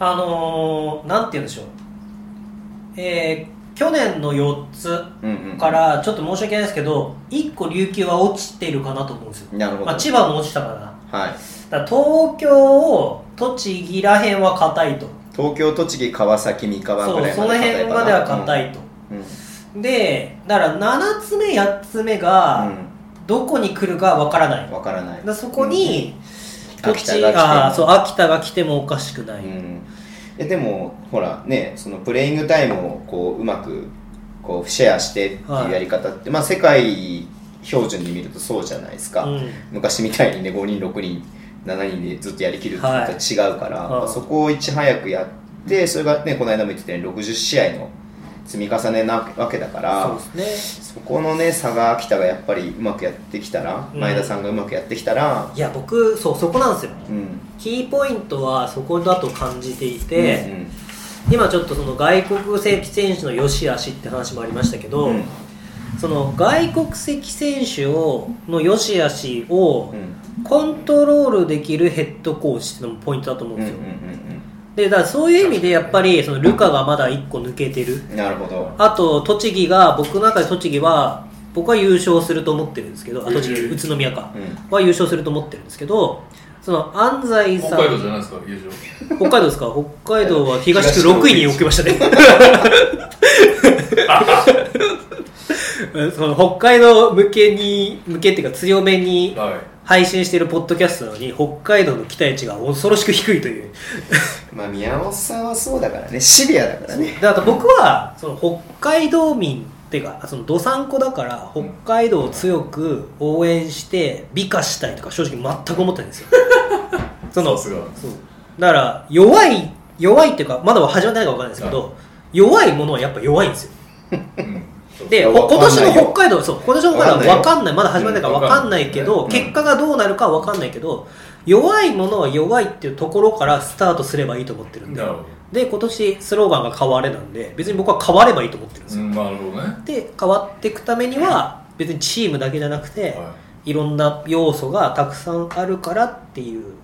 S2: あのーなんて言うんでしょうえー去年の4つ
S1: うんうん
S2: からちょっと申し訳ないですけど1個琉球は落ちてるかなと思うんですよ、
S1: なるほど
S2: まあ、千葉も落ちたかな
S1: はい
S2: だから東京を栃木らへんは硬いと
S1: 東京栃木川崎三河ぐ
S2: そう
S1: らい
S2: その
S1: まで
S2: 辺までは硬いと、
S1: うんうん
S2: でだから7つ目8つ目がどこに来るかわからない、
S1: うんわからない
S2: だからそこに
S1: うん
S2: 栃木
S1: 秋田が来ても
S2: あーそう秋田が来てもおかしくない、
S1: うん、えでもほらねそのプレイングタイムをこううまくこうシェアしてっていうやり方って、まあ、世界標準で見るとそうじゃないですか、
S2: うん
S1: 昔みたいにね5人6人7人でずっとやりきるって
S2: はい
S1: いうのとは違うから、
S2: うん
S1: まあそこをいち早くやってそれがねこの間も言ってたように60試合の積み重ねなわけだから
S2: そうですね
S1: そこのね差が秋田がやっぱりうまくやってきたら、
S2: うん
S1: 前田さんがうまくやってきたら、
S2: いや僕そうそこなんですよ
S1: うん、
S2: キーポイントはそこだと感じていて、
S1: うん
S2: 今ちょっとその外国籍選手の良し悪しって話もありましたけど、
S1: うん
S2: その外国籍選手をの良し悪しを
S1: うん
S2: コントロールできるヘッドコーチっていうのもポイントだと思うん
S1: うんうん
S2: ですよ、でだからそういう意味でやっぱりそのルカがまだ1個抜けてる
S1: うんなるほど
S2: あと栃木が僕の中で栃木は僕は優勝すると思ってるんですけどあ栃木
S3: うん
S2: 宇都宮か
S1: うん
S2: は優勝すると思ってるんですけどその安西さ
S3: 北
S2: ん
S3: 海道じゃないですか優勝
S2: 北海道ですか北海道は東区6位に置きましたね その北海道向けに向けっていうか強めに
S3: はい
S2: 配信しているポッドキャストなのに北海道の期待値が恐ろしく低いという
S1: まあ宮本さんはそうだからねシビアだからね
S2: であと僕はその北海道民っていうかそのどさんこだから北海道を強く応援して美化したいとか正直全く思ってないんですよその
S3: さすが
S2: そうだから弱い弱いっていうかまだ始まってないから分かんないですけど、弱いものはやっぱ弱いんですよ
S3: うん
S2: で
S1: わ
S2: ほ
S1: かん
S2: 今
S1: ない
S2: 年
S1: よ
S2: の北海道そう今年の北海道は分かんないまだ始まってないから
S3: うん
S2: 分かんないけど、
S1: わかんない
S2: 結果がどうなるかは分かんないけど弱いものは弱いっていうところからスタートすればいいと思ってるんで
S3: なるほ
S2: で今年スローガンが変われなんで別に僕は変わればいいと思ってるんで
S3: ど、
S2: す
S3: う
S2: よ、
S3: ん、なるほどね、
S2: で変わっていくためには別にチームだけじゃなくて、、
S3: はい
S2: ろんな要素がたくさんあるからっていう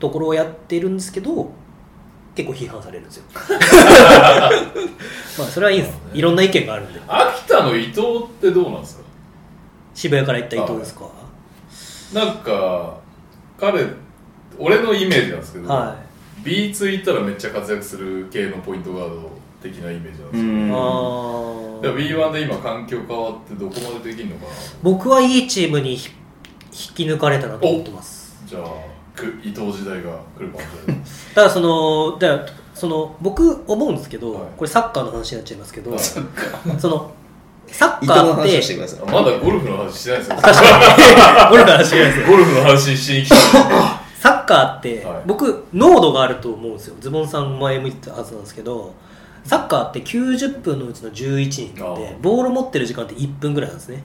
S2: ところをやってるんですけど結構批判されるん ですよまあそれはいいんです
S3: そうね
S2: いろんな意見があるんで
S3: 秋田の伊藤ってどうなんですか
S2: 渋谷から行った伊藤ですか
S3: なんか彼俺のイメージなんですけど、
S2: は
S3: B2 行ったらめっちゃ活躍する系のポイントガード的なイメージなん
S1: う
S3: です
S2: い、
S1: ん
S2: あ
S3: け
S2: ー
S3: ど、でも B1 で今環境変わってどこまでできるのかな
S2: 僕はいいチームにひ引き抜かれたなと思ってます
S3: じゃあく伊藤時代が来るかもしれない
S2: ただそのだからその僕思うんですけど、
S3: はい
S2: これサッカーの話になっちゃいますけど、
S3: はい
S2: そのサッ
S1: 伊藤
S2: カ
S1: の
S2: ーっ
S1: 話をして
S2: て
S1: ください
S3: まだゴルフの話してないですよ
S2: 俺らの話じゃない ですよ
S3: ゴルフの話しに来た
S2: サッカーって、
S3: はい
S2: 僕濃度があると思うんですよズボンさん前も言ってたはずなんですけどサッカーって90分のうちの11人
S3: あ
S2: なんで
S3: ー
S2: ボール持ってる時間って1分ぐらいなんですね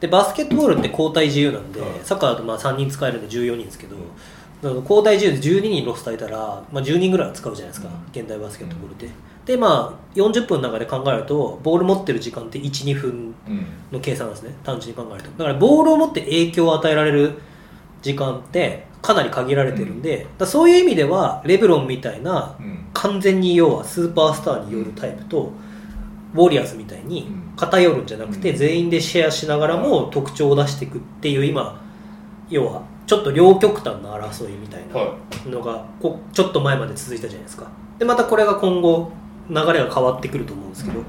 S2: でバスケットボールって交代自由なんで、
S3: はい
S2: サッカーだとまあ3人使えるんで14人ですけど、だから交代自由で12人ロス炊いたら、まあ、10人ぐらいは使うじゃないですか、
S3: うん
S2: 現代バスケットボールで、でまあ40分の中で考えるとボール持ってる時間って12分
S3: うん、うん
S2: の計算なんですね単純に考えるとだからボールを持って影響を与えられる時間ってかなり限られてるんで、だからそういう意味ではレブロンみたいな
S3: うん
S2: 完全に要はスーパースターによるタイプと、ウォリアーズみたいに
S3: うん
S2: 偏るんじゃなくて、
S3: うん
S2: 全員でシェアしながらも特徴を出していくっていう今要はちょっと両極端な争いみたいな
S3: は
S2: のがこちょっと前まで続いたじゃないですかでまたこれが今後流れが変わってくると思うんですけど、
S3: うん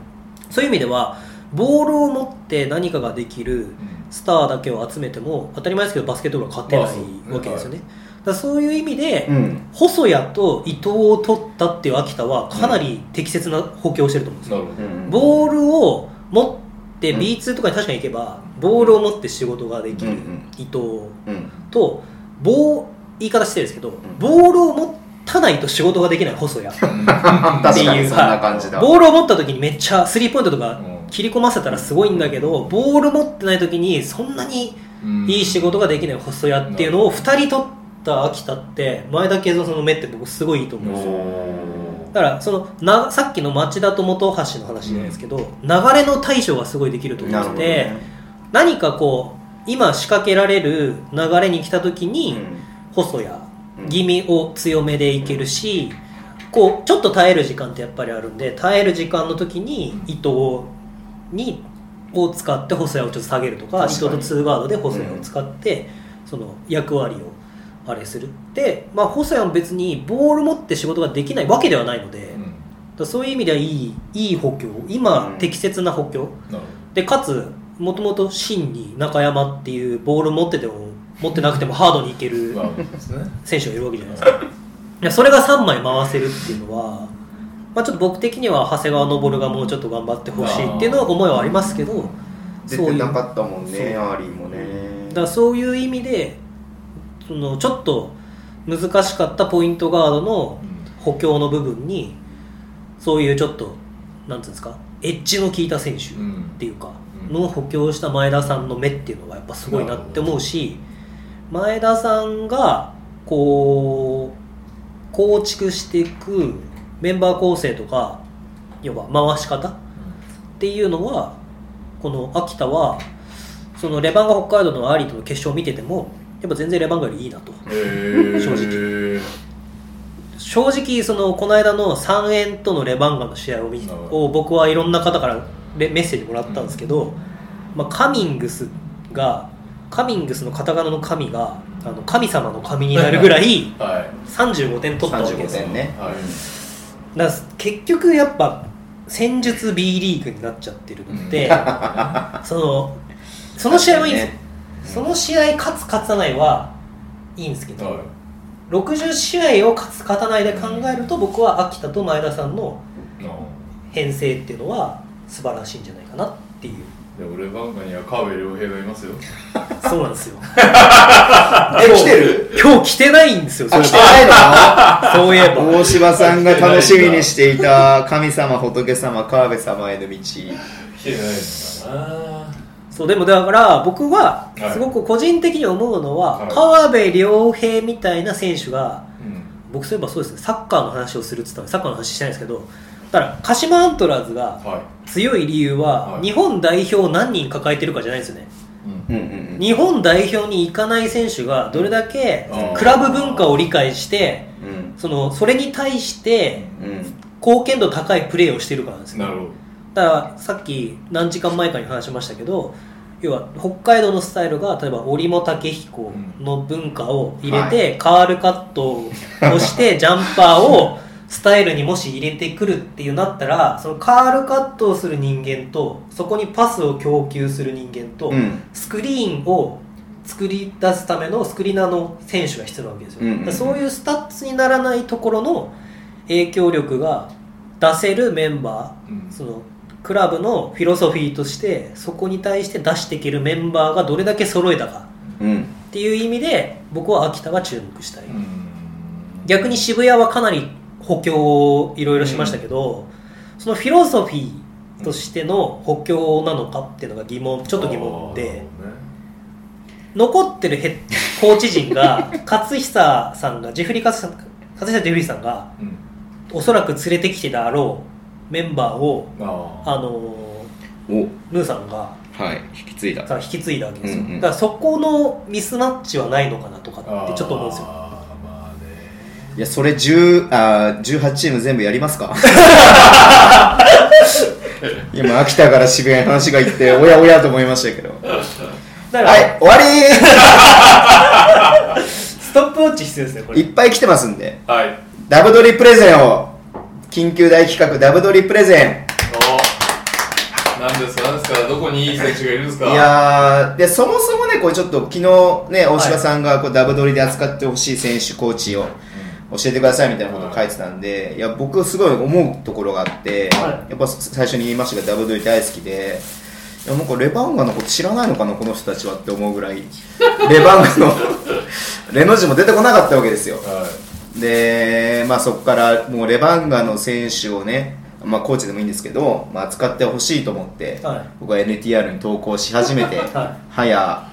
S2: そういう意味ではボールを持って何かができる
S3: い、うん
S2: スターだけを集めても当たり前ですけどバスケットボールは勝てな
S3: まあそうです
S2: い
S3: ね
S2: わけですよね、だからそういう意味で、
S1: うん
S2: 細谷と伊藤を取ったっていう秋田はかなり適切な補強をしてると思うんです
S3: な
S2: よ、
S3: るほ
S1: う
S3: ど、
S1: ん
S2: ボールを持って
S1: うん
S2: B2 とかに確かに行けばボールを持って仕事ができる
S1: うんうん
S2: 伊藤
S1: うん
S2: と棒言い方してるんですけど、
S1: ん
S2: ボールを持たないと仕事ができない細谷
S1: 確かにそんな感じだ
S2: ボールを持った時にめっちゃスリーポイントとか
S3: うん
S2: 切り込ませたらすごいんだけどボール持ってない時にそんなに
S3: うん
S2: いい仕事ができない細谷っていうのを2人取った秋田って前田慶三さんの目って僕すごいいいと思うんですよ
S3: お
S2: だからそのなさっきの町田と本橋の話じゃないですけど、流れの対処がすごいできると思
S1: な
S2: っ
S1: るほ
S2: て
S1: ど
S2: て、
S1: ね
S2: 何かこう今仕掛けられる流れに来た時
S1: う
S2: に、
S1: ん
S2: 細や気味を強めでいけるし、こうちょっと耐える時間ってやっぱりあるんで耐える時間の時に伊藤にを使って細谷をちょっと下げるとか
S1: 確か
S2: 伊藤
S1: に
S2: とツーガードで細谷を使って、その役割をあれするで、まあ、細谷も別にボール持って仕事ができないわけではないので、
S3: うん
S2: だからそういう意味ではいいいい補強今、
S1: うん
S2: 適切な補強
S3: なる
S2: でかつもともと真に中山っていうボール持ってても持ってなくてもハードにいけ
S3: ほ
S2: る
S3: どまあですね
S2: 選手がいるわけじゃないですかいやそれが3枚回せるっていうのは、まあ、ちょっと僕的には長谷川昇がもうちょっと頑張ってほしいっていうのは思いはありますけど
S1: 出
S2: そう
S1: て
S2: いう
S1: な
S2: だか
S1: かったもんねア
S2: そう
S1: ーリーもね
S2: らそういう意味でそのちょっと難しかったポイントガードの補強の部分にそういうちょっとなんていうんですかエッジの効いた選手
S3: うん、うん
S2: っていうか、
S3: うん
S2: の補強した前田さんの目っていうのがやっぱすごいなって思うし前田さんがこう構築していくメンバー構成とか要は回し方っていうのはここの秋田はそのレバンが北海道のアーリーとの決勝を見ててもやっぱ全然レバンガよりいいなと
S3: え
S2: 正
S3: 直
S2: 正直そのこの間の3円とのレバンガの試合を見
S3: なるほど
S2: を僕はいろんな方からレメッセージもらったんですけど、まあ、カミングスがカミングスの片仮名の神があの神様の神になるぐらい
S3: はい
S2: 35点取ったわけで
S1: 35
S2: すよ
S1: 点ね
S3: はい
S2: だから結局やっぱ戦術 B リーグになっちゃってるので、 そのその試合はいいんですよ、その試合勝つ勝たないはいいんですけど、
S3: は
S2: 60試合を勝つ勝たないで考えると僕は秋田と前田さんの
S3: いなあ
S2: 編成っていうのは素晴らしいんじゃないかなっていう
S3: で俺バンガには川辺良平がいますよ
S2: そうなん ですよ
S1: え来てる
S2: 今日来てないんですよそ
S1: あ
S2: うい
S1: 来て
S2: え
S1: な
S2: ばそういえ
S1: いの
S2: ば
S1: 大柴さんが楽しみにしていた神様仏様川辺様への道
S3: 来てないのか
S2: そうでもだから僕は
S3: はい
S2: すごく個人的に思うのは、
S3: はい
S2: 川辺良平みたいな選手が
S3: なうん
S2: 僕そういえばそうですねサッカーの話をするって言ったのにサッカーの話してないんですけどだから鹿島アントラーズが
S3: は
S2: 強い理由は、
S3: はい
S2: 日本代表を何人抱えてるかじゃないんですよね
S3: いう
S1: う
S3: ん
S1: んうん
S2: 日本代表に行かない選手がどれだけ
S3: あー
S2: クラブ文化を理解して
S1: うん
S2: そのそれに対して
S1: うん
S2: 貢献度高いプレーをしてるからなんです
S3: な
S2: よ
S3: るほど
S2: だからさっき何時間前かに話しましたけど要は北海道のスタイルが例えば折茂武彦の文化を入れて、カールカットを してジャンパーをスタイルにもし入れてくるっていうなったらそのカールカットをする人間とそこにパスを供給する人間と、
S1: うん
S2: スクリーンを作り出すためのスクリーナーの選手が必要なわけですよ、
S1: うんうんうん
S2: だからそういうスタッツにならないところの影響力が出せるメンバ
S3: う
S2: ー
S3: ん
S2: そのクラブのフィロソフィーとしてそこに対して出していけるメンバーがどれだけ揃えたか
S1: うん
S2: っていう意味で僕は秋田が注目したい、
S3: うん
S2: 逆に渋谷はかなり補強をいろいろしましたけど、そのフィロソフィーとしての補強なのかっていうのが疑問ちょっと疑問で。残ってるヘッコーチ陣が勝久さんがジェフリー勝久さん勝久ジェフリーさんが
S3: あーなるほどねうん
S2: おそらく連れてきてであろうメンバーを
S3: あ
S2: あの
S1: お
S2: ーヌーさんが
S1: はい引き継いだ
S2: さ引き継いだわけですよ、
S1: うんうん
S2: だからそこのミスマッチはないのかなとか
S3: あ
S2: ってちょっと思うんですよ
S3: あーまあね
S1: いやそれ10あー18チーム全部やりますか今秋田から渋谷に話が行っておやおやと思いましたけどは
S2: だから
S1: い終わり
S2: ストップウォッチ必要ですねこれ
S1: いっぱい来てますんで
S3: はい
S1: ダブドリプレゼンを緊急大企画ダブドリプレゼン
S3: おなんですかなんですかどこにいい選手がいるんですか
S1: いやーでそもそもねこれちょっと昨日ね大柴さんがこうダブドリで扱ってほしい選手コーチを教えてくださいみたいなことを書いてたんで、い、や僕すごい思うところがあって、
S2: は
S1: やっぱ最初に言いましたけどダブドリ大好きでいやなんかレバンガのこと知らないのかなこの人たちはって思うぐらい レバンガの レの字も出てこなかったわけですよ
S3: は
S1: で、まあ、そこからもうレバンガの選手をね、まあ、コーチでもいいんですけど、まあ、扱ってほしいと思って、
S2: はい
S1: 僕は NTR に投稿し始めて、
S2: は
S1: 早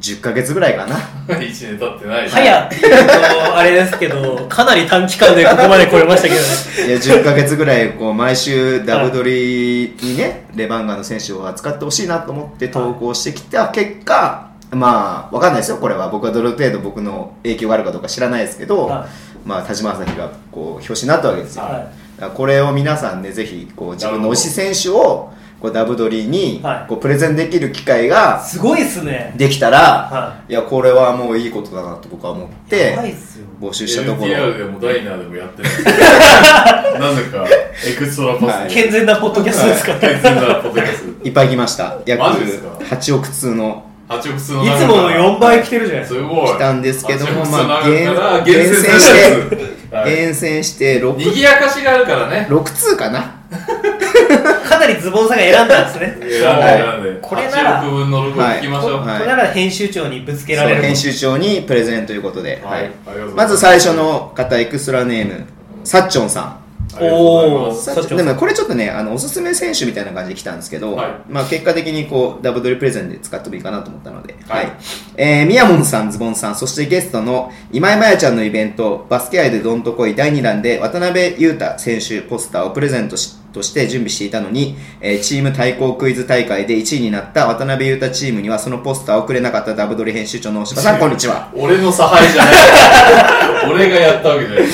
S1: 10ヶ月ぐらいかな
S3: い一年経ってない
S2: 早っていうとあれですけどかなり短期間でここまで来れましたけどね
S1: いや10ヶ月ぐらいこう毎週ダブドリにねレバンガの選手を扱ってほしいなと思って投稿してきた結果まあわかんないですよこれは僕はどれ程度僕の影響があるかどうか知らないですけど、
S2: は
S1: まあ、田島朝日がこう表紙になったわけですよ、
S2: は
S1: だからこれを皆さんねぜひこう自分の推し選手をこうダブドリに
S2: はい
S1: こうプレゼンできる機会が
S2: すごいっすね
S1: できたら、、
S2: はい
S1: やこれはもういいことだなと僕は思っ
S2: やばいってすよ
S1: 募集したところ
S3: NTR でもダイナーでもやってないなぜかエクストラパス
S2: 健全なポッドキャストですから、
S3: 健全なポッドキャス
S1: いっぱい来ました約
S3: マジですか
S1: 8億通の
S3: ト8億数の
S2: いつもの4倍来てるじゃないです
S3: す
S2: か。
S3: ごい
S1: 来たんですけども
S3: 8億数の
S1: まあ
S3: 中から
S1: 厳
S3: 厳
S1: 厳
S3: 選
S1: 選
S3: され
S1: して
S3: たやつはい
S1: 厳選して
S3: 賑
S1: 6,
S3: やかしがあるからね
S1: 6通かな
S2: かなりズボンさんが選んだんですね。
S3: 選んで選んで
S2: これなら
S3: 8億分の6を聞きましょう
S1: はい
S2: これなら編集長にぶつけら
S1: そう
S2: れる。
S1: 編集長にプレゼンということで、
S3: はい
S1: はい
S3: ありがとうござい
S1: ますず最初の方エクストラネームサッチョンさん
S3: ありがとうございます
S2: おー
S1: さ
S2: サッチョン
S1: で
S2: さん
S1: もこれちょっとねあのおすすめ選手みたいな感じで来たんですけど、
S3: はい
S1: まあ、結果的にこうダブドリプレゼンで使ってもいいかなと思ったので、
S3: はい
S1: えー、みやもんさんズボンさんそしてゲストの今井まやちゃんのイベント「バスケ愛でどんとこい」第2弾で渡辺裕太選手ポスターをプレゼントしとして準備していたのに、えーチーム対抗クイズ大会で1位になった渡辺裕太チームにはそのポスターをくれなかったダブドリ編集長の大島 さん、こんにちは。
S3: 俺の差配じゃない俺がやったわけじゃない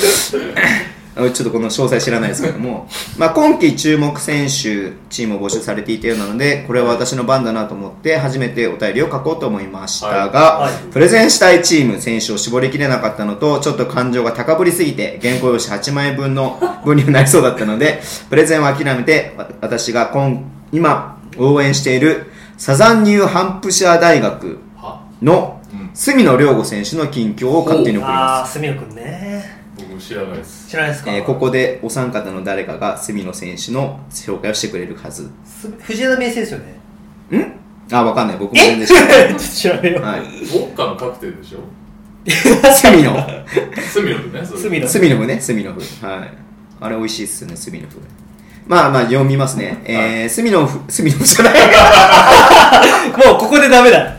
S1: あのちょっとこの詳細知らないですけども、 まあ、今季注目選手、チームを募集されていたようなので、これは私の番だなと思って、初めてお便りを書こうと思いましたが、
S2: はい
S1: プレゼンしたいチーム、選手を絞りきれなかったのと、ちょっと感情が高ぶりすぎて、原稿用紙8枚分の分になりそうだったので、プレゼンを諦めて、わ私が今今、応援している、サザンニューハンプシャー大学
S3: は、
S1: の
S3: うん、
S1: 隅野良吾選手の近況を勝手に送ります。
S2: ああ、すみくんね。
S3: 僕知らないです
S2: 知らないですか、
S1: えーここでお三方の誰かが隅野選手の紹介をしてくれるはずん
S2: す藤枝名声ですよね。
S1: あわかんない僕も全然知らない
S2: 知らないよ。
S1: はい
S3: ウォッカのカクテルでしょ
S1: 隅野
S3: スミノでねそれ
S2: 隅野
S1: 隅野ね隅野風はいあれ美味しいっすよね隅野風まあまあ読みますね、えー、隅野風隅野風じゃない
S2: もうここでダメだ。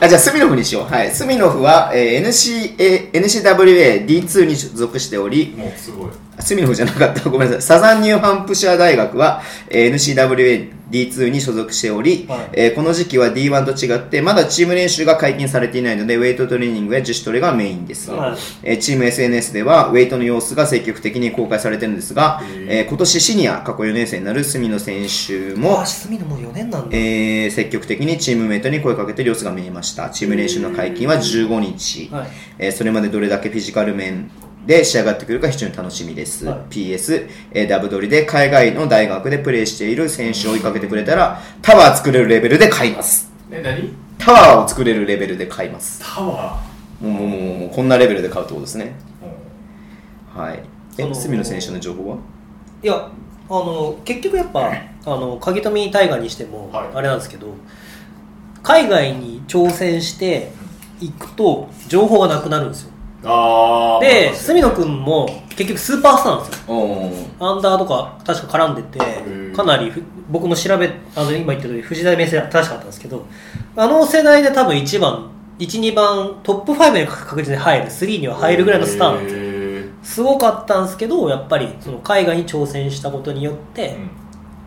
S1: あじゃあ隅野風にしようはい隅野風は、えー NCA NCWAD2 に属しており
S3: もうすごい
S1: 隅の方じゃなかった。ごめんなさい。サザンニューハンプシャー大学は、えー NCWAD2 に所属しており、
S2: はい
S1: えーこの時期は D1 と違って、まだチーム練習が解禁されていないので、ウェイトトレーニングや自主トレがメインです。
S2: はい
S1: えーチーム SNS では、ウェイトの様子が積極的に公開されているんですが、
S3: へー
S1: えー今年シニア、過去4年生になる隅野選手も
S2: あ、、隅野もう4年なんだ。
S1: えー積極的にチームメイトに声をかけてる様子が見えました。チーム練習の解禁は15日。
S2: はい。
S1: えーそれまでどれだけフィジカル面で仕上がってくるか非常に楽しみです、
S2: はい
S1: PS、えーダブドリで海外の大学でプレーしている選手を追いかけてくれたらタワー作れるレベルで買います
S3: え何
S1: タワーを作れるレベルで買います
S3: タワ
S1: もうもうもうもうこんなレベルで買うってことですね
S3: ーうん
S1: はい
S2: そ
S1: え
S2: の
S1: 隅野選手の情報はい
S2: や、あの、結局やっぱ、あの、鍵富大河にしても、
S3: はい
S2: あれなんですけど、海外に挑戦していくと、情報がなくなるんですよ。
S3: あー
S2: で、
S3: まあ
S2: 隅野くんも結局スーパースターなんですよ。
S1: お
S2: アンダーとか確か絡んでて
S3: ー、
S2: かなりふ僕も調べ、あの今言った通り、藤田名声は正しかったんですけど、あの世代で多分1番、1、2番、トップ5に確実に入る、3には入るぐらいのスターなんですよ。
S3: へ
S2: すごかったんですけどやっぱりその海外に挑戦したことによって、
S3: ーうん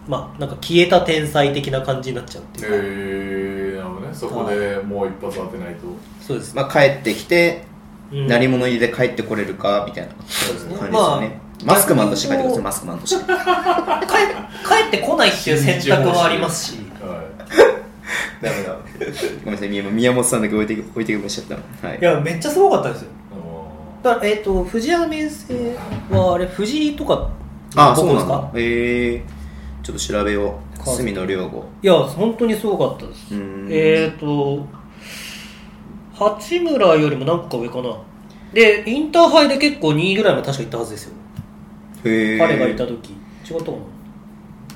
S2: まあなんか消えた天才的な感じになっちゃうっていうか、
S3: へえなるほどねそこでもう一発当てないと
S2: そうです、
S1: まあ帰ってきて
S2: うん
S1: 何者入りで帰ってこれるかみたいな感じ
S3: そうです
S1: です
S2: ね
S1: よね、
S2: まあ
S1: マスクマンとして帰ってください
S2: 逆に
S1: マスクマンと して
S2: 帰帰ってこないっていう選択もありますし
S3: はい
S1: ダメだごめんなさい宮本宮本さんだけ置いて置いてくれちゃったはい
S2: いやめっちゃすごかったですよ
S3: あの
S2: だからえっ、と藤原明星はあれ藤井とか
S1: ああ、
S2: ど
S1: そうな
S2: こです
S1: ん
S2: か
S1: だ。ええちょっと調べよう。
S2: 川崎
S1: 隅野良吾。
S2: いや本当にすごかったです
S1: うーん
S2: えっ、と八村よりもなんか上かなでインターハイで結構2位ぐらいまで確か行ったはずですよ、
S1: へえ
S2: 彼がいた時違ったかな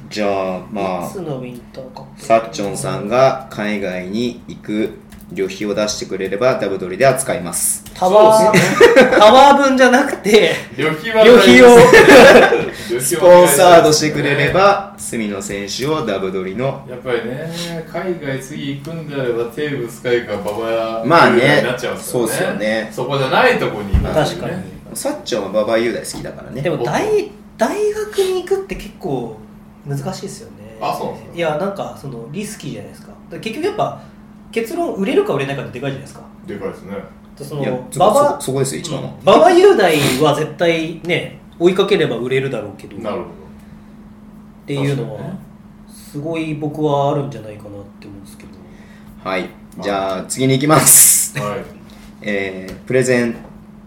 S1: じゃあ、ま
S2: い
S1: あ
S2: つ、のウィンターか
S1: サッチョンさんが海外に行く旅費を出してくれれば、ダブドリで扱います。
S2: タワー、 タワー分じゃなく て
S3: 旅費は
S2: 旅 費を
S1: スポンサードしてくれれば、隅野選手をダブドリの。
S3: やっぱりね海外次行くんであればテーブス海か馬場や
S1: まあね
S3: みたいになっちゃうんです
S1: そう
S3: よね
S1: っすよね
S3: そこじゃないとこに行くんで
S2: 確
S3: すよ
S2: か
S3: ね
S2: に
S1: サッチョンは馬場雄大好きだからね。
S2: でも
S3: 僕
S2: 大大学に行くって結構難しいですよね
S3: あそうなんですか
S2: いやなんかそのリスキーじゃないですかだから結局やっぱ結論売れるか売れないかってでかいじゃないですか
S3: でかいですね
S2: そ
S1: いや
S2: の
S1: そ
S2: 馬
S1: こ
S2: 場
S1: そそこですよ、一番は。
S2: 馬場雄大は絶対ね追いかければ売れるだろうけど
S3: なるほ
S2: っていうの
S3: 確かに
S2: は
S3: ね
S2: すごい僕はあるんじゃないかなって思うんですけど
S1: はい。じゃあ、次に行きます。
S3: どはい
S1: えー、プレゼン、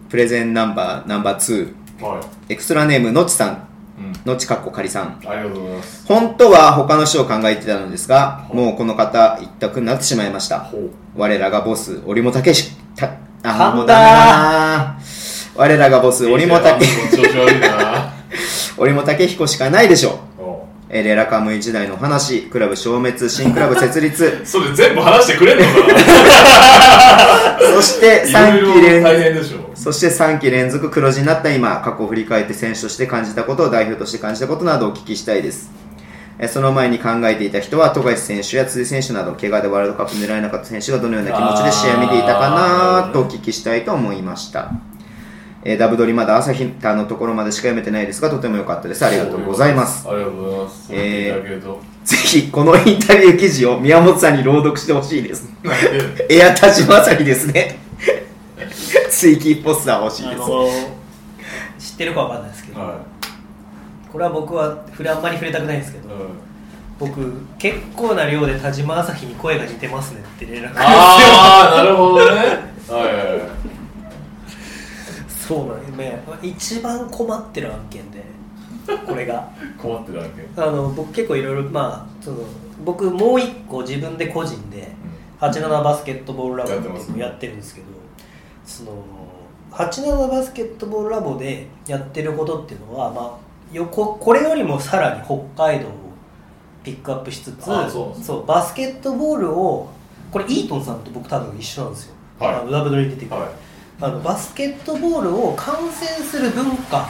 S1: プレゼンナンバー、ナンバー2。
S3: は
S1: エクストラネーム、のちさん。
S3: い、うん、
S1: のちかっこかりさん。
S3: ありがとうございます
S1: 本当は他の人を考えてたのですが、
S3: はい
S1: もうこの方一択になってしまいました。
S3: ほう
S1: 我らがボス、折茂武し、た、
S2: 噛んだー
S1: もうダメだなー我らがボス、折茂武、
S3: 調子悪いな
S1: 折茂武彦しかないでしょう。
S3: おう、
S1: えーレラカムイ時代の話、クラブ消滅、新クラブ設立
S3: それ全部話してくれんのかな
S1: そして3
S3: いろ
S1: 期
S3: いろ
S1: 連
S3: 大
S1: 続、
S3: 変でしょ
S1: そして3期連続黒字になった今、過去を振り返って選手として感じたことを代表として感じたことなどをお聞きしたいです。えーその前に考えていた人は、富樫選手や辻選手など、怪我でワールドカップ狙えなかった選手がどのような気持ちで試合を見ていたかなとお聞きしたいと思いました。えーダブドリまだ朝日田のところまでしか読めてないですが、とても良かったです。ありがとうございます。
S3: ありがとうございます。
S1: えー
S3: そう言っていただけると。
S1: ぜひ、このインタビュー記事を宮本さんに朗読してほしいです。 エア田島朝日ですね。 追記ポスター欲しい
S2: あ
S1: です。
S2: の知ってるかわかんないですけど、
S3: は
S2: これは僕は触れあんまり触れたくないんですけ
S3: い。
S2: ど、
S3: うん
S2: 僕結構な量で田島朝日に声が似てますねって連絡
S3: ああ、なるほどね。はいはいはい。
S2: そうなんね一番困ってる案 件でこれが
S3: 困ってたわけ。
S2: あの僕結構いろいろまあその僕もう一個自分で個人で87バスケットボールラボっていうのをやってるんですけどその87バスケットボールラボでやってることっていうのは、まあ、よここれよりもさらに北海道をピックアップしつつ
S3: あそう
S2: バスケットボールをこれイートンさんと僕多分一緒なんですよ、
S3: はい
S2: あのラブドリに出てくる、
S3: はい。
S2: あのバスケットボールを観戦する文化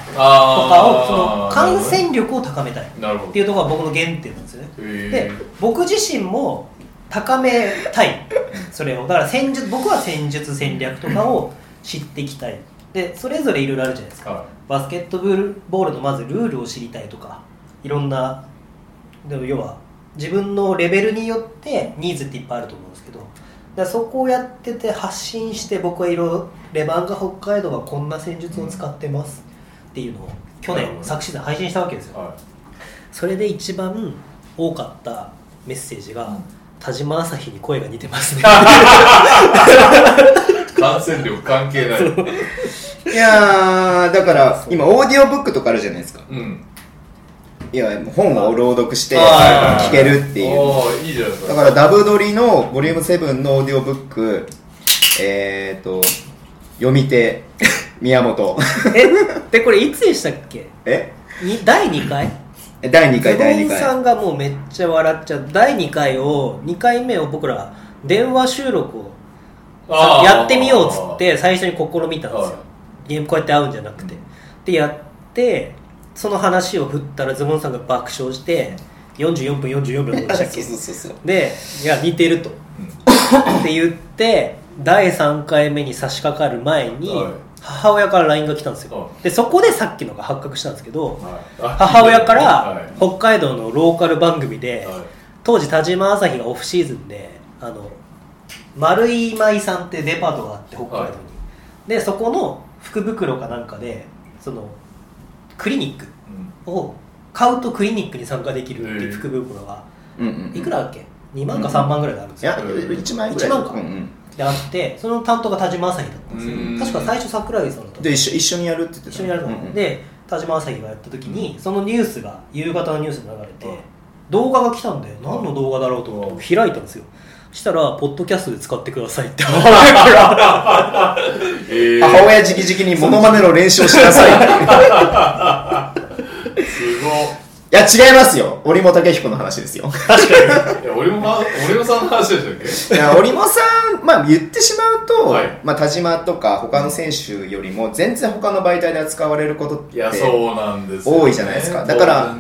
S2: と
S3: あ
S2: かをその
S3: あ
S2: 感染力を高めたいっ
S3: なるほど。
S2: ていうところが僕の原点なんですよねで
S3: え
S2: 僕自身も高めたいそれをだから戦術僕は戦術戦略とかを知っていきたいでそれぞれいろいろあるじゃないです
S3: ー
S2: か
S3: は
S2: バスケットボールボールのまずルールを知りたいとかいろんなでも要は自分のレベルによってニーズっていっぱいあると思うんですけどだからそこをやってて発信して僕はいろいろレバンガ北海道がこんな戦術を使ってますっていうのを去年
S3: なるほど
S2: 昨シーズン配信したわけです
S3: い。
S2: よ
S3: は
S2: それで一番多かったメッセージが、田島朝日に声が似てますね
S3: い。感染力関係ない。う
S1: いやー、だから、今、オーディオブックとかあるじゃないですか。
S3: ん。
S1: いや、もう本を朗読して、
S3: あ
S1: 聞
S3: ー
S1: けるっていう。
S3: おーいいじゃないです
S1: だ
S3: か。
S1: から、ダブドリのボリューム7のオーディオブック、えーと、読み手、 宮本。
S2: えでこれいつでしたっけ
S1: え
S2: に第2回
S1: 第2
S2: ズ
S1: 回、
S2: ボ
S1: 第2
S2: ンさ
S1: 回。
S2: んがもうめっちゃ笑っちゃう第2回を2回目を僕ら電話収録を
S3: あー
S2: やってみようっつっ。て最初に試みたんですよ
S3: は
S2: ゲームこうやって会うんじゃなくてでやってその話を振ったらズボンさんが爆笑して44分44秒でした っけ
S1: そうそうそう。
S2: でいや似てると
S3: うん
S2: って言って第3回目に差し掛かる前に
S3: はい
S2: 母親から LINE が来たんですよ
S3: は
S2: でそこでさっきのが発覚したんですけど
S3: はいあ
S2: 母親か
S3: は
S2: ら
S3: い
S2: 北海道のローカル番組で
S3: はい
S2: 当時田島朝日がオフシーズンであの丸井舞さんってデパートがあって北海道に、
S3: はい
S2: でそこの福袋かなんかでそのクリニック
S3: うん
S2: を買うとクリニックに参加できるっていう福袋が
S1: うんうんうん。
S2: いくらだっけ2万か3万ぐらいであるんで
S1: い
S2: すよ
S1: や、1万円ぐら
S2: 1
S1: い。
S2: 万か
S1: うんうん。
S2: であってその担当が田島朝日だったんですよ
S3: うん
S2: 確か最初桜井さんだったん
S1: で、
S2: です
S1: 一緒一緒にやるって言ってた。
S2: 一緒にやると思う、
S1: うんうん
S2: で田島朝日がやった時に、そのニュースが夕方のニュースで流れて、
S3: うん
S2: 動画が来たんで何の動画だろうと思って開いたんですよしたら「ポッドキャストで使ってください」 って母親から
S3: えー
S1: 母親直々にモノマネの練習をしなさいっていう。
S3: すご
S1: いや、違いますよ。折本武彦の話ですよ。
S3: い。いや、俺もま、俺もさんの話でしたっけ
S1: いや折茂さん、まあ、言ってしまうと、
S3: はい
S1: まあ、田島とか他の選手よりも全然他の媒体で扱われることって
S3: いや、そうなんです
S1: 多いじゃないですかだから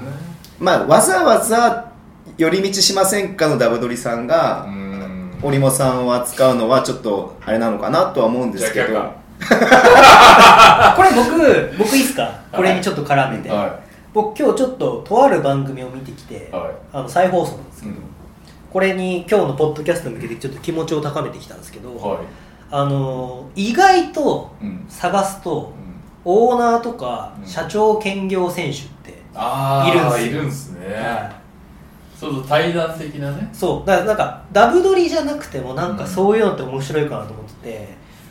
S1: まあ、わざわざ寄り道しませんかのダブドリさん
S3: 当
S1: が
S3: 然ねうん。
S1: 折茂さんを扱うのはちょっとあれなのかなとは思うんですけ
S3: じ
S1: ど
S3: ゃあ
S2: あこれ僕僕いいっすかこれにちょっと絡めて、
S3: 却下は
S2: 僕今日ちょっととある番組を見てきて、
S3: い。は
S2: あの再放送なんです
S3: い。
S2: け
S3: う
S2: ど、
S3: ん
S2: これに今日のポッドキャストに向けてちょっと気持ちを高めてきたんですけど、
S3: は
S2: あのー意外と
S3: い。うん。
S2: 探すと
S3: うん
S2: オーナーとか
S3: うん
S2: 社長兼業選手って、
S3: ああ、
S2: い
S3: い
S2: る
S3: る
S2: ん
S3: ん
S2: です
S3: ね。そうそう、対談的なね。
S2: そうだからなんかダブドリじゃなくてもなんかそういうのって面白いかなと思ってて、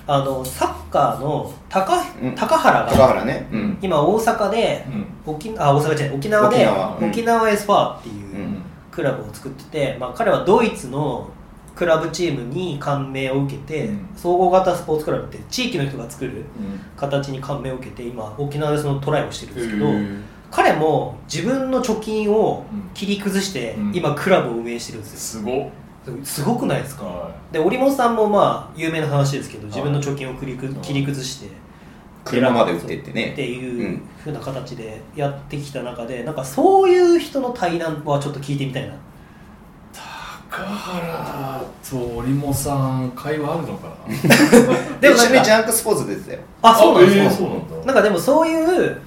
S2: あのサッカーの高
S1: うん
S2: 高原
S1: 高
S2: が
S1: 原ね、
S3: う
S1: うんん。
S2: 今大阪で
S3: うん。
S2: 沖あ大阪じゃない沖縄で
S1: 沖
S2: 沖
S1: 縄
S2: 縄,、
S3: うん
S2: エスファーっていうううんクラブを作ってて、まあ、彼はドイツのクラブチームに感銘を受けて、
S3: うん
S2: 総合型スポーツクラブって地域の人が作る
S3: うん。
S2: 形に感銘を受けて今沖縄でそのトライをしてるんですけど、
S3: へー
S2: 彼も自分の貯金を
S3: うん
S2: 切り崩して、
S3: うん
S2: 今クラブを運営してるんです
S3: すごっ。
S2: よすごくないですか
S3: は
S2: で織本さんもまあ有名な話ですけど
S3: い
S2: 自分の貯金を切りく
S3: い
S2: 切り崩して
S1: 車まで売ってって
S2: っ
S1: ね
S2: ていううんふうな形でやってきた中でなんかそういう人の対談はちょっと聞いてみたいない
S3: 高原と織茂さん会話あるのか
S1: でも一
S2: でもなんか
S3: な
S1: 緒にジャンクスポーツ出てたよ
S2: あそうなんですか、
S3: えーそうなんだ
S2: なんかでもそういう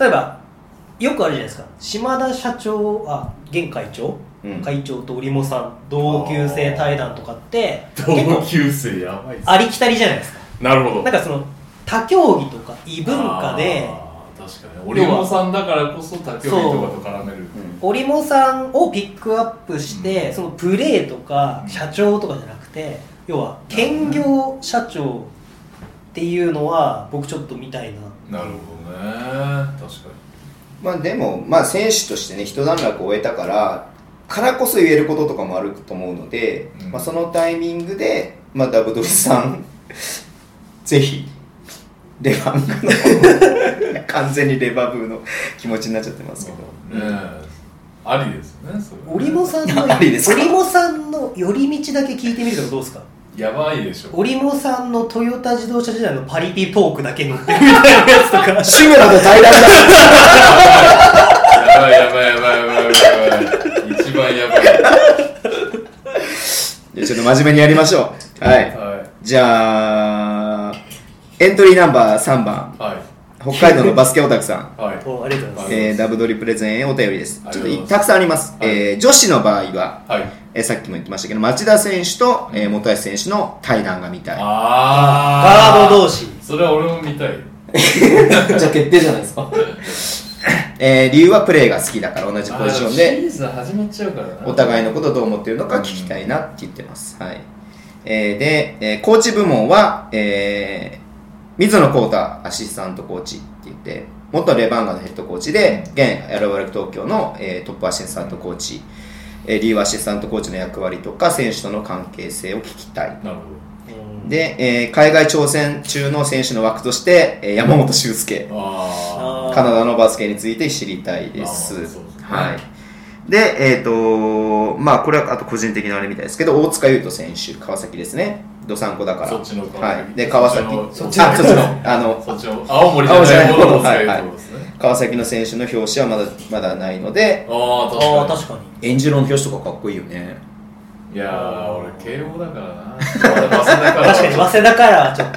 S2: 例えばよくあるじゃないですか島田社長あ現会長、
S1: うん
S2: 会長と織茂さん同級生対談とかって結
S3: 同
S2: 構
S3: 級生やばいっす
S2: ありきたりじゃないですか
S3: なるほど
S2: なんかその他競技とか異文化で
S3: あー確かに織茂さんだからこそ他競技とかと絡める
S2: 織茂さんをピックアップして、そのプレーとか
S3: うん
S2: 社長とかじゃなくて要は兼業社長っていうのは僕ちょっと見たいな
S3: なるほどね確か
S1: まあでも、まあ、選手としてね一段落を終えたからからこそ言えることとかもあると思うので、
S3: うん
S1: まあ、そのタイミングで、まあ、ダブドリさん ぜひレバングの 完全にレバブーの気持ちになっちゃってますけど、
S3: にねえありですねそれはね
S2: 織茂さんの
S1: ありですか
S2: 織茂さんの寄り道だけ聞いてみるとかどうですか
S3: やばいでしょ
S2: 織茂さんのトヨタ自動車時代のパリピポークだけ乗ってるみたいなやつとか
S1: 志村と対談だ
S3: やばいやばいやばいやばいやばい一番やばい
S1: いやちょっと真面目にやりましょうはい
S3: は
S1: じゃあエントリーナンバー3番
S3: いはい
S1: 北海道のバスケオタク さん
S3: はい
S2: おありがとうございま す
S1: えーダブドリプレゼンへお便りです。
S3: あ
S1: ち
S3: り
S1: ょ
S3: が
S1: っ
S3: とうござい
S1: と
S3: ます
S1: たくさんあります。
S3: はい
S1: えー女子の場合は、
S3: はい
S1: えーさっきも言ってましたけど、町田選手と、えー本橋選手の対談が見たい。
S2: ガ
S3: あ
S2: ード同
S3: 士
S2: 士
S3: それは俺も見たい
S1: じゃ決定じゃないですか。えー理由はプレーが好きだから同じポジション
S3: あーシ
S1: で、
S3: リーズ始めちゃうからな
S1: お互いのことをどう思っているのか聞きたいなって言ってます。はい。えーで、えーコーチ部門は、えー水野幸太アシスタントコーチって言って、元レバンガのヘッドコーチで、現エロバルク東京の、えートップアシスタントコーチ、えー理由はアシスタントコーチの役割とか、選手との関係性を聞きたい。
S3: なるほ
S2: うん
S1: で、えー海外挑戦中の選手の枠として、えー山本修介、
S3: どあ
S2: あー
S1: カナダのバスケについて知りたいで
S3: まあまあ
S1: す
S3: そうです。ね
S1: はい。で、えっ、とまあ、これはあと個人的なあれみたいですけど、大塚優斗選手、川崎ですね。どさんこだから。
S3: そっちの川
S1: は
S3: 崎
S1: い。で、川崎。
S3: そっちの
S1: あ、そっちの。あ
S3: あ
S1: の、
S3: そっちの青森じゃない方の使い方ですね
S1: 川崎の選手の表紙はまだ、まだないので、
S3: あ
S2: あ
S3: あ
S2: あ
S3: 確か
S2: 確かに
S1: エンジェルの表紙とかかっこいいよね。
S3: にいやー俺慶応だからな俺早稲田から
S2: 確かに早稲田からはちょっと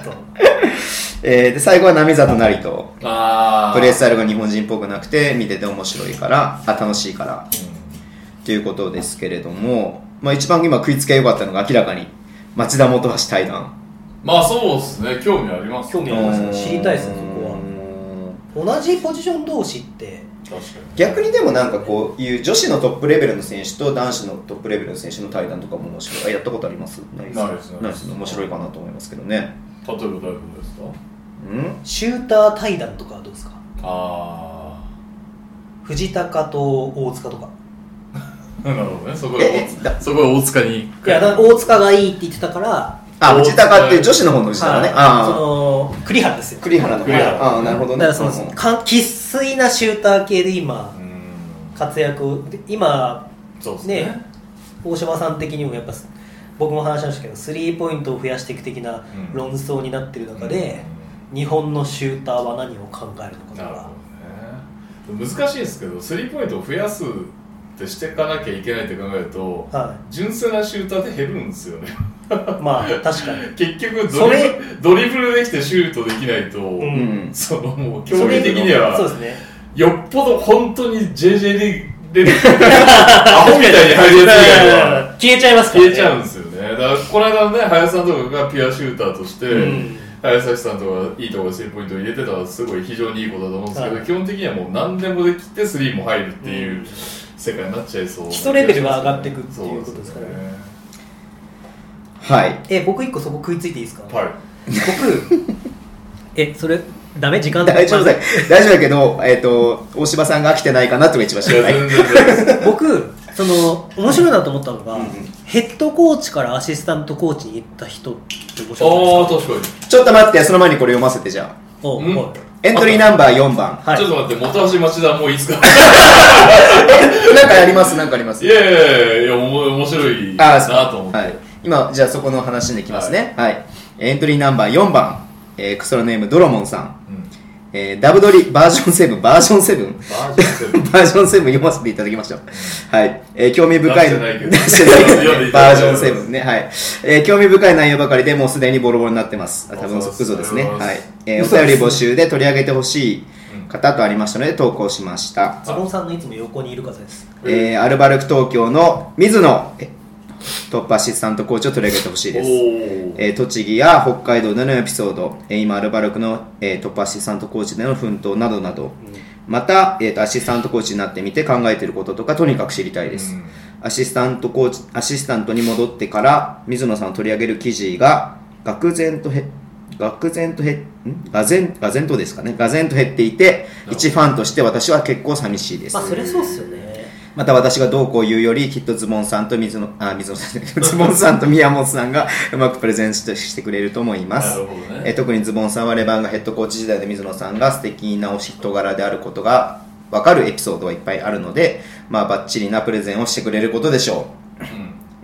S1: えーで、最後は波里成と。
S3: ああ
S1: プレースタイルが日本人っぽくなくて、見てて面白いから、あ、楽しいから。ということですけれども、まあ、一番今食いつきが良かったのが明らかに町田元橋対談
S3: まあそうですね興味あります
S2: 興味ありますね知りたいですねそこは
S1: は
S2: 同じポジション同士って
S3: 確かに
S1: 逆にでもなんかこういう女子のトップレベルの選手と男子のトップレベルの選手の対談とかも面白いあやったことありますないです
S3: ないですね
S1: ないですね面白いかなと思いますけどね
S3: 例えばどういうことですか
S1: うん
S2: シューター対談とかはどうですか
S3: あ
S2: 藤高と大塚とか
S3: あなるほどねそこ
S1: え
S3: で
S1: えだ
S3: そこで大塚に
S2: いやだから大塚がいいって言ってたから
S1: あ藤高っていう女子の方の藤高ね
S2: はい
S1: ああ
S2: その栗原ですよ
S1: 栗原の方
S3: 栗原
S1: ああなるほど
S2: だ
S1: ね
S2: からその
S1: うんうん
S2: か生粋なシューター系で今
S3: うん
S2: 活躍をで今
S3: そうですね
S2: ね大島さん的にもやっぱ僕も話しましたけどスリーポイントを増やしていく的な
S3: うん
S2: 論争になってる中で、日本のシューターは何を考えるのかと
S3: うんなる
S2: か
S3: ほどね難しいですけどスリーポイントを増やすってしていかなきゃいけないって考えると
S2: は
S3: 純粋なシューターって減るんですよね
S2: いまあ確かに
S3: 結局ド
S2: そ
S3: リ
S2: れ
S3: ブルドリブルできてシュートできないと、
S2: ん
S1: うん
S3: そのもう競技的には
S2: そうですね
S3: よっぽど本当に JJ リーグレベル アホみたいに入るやつ以外は
S2: 消えちゃいますから
S3: 消
S2: ね
S3: えちゃうんですよねだからこの間ね林さんとかがピュアシューターとして、
S2: うん
S3: 林崎さんとかいいところスリーポイントを入れてたらすごい非常にいいことだと思うんですけど、
S2: はい
S3: 基本的にはもう何でもできてスリーも入るっていううん世界になっちゃい
S2: 基
S3: そうな気がしますね、
S2: 礎レベルが上がってくっていうことですからね
S3: そう
S1: はい
S2: え僕一個そこ食いついていいですか、
S3: はい
S2: 僕えそれダメ時間
S1: 大丈夫だよ大丈夫だけど、えっと大柴さんが飽きてないかなとか一番
S3: い
S1: 心
S3: や
S1: 配
S3: 全然大丈夫です
S2: 僕その面白いなと思ったのが、
S1: うんうん
S2: ヘッドコーチからアシスタントコーチに行った人って面
S3: あ
S2: 白
S3: あ
S2: くないですか
S3: 確かに
S1: ちょっと待ってその前にこれ読ませてじゃあ
S2: おう
S3: うん
S2: おい
S1: エントリーナンバー4番。
S2: はい
S3: ちょっと待って、本橋町田もういいっすか
S1: なんかあります、なんかあります
S3: い。やいやいやいや、おも面白い
S1: あそう
S3: なと思って。
S1: はい。今、じゃあそこの話に行きますね。はい。エントリーナンバー4番、えークソラネームドロモンさん。
S3: うん
S1: ええーダブドリバージョン7、バージョ ン7、
S3: バージョンセブン
S1: バージョン7読ませていただきました。はい。えー興味深い。
S3: 出してないけ ど
S1: 出してないけど
S3: 読んでいた
S1: バー
S3: だい
S1: ジ
S3: て
S1: ョン
S3: おります
S1: 7ね。はい。えー興味深い内容ばかりでもうすでにボロボロになってます。あ多分
S3: あそうです
S1: 嘘ですね。
S3: ありがとうござ
S1: はいい
S3: ます。
S1: えーお
S2: 嘘
S1: 便
S2: で
S1: り
S2: す
S1: 募集で取り上げてほしい方とありましたので投稿しました。
S2: ズボンさんのいつも横にいる方です。
S1: えーアルバルク東京の水野えトップアシスタントコーチを取り上げてほしいです。
S3: おー
S1: えー栃木や北海道でのエピソード、えー今アルバルクの、えートップアシスタントコーチでの奮闘などなど、また、えーとアシスタントコーチになってみて考えていることとかとにかく知りたいです、
S3: うん
S1: アシスタントコーチアシスタントに戻ってから水野さんを取り上げる記事が愕然とへ愕然とへんがぜんがぜんとですかねがぜんと減っていて
S3: ほど
S1: 一ファンとして私は結構寂しいです
S2: まあ、それそうっすよね。
S1: また私がどうこう言うよりきっとズボンさんと水野あ水野さん ズボンさんと宮本さんが うまくプレゼンしてしてくれると思いま
S3: な
S1: す
S3: るほど
S1: え
S3: ね。
S1: 特にズボンさんはレバンがヘッドコーチ時代で水野さんが素敵なお人柄であることが分かるエピソードはいっぱいあるので、まあ、バッチリなプレゼンをしてくれることでしょ
S3: うん
S1: う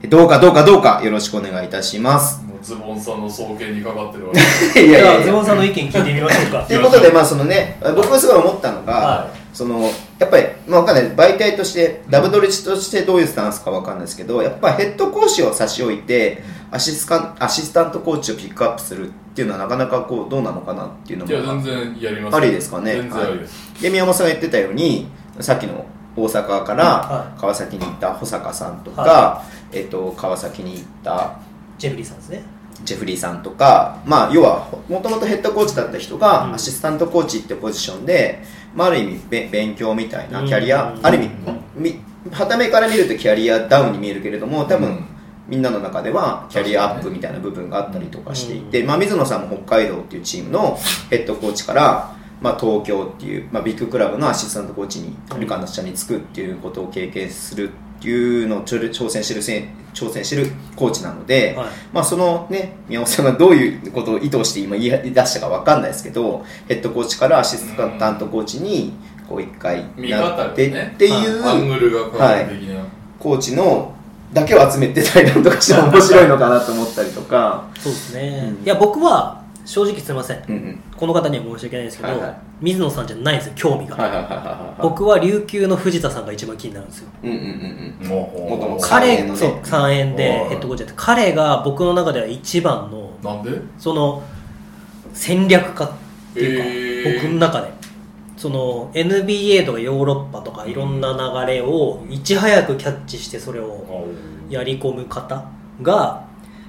S1: えどうかどうかどうかよろしくお願いいたします
S3: もうズボンさんの総計にかかってるわけです。
S1: いやい
S2: じ
S1: や
S2: ゃあ、
S1: い
S2: ズボ
S1: や
S2: ンさんの意見聞いてみましょうか
S1: と。いうことで、まあ、そのね、僕がすごい思ったのが、
S2: は
S1: そのやっぱり、まあ、わかんない、媒体として、ダブドリチとしてどういうスタンスかわかんないですけど、やっぱヘッドコーチを差し置いてアシスカン、アシスタントコーチをピックアップするっていうのは、なかなかこうどうなのかなっていうのも。
S3: いや、全然やりますよ。
S1: ありですかね
S3: 全然ありです。
S1: で宮本さんが言ってたようにさっきの大阪か
S2: は
S1: ら川崎に行った保坂さんとか、
S2: は
S1: えっと川崎に行った
S2: ジェフリーさんですね。
S1: ジェフリーさんとか、まあ、要はもともとヘッドコーチだった人
S2: う
S1: が
S2: ん
S1: アシスタントコーチってポジションで、まあ、ある意味べ勉強みたいなキャリア、
S2: うん
S1: ある意味み傍目から見るとキャリアダウンに見えるけれども多分、
S3: うん
S1: みんなの中ではキャリアアップみたいな部分があったりとかしていて、まあ、水野さんも北海道っていうチームのヘッドコーチから、まあ、東京っていう、まあ、ビッグクラブのアシスタントコーチにルカンの下につくっていうことを経験するっていうのをちょる挑戦してるせん挑戦してるコーチなので、
S2: はい
S1: まあ、そのね宮本さんがどういうことを意図して今言い出したかわかんないですけどヘッドコーチからアシスタントコーチにこう一回
S3: 見
S1: な
S3: 方
S1: って
S3: で
S1: っ
S3: ね
S1: て
S2: はい
S1: いう
S3: アングルが変わる的な。
S1: コーチのだけを集めて対談とかしても面白いのかなと思ったりとか、
S2: そうですね。
S1: うん
S2: いや、僕は、正直すみません。
S1: うんうん、
S2: この方には申し訳ないですけど、
S1: はいはい
S2: 水野さんじゃないんですよ、興味が。
S1: はいはいはいはいはい
S2: 僕は琉球の藤田さんが一番気になるんですよ。
S1: うんうんうん
S3: もう
S1: もともと三
S2: 彼
S1: 円のね
S2: そう3円で
S3: はい
S2: ヘッドコーチやって彼が僕の中では一番の
S3: なんで
S2: その戦略家っていうか、
S3: えー
S2: 僕の中でその NBA とかヨーロッパとかいろんな流れをいち早くキャッチしてそれをやり込む方が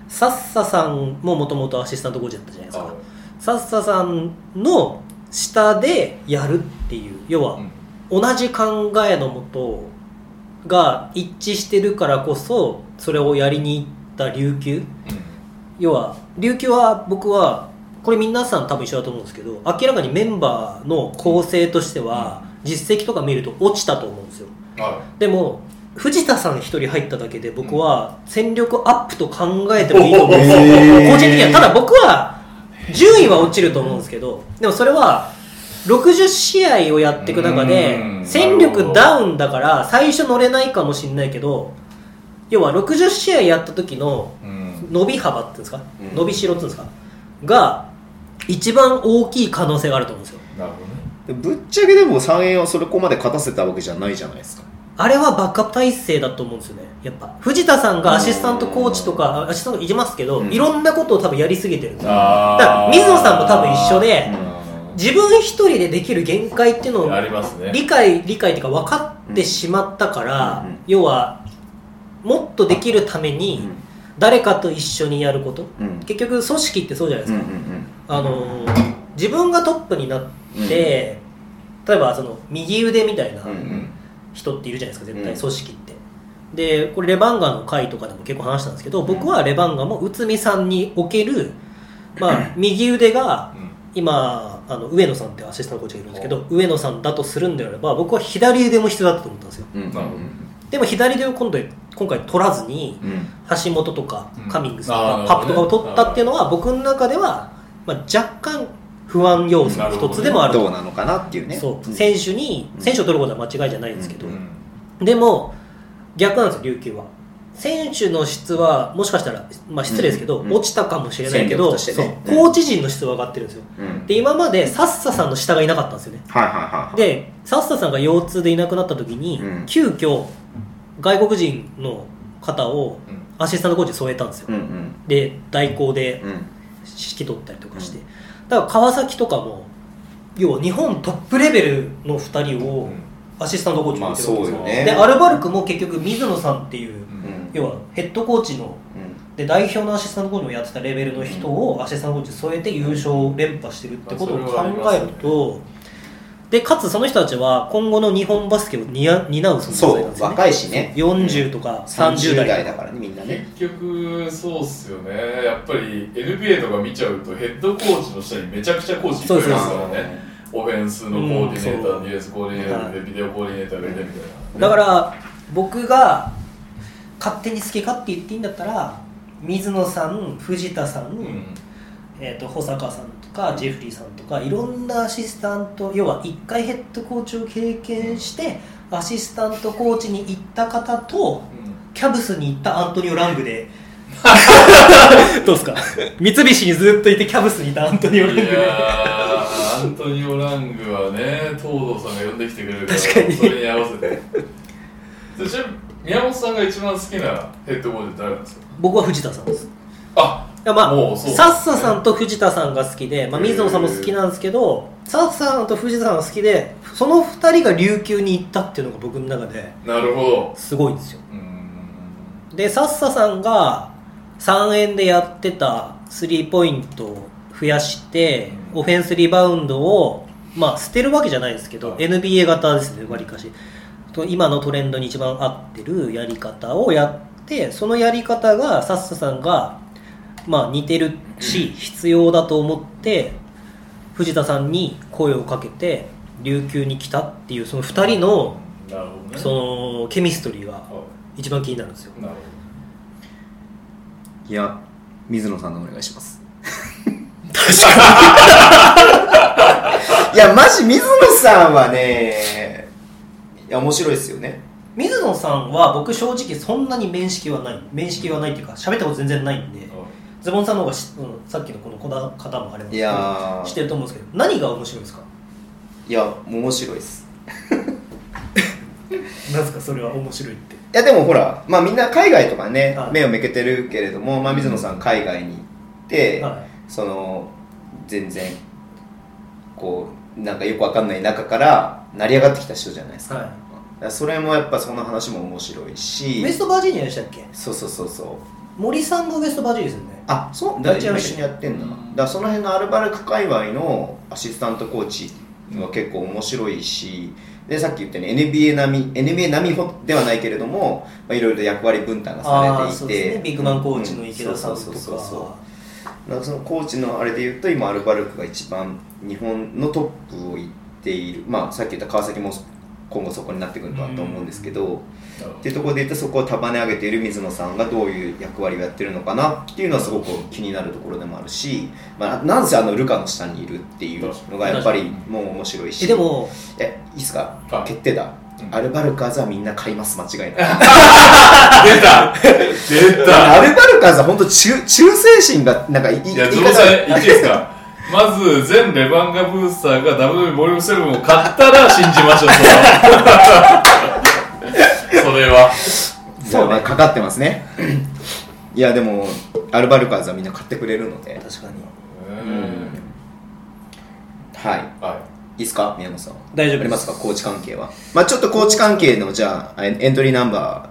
S2: サッサさんももともとアシスタントコーチだったじゃないですかサッサさんの下でやるっていう要は、
S3: うん
S2: 同じ考えのもとが一致してるからこそそれをやりに行った琉球要は琉球は僕はこれ皆さん多分一緒だと思うんですけど明らかにメンバーの構成としては実績とか見ると落ちたと思うんですよ
S3: は
S2: でも藤田さん一人入っただけで僕は戦力アップと考えてもいいと思うんですよ、
S1: へー
S2: 個人的にはただ僕は順位は落ちると思うんですけどでもそれは60試合をやっていく中で
S3: うん
S2: 戦力ダウンだから最初乗れないかもしれないけど要は60試合やった時の
S3: いうん
S2: 伸び幅っていうんですか
S1: うん
S2: 伸びしろっていうんですかが一番大きい可能性があると思うんですよ
S3: なるほどね
S1: うんぶっちゃけでも3円をそれこまで勝たせたわけじゃないじゃないですか
S2: あれはバックアップ体制だと思うんですよね。やっぱ。藤田さんがアシスタントコーチとか、アシスタントいますけど、
S1: うん
S2: いろんなことを多分やりすぎてるんですよ。だ
S3: あー
S2: から、水野さんも多分一緒で、
S3: うん
S2: 自分一人でできる限界っていうのを
S3: ありますね
S2: 理解、理解っていうか分かってしまったから、
S1: うんうん
S2: 要は、もっとできるために、誰かと一緒にやること。
S1: うん
S2: 結局、組織ってそうじゃないで
S1: う
S2: す
S1: ん
S2: か。
S1: うん
S2: あのー自分がトップになって、例えば、その、右腕みたいな、
S1: うんうん
S2: 人っているじゃないですか絶
S1: う
S2: 対
S1: ん
S2: 組織って、でこれレバンガの回とかでも結構話したんですけど僕はレバンガも内海さんにおける、ま あ、右腕が今あの上野さんってアシスタントコーチがいるんですけど上野さんだとするんであれば僕は左腕も必要だったと思ったんですよ
S1: うんうん
S3: なるほど
S2: でも左腕を今度今回取らずに
S1: うん
S2: 橋本とか
S3: うん
S2: カミングスと
S3: あーな
S2: かカッ
S3: るほ
S2: プ
S3: ど
S2: と
S3: ね
S2: かを取ったっていうのは僕の中では、まあ、若干不安要素の一つでもあると
S1: どうなのかなっていうね
S2: そう
S1: うん
S2: 選手に
S1: うん
S2: 選手を取ることは間違いじゃないですけど、
S3: うん
S2: でも逆なんですよ琉球は選手の質はもしかしたら、まあ、失礼ですけど、
S1: うんうん
S2: 落ちたかもしれないけど、
S1: 戦
S2: そ
S1: 力としてね
S2: うコーチ陣の質は上がってるんですよ
S1: うんはい
S2: で今までサッサさんの下がいなかったんですよね
S1: はいはいはい
S2: でサッサさんが腰痛でいなくなった時に、
S1: うん
S2: 急遽外国人の方を
S3: うん
S2: アシスタントコーチに添えたんですよ、
S1: うんうん
S2: で代行で
S1: うん
S2: 指揮取ったりとかして、だから川崎とかも要は日本トップレベルの2人
S3: う
S2: を
S3: ん
S2: アシスタントコーチに
S1: まあ
S2: 置いてるわ
S1: そ
S2: け
S1: う
S2: ですよ
S1: よね
S2: でアルバルクも結局水野さんっていう
S3: うん
S1: うん
S2: 要はヘッドコーチの
S1: うん
S2: で代表のアシスタントコーチもやってたレベルの人をアシスタントコーチに添えて優勝連覇してるってことを
S3: まあそれはありま
S2: 考え
S3: す
S2: ると、でかつその人たちは今後の日本バスケを担う担う存在
S1: そ
S2: なんで
S1: う
S2: すよね
S1: 若いしね
S2: 40とか30
S1: 30
S2: 代
S1: 代だからねみんなね
S3: 結局そうっすよねやっぱり NBA とか見ちゃうとヘッドコーチの下にめちゃくちゃコーチいっぱいいますからねオフェンスのコーディネーター、
S2: うん
S3: ディフェンスコーディネーターでビデオコーディネーターがいてみたい
S2: だ
S3: な
S2: から僕が勝手に好き勝手言っていいんだったら水野さん藤田さん、
S3: うん
S2: えー、と保坂さんとかジェフリーさんとかいろんなアシスタント要は1回ヘッドコーチを経験してアシスタントコーチに行った方とキャブスに行ったアントニオ・ラング でどうですか三菱にずっといてキャブスにいたアントニオ・ラン
S3: い
S2: グ
S3: や
S2: で
S3: ーアントニオ・ラングはね東堂さんが呼んできてくれるから
S2: 確かに
S3: それに合わせてでちなみに宮本さんが一番好きなヘッドコーチって誰なんですか
S2: 僕は藤田さんです
S3: あ
S2: いやま
S3: もう
S2: あ、
S3: そう
S2: サッサさんと藤田さんが好きで、まあ、
S1: へー
S2: 水野さんも好きなんですけど、サッサさんと藤田さんが好きでその2人が琉球に行ったっていうのが僕の中で
S3: なるほど
S2: すごいんですよ
S3: うーん
S2: でサッサさんが3円でやってたスリーポイントを増やして
S3: うん
S2: オフェンスリバウンドを、まあ、捨てるわけじゃないですけど、
S3: はい
S2: NBA 型ですねわりかしと今のトレンドに一番合ってるやり方をやってそのやり方がサッサさんが、まあ、似てるし必要だと思って藤田さんに声をかけて琉球に来たっていうその2人の
S3: なるほどね
S2: そのケミストリーが
S3: は
S2: 一番気になるんですよ
S3: いなる
S1: いや水野さんのお願いします確かにいやマジ水野さんはねいや面白いですよね
S2: 水野さんは僕正直そんなに面識はない面識はないっていうか喋ったこと全然ないんで
S3: ほどはい
S2: ズボンさんの方がし、うんさっきのこのこだ方もあれなん
S1: い
S2: ですけど
S1: や
S2: 知っ
S1: ー
S2: てると思うんですけど何が面白いんですか
S1: いや面白いです
S2: なぜかそれは面白いって
S1: いやでもほら、まあ、みんな海外とかね、
S2: はい
S1: 目を向けてるけれども、まあ、水野さん海外に行って、
S2: は
S1: その全然こうなんかよくわかんない中から成り上がってきた人じゃないです
S2: い、
S1: か,、
S2: は
S1: それもやっぱその話も面白い
S2: い、
S1: し
S2: ウェストバージニアでしたっけ
S1: そうそうそうそう
S2: 森さんもウェストバージニアですよね
S1: あそうだから
S2: ダチアン
S1: 今一緒にやってんだ
S3: う
S1: だ
S3: ん
S1: からその辺のアルバルク界隈のアシスタントコーチは結構面白いしでさっき言ったように NBA 並み NBA 並みほではないけれどもまあいろいろ役割分担が
S2: あ
S1: さ
S2: あ
S1: れ
S2: そう
S1: てい
S2: で
S1: て
S2: すねビッグマンコーチの池田さん
S1: う
S2: と
S1: そうそうそうそう
S2: か
S1: なんかそのコーチのあれで言うと今アルバルクが一番日本のトップをいっている、まあ、さっき言った川崎も今後そこになってくるかと思うんですけど、
S3: なるほ
S1: っ
S3: ど
S1: ていうところで言うとそこを束ね上げている水野さんがどういう役割をやってるのかなっていうのはすごく気になるところでもあるし、まあ、なんせあのルカの下にいるっていうのがやっぱりもう面白いし
S2: えでも
S1: えいいっすか
S3: あ
S1: 決定だ、
S3: うん
S1: アルバルカーズはみんな買います間違いない
S3: 出た出
S1: ア
S3: た
S1: ルバルカーズは本当忠忠誠心がなんかいい
S3: いや、
S1: 言
S3: ズ
S1: い
S3: ボ
S1: 方
S3: さん、1位ですか。まず、全レバンガブースターが W ボリューム7を買ったら信じまし ょう、それは。それは。
S1: そうね、かかってますね。いや、でも、アルバルカーズはみんな買ってくれるので、
S2: 確かに
S1: んはい。
S3: はい
S1: いですか、宮本さん。
S2: 大丈夫
S1: ありますか、コーチ関係は。まあちょっとコーチ関係の、じゃあ、えエントリーナンバ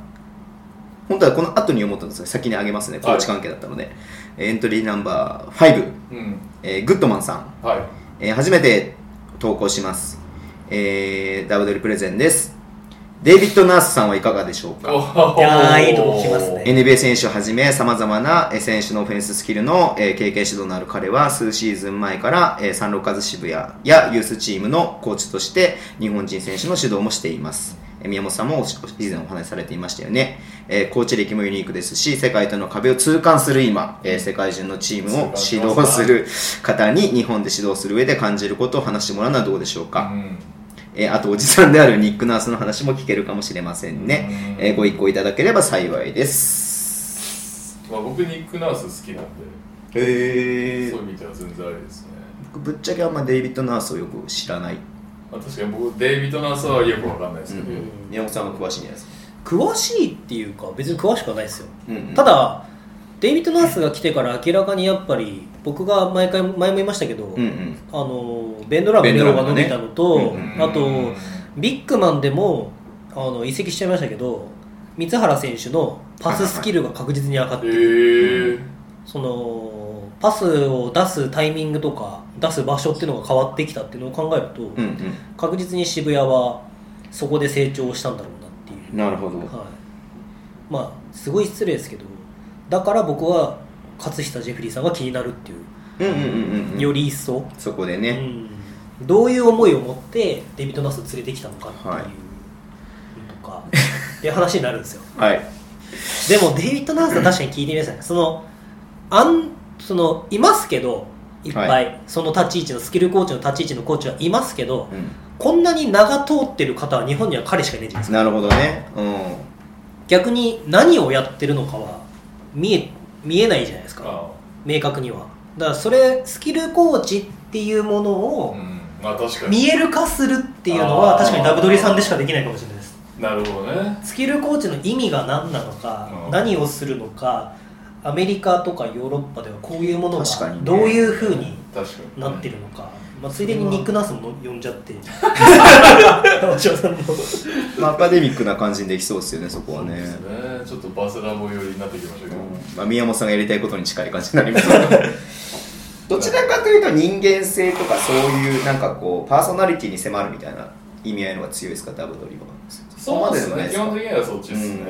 S1: ー、本当はこの後に思ったんですが、先にあげますね、コーチ関係だったので。エントリーナンバー5、
S3: うん。
S1: えー、グッドマンさん。
S3: はい。
S1: えー初めて投稿します。えー、ダブドリプレゼンです。デイビッド・ナースさんはいかがでしょうか
S3: お
S2: いやーいいとこ来ますね
S1: NBA 選手をはじめさまざまなえー選手のオフェンススキルのえー経験指導のある彼は数シーズン前からえーサンロッカーズ渋谷やユースチームのコーチとして日本人選手の指導もしていますえー宮本さんもおし以前お話しされていましたよね、えーコーチ歴もユニークですし世界との壁を痛感する今、えー世界中のチームを指導する方に日本で指導する上で感じることを話してもらうのはどうでしょうか、
S3: うん。
S1: えーあとおじさんであるニック・ナースの話も聞けるかもしれませんね、
S3: うん
S1: えーご一行いただければ幸いです
S3: まあ、僕ニック・ナース好きなんで、
S1: へ
S3: そういう意味では全然ありですね
S1: 僕ぶっちゃけあんまデイビッド・ナースをよく知らない
S3: まあ確かに僕デイビッド・ナースはよくわかんないですけど、
S1: うん宮本さんは詳しいんじゃないですか
S2: 詳しいっていうか別に詳しくはないですよ、
S1: うんうん
S2: ただデイビッド・ナースが来てから明らかにやっぱり僕が毎回前も言いましたけど、
S1: うんうん
S2: あのベンドラム量が伸びたのと、
S1: ベンドラムがねうん
S2: あとビッグマンでもあの移籍しちゃいましたけど三原選手のパススキルが確実に上がって
S3: え
S2: る、
S3: ー、
S2: そのパスを出すタイミングとか出す場所っていうのが変わってきたっていうのを考えると、
S1: うん
S2: 確実に渋谷はそこで成長したんだろうなっていう
S1: うんなるほど
S2: はい、まあすごい失礼ですけどだから僕は勝久ジェフリーさんが気になるっていう
S1: うんうんうんうん
S2: より一層、
S1: そこで
S2: う
S1: ね、
S2: んどういう思いを持ってデビッド・ナースを連れてきたのかっていう、
S1: はい
S2: とかっていう話になるんですよ
S1: はい
S2: でもデビッド・ナースは確かに聞いてみなさいそのあんそのいますけどいっぱい、
S1: は
S2: その立ち位置のスキルコーチの立ち位置のコーチはいますけど
S1: う
S2: こんなに名が通ってる方は日本には彼しかいないじゃないですか
S1: ん、なるほどねう
S2: 逆に何をやってるのかは見え見えないじゃないですか
S3: あ
S2: 明確にはだからそれスキルコーチっていうもの
S3: あう
S2: を
S3: んまあ確かに
S2: 見える化するっていうのは
S3: あー
S2: 確かにダブドリさんでしかできないかもしれないです
S3: なるほどね
S2: スキルコーチの意味が何なのか
S3: うん
S2: 何をするのかアメリカとかヨーロッパではこういうものが
S1: 確かにね
S2: どういうふうに
S3: 確かに
S2: なってるのか、まあ、ついでにニック・ナースも呼んじゃって川島さんも
S1: ん、まあ、アカデミックな感じにできそうですよねそこは
S3: そうで
S1: ね
S3: すねちょっとバスラボ寄りになってきましたけど、
S1: まあ、宮本さんがやりたいことに近い感じになります どちらかというと人間性とかそういうなんかこうパーソナリティに迫るみたいな意味合いの方が強いですかダブドリは
S3: そうですね、基
S1: か
S3: 本的にはそっちですね、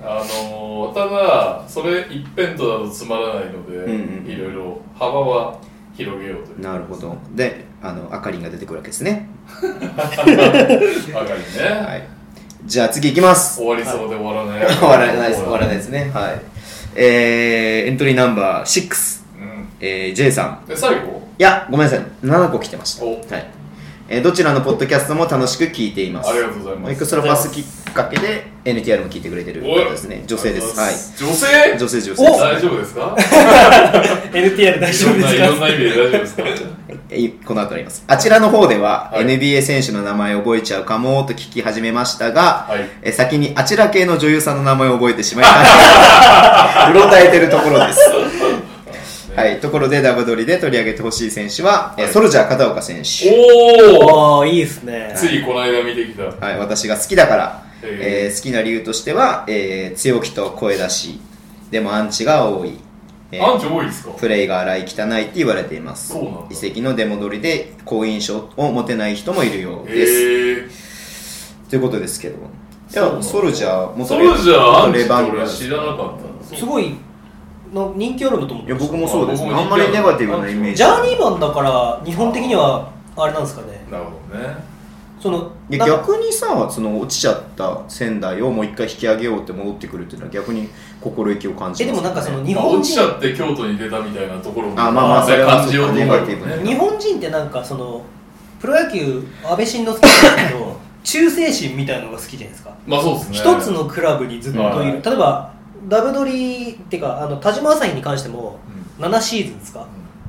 S2: う
S3: あのーただそれ一辺倒だとつまらないので、
S1: うんうん
S3: いろいろ幅は広げようという
S1: なるほどであのあかりんが出てくるわけですね
S3: ばかりね、
S1: はいじゃあ次いきます
S3: 終わりそうで終わらない、
S1: 終わらないです終わらないですねはいえー、エントリーナンバー6、
S3: うん
S1: えー、J さん
S3: で最後
S1: いやごめんなさい7個来てました、は
S3: お
S1: いえーどちらのポッドキャストも楽しく聞いています
S3: ありがとうございます
S1: エクストラパスきっかけで NTR も聞いてくれてる方ですね女性ですはい
S3: 女性
S1: 女性女
S2: お
S1: 性
S3: 大丈夫で すか
S2: NTR 大丈夫
S3: いろん
S2: ですか
S3: ないろんな意味で大丈夫ですか
S1: えこの後ありますあちらの方では、
S3: はい
S1: NBA 選手の名前覚えちゃうかもと聞き始めましたが、
S3: はい
S1: え先にあちら系の女優さんの名前を覚えてしまいま したうろたえてるところですはい、ところでダブドリで取り上げてほしい選手は、え
S3: はい
S1: ソルジャー片岡選手、
S3: おお
S2: ああいいですね
S3: ついこの間見てきた
S1: はい、私が好きだから、
S3: へー
S1: えー好きな理由としては、えー強気と声出しでもアンチが多い、えー
S3: アンチ多いですか
S1: プレイが荒い汚いって言われています
S3: そうなんだ
S1: 移籍の出戻りで好印象を持てない人もいるようです、
S3: へえ
S1: ということですけどい
S3: そうなん
S1: や
S3: だ
S1: ソルジャー元
S3: ソ
S1: レ
S3: ルジャーア
S1: 元
S3: ンチっ
S1: レ
S3: て
S1: バンガ
S3: 俺知らなかった
S2: すごいの人気あるんだと思っ
S1: い
S2: て
S1: や
S2: ました
S1: 僕もそうですね
S3: あ僕も
S1: あんまりネガティブなイメージ
S2: ジャーニーマンだから日本的にはあれなんですかね
S3: なるほどね
S2: その
S1: い
S2: な
S1: や
S2: んか
S1: 逆にさその落ちちゃった仙台をもう一回引き上げようって戻ってくるっていうのは逆に心意気を感じ
S2: え
S1: ま
S2: ですも
S1: ね
S2: なんかその日
S3: まあ、落
S2: 本
S3: ちちゃ
S2: 人
S3: って京都に出たみたいなところも
S1: あまあまあ
S3: ね
S1: それは
S3: 感じようと思うよ
S1: ネガティブなね
S2: 日本人ってなんかそのプロ野球安倍晋之助なんですけど忠誠心みたいなのが好きじゃないですか
S3: まあそうですね
S2: 一つのクラブにずっといる、
S3: はい
S2: 例えばダブドリっていうかあの田島朝日に関しても
S3: うん
S2: 7シーズンですか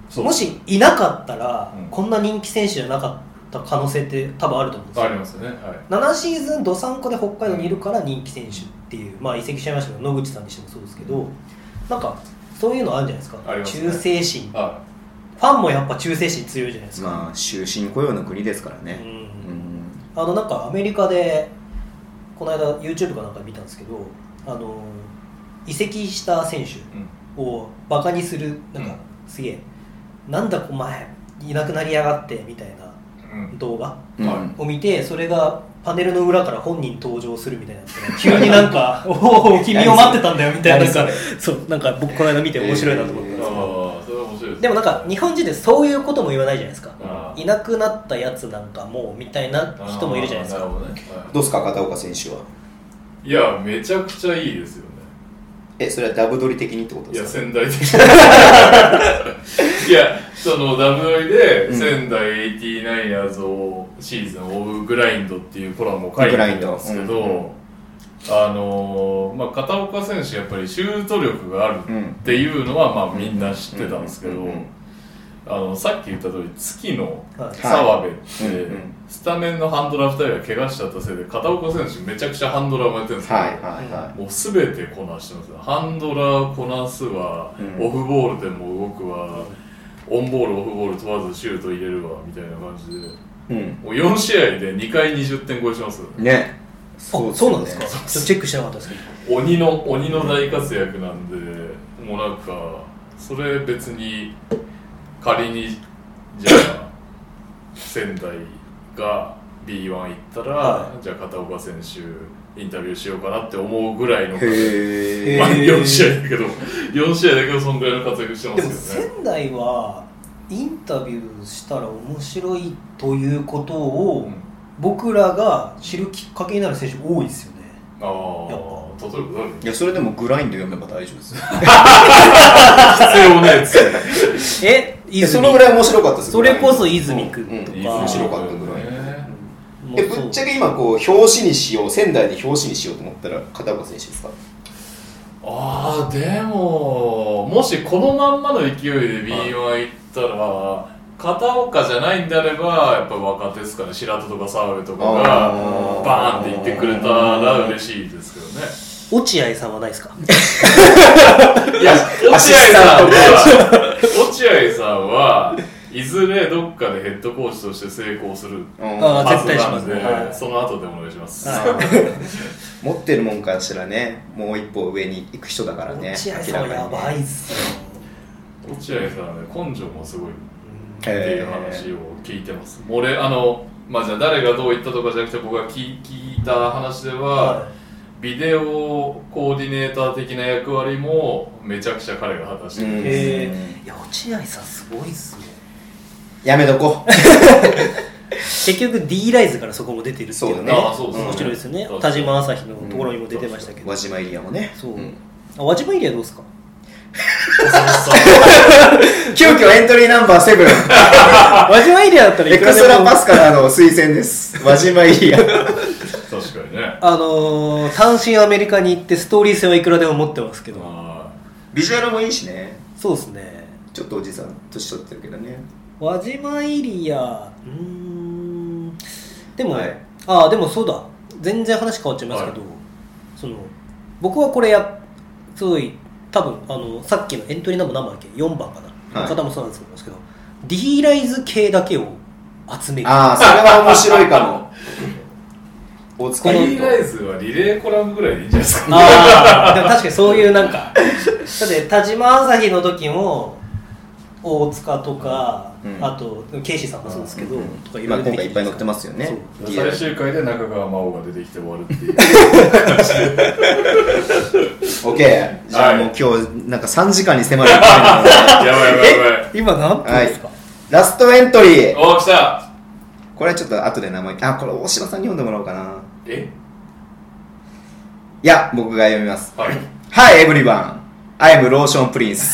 S3: そう
S2: もしいなかったら、
S3: うん
S2: こんな人気選手じゃなかった可能性って多分あると思うんですよ
S3: ありますねは
S2: 7シーズンどさんこで北海道にいるから人気選手っていう、まあ、移籍しちゃいましたけど野口さんにしてもそうですけどなんかそういうのあるんじゃないですか
S3: ありますね
S2: 忠誠心
S3: いは
S2: ファンもやっぱ忠誠心強いじゃないですか、
S1: まあ終身雇用の国ですから
S2: う
S1: ねうんん
S2: あのなんかアメリカでこの間 YouTube かなんか見たんですけどあの移籍した選手
S3: い、うん
S2: をバカにするなんか、
S3: うん
S2: すげえなんだお前いなくなりやがってみたいな
S3: うん、
S2: 動画
S1: うん
S3: は
S2: を見てそれがパネルの裏から本人登場するみたいなやつで急になん か「おお君を待ってたんだよ」みたいななんかそうなんか僕この間見て面白いなと思ったんですけど、
S3: ああそれは面白いですね
S2: でもなんか日本人でそういうことも言わないじゃないですか
S3: あー
S2: いなくなったやつなんかもうみたいな人もいるじゃないです
S3: あー
S2: か
S3: るほどね
S1: どうですか片岡選手は
S3: はいいやめちゃくちゃいいですよね
S1: えそれはダブドリ的にってこと
S3: い
S1: で
S3: や
S1: すか
S3: 仙台的いやその WI で
S1: うん
S3: 仙台 89ers をシーズンを追うグラインドっていうコラムを書いてるんですけ
S1: グラインドうん
S3: ど、あのーまあ、片岡選手やっぱりシュート力がある
S1: うん
S3: っていうのはまあみんな知ってたんですけ
S1: う
S3: ど
S1: んうん、
S3: あのさっき言った通り月の
S2: はい
S3: 澤部って、
S1: はいうんうん
S3: スタメンのハンドラー2人が怪我しちゃったせいで片岡選手めちゃくちゃハンドラーもやってるんですけど、
S1: はいはいは
S3: もう全てこなしてますよハンドラーこなすわ、
S1: うん
S3: オフボールでも動くわオンボールオフボール問わずシュート入れるわみたいな感じで
S1: いうん
S3: もう4試合で2回20点超えしますよね
S1: ね
S2: そう
S1: っ
S2: そうなんですか
S1: ね
S2: ちょっとチェックしてなかったですけど
S3: 鬼の鬼の大活躍なんで、もうなんかそれ別に仮にじゃあ仙台が B1 行ったら、
S2: は
S3: じゃあ片岡選手インタビューしようかなって思うぐらいの
S1: へ
S3: まあ、
S1: え
S2: へー
S3: 4試合だけど、4試合だけど、そんぐらいの活躍してま
S2: でも
S3: すよね。
S2: 仙台はインタビューしたら面白いということを
S3: うん
S2: 僕らが知るきっかけになる選手多いですよね
S3: ああ、例えば 誰
S1: いやそれでもグラインド読めば大丈夫ですよ
S3: 必要ないやつ。
S2: え
S1: いや
S2: 泉
S1: そのぐらい面白かったです
S2: それこそ
S1: グラインド
S2: 泉君と
S1: うんうん
S2: か、
S1: 面白かったぐらい
S3: ね。
S2: もう
S1: え
S2: そう
S1: ぶっちゃけ今こう表紙にしよう仙台で表紙にしようと思ったら片岡選手ですか
S3: ああ、でも、もしこのまんまの勢いで B1 行ったら、片岡じゃないんであれば、やっぱ若手ですかね、白戸とか澤部とかが
S1: あー、
S3: バーンって行ってくれたら嬉しいですけどね。
S2: 落合さんはないですか
S3: いや、落合さん は、落合さんは、いずれどっかでヘッドコーチとして成功する
S2: あー
S3: は
S2: 絶
S3: ずなん
S2: 対
S3: で、
S2: しますねはい
S3: その後でお願いします。
S1: 持ってるもんからしたらねもう一歩上に行く人だからね
S2: 落合さんはやばいっすよ、
S3: 落合さんはね、根性もすごいってい
S1: え
S3: う話を聞いてます。俺、あの、まあじゃあ誰がどう言ったとかじゃなくて、僕が聞聞いた話では、
S2: は
S3: ビデオコーディネーター的な役割もめちゃくちゃ彼が果たして
S1: う
S3: る。
S1: ん
S2: い、へえいや落合さんすごいっすね
S1: やめとこ
S2: 結局 D ライズからそこも出てるっていうの
S1: そう
S2: ね
S1: だね
S3: ああ、そうですね。
S1: ん
S2: 面白いですよね
S3: 確か
S2: 田
S3: に
S2: 島朝日のところにも出てましたけ
S1: う
S2: ど、
S1: 輪島エリアもね
S2: そう、
S1: ん
S2: あ輪島エリアどうですか
S1: 急遽エントリーナンバーセブン
S2: 輪島エリアだったら
S1: エ
S2: いく
S1: ク
S2: らで
S1: ス
S2: も
S1: トラパスからの推薦です輪島エリア
S3: 確かにね。
S2: あのー単身アメリカに行ってストーリー性はいくらでも持ってますけど、
S3: あ
S1: ビジュアルもいいしね
S2: そうですね
S1: ちょっとおじさん年取ってるけどね
S2: 輪島エリアうーんでも、
S1: はい
S2: ああでもそうだ全然話変わっちゃいますけど、その僕はこれやすごい多分あのさっきのエントリーナンバー何番だっけ4番かな、
S1: はい
S2: の方もそうなんですけど D ライズ系だけを集める
S1: ああそれは面白いかも大
S3: ー
S1: 塚
S3: フ
S1: 優
S3: リーライズはリレーコラムぐらいでいいんじゃないですか。
S2: あ ーでも確かにそういうなんかだって田島朝日の時も大塚とか、
S1: うん
S2: あとケイシーさんもそうですけど、
S1: うん
S2: とか
S1: 今今
S2: 出
S1: 回い
S2: き
S1: っぱい載ってますよね
S2: そう
S1: リアル
S3: 最終回で中川真央が出てきて終わるって いう。
S1: オッケーじゃあもう今日なんか3時間に迫るは
S3: やばいやばいやばい。
S2: 今何分ですか、
S1: いラストエントリー
S3: おー、来た
S1: これはちょっと後で名前あこれ大島さんに読んでもらおうかな
S3: え
S1: いや僕が読みます
S3: はい。
S1: Hi everyone I am Lotion Prince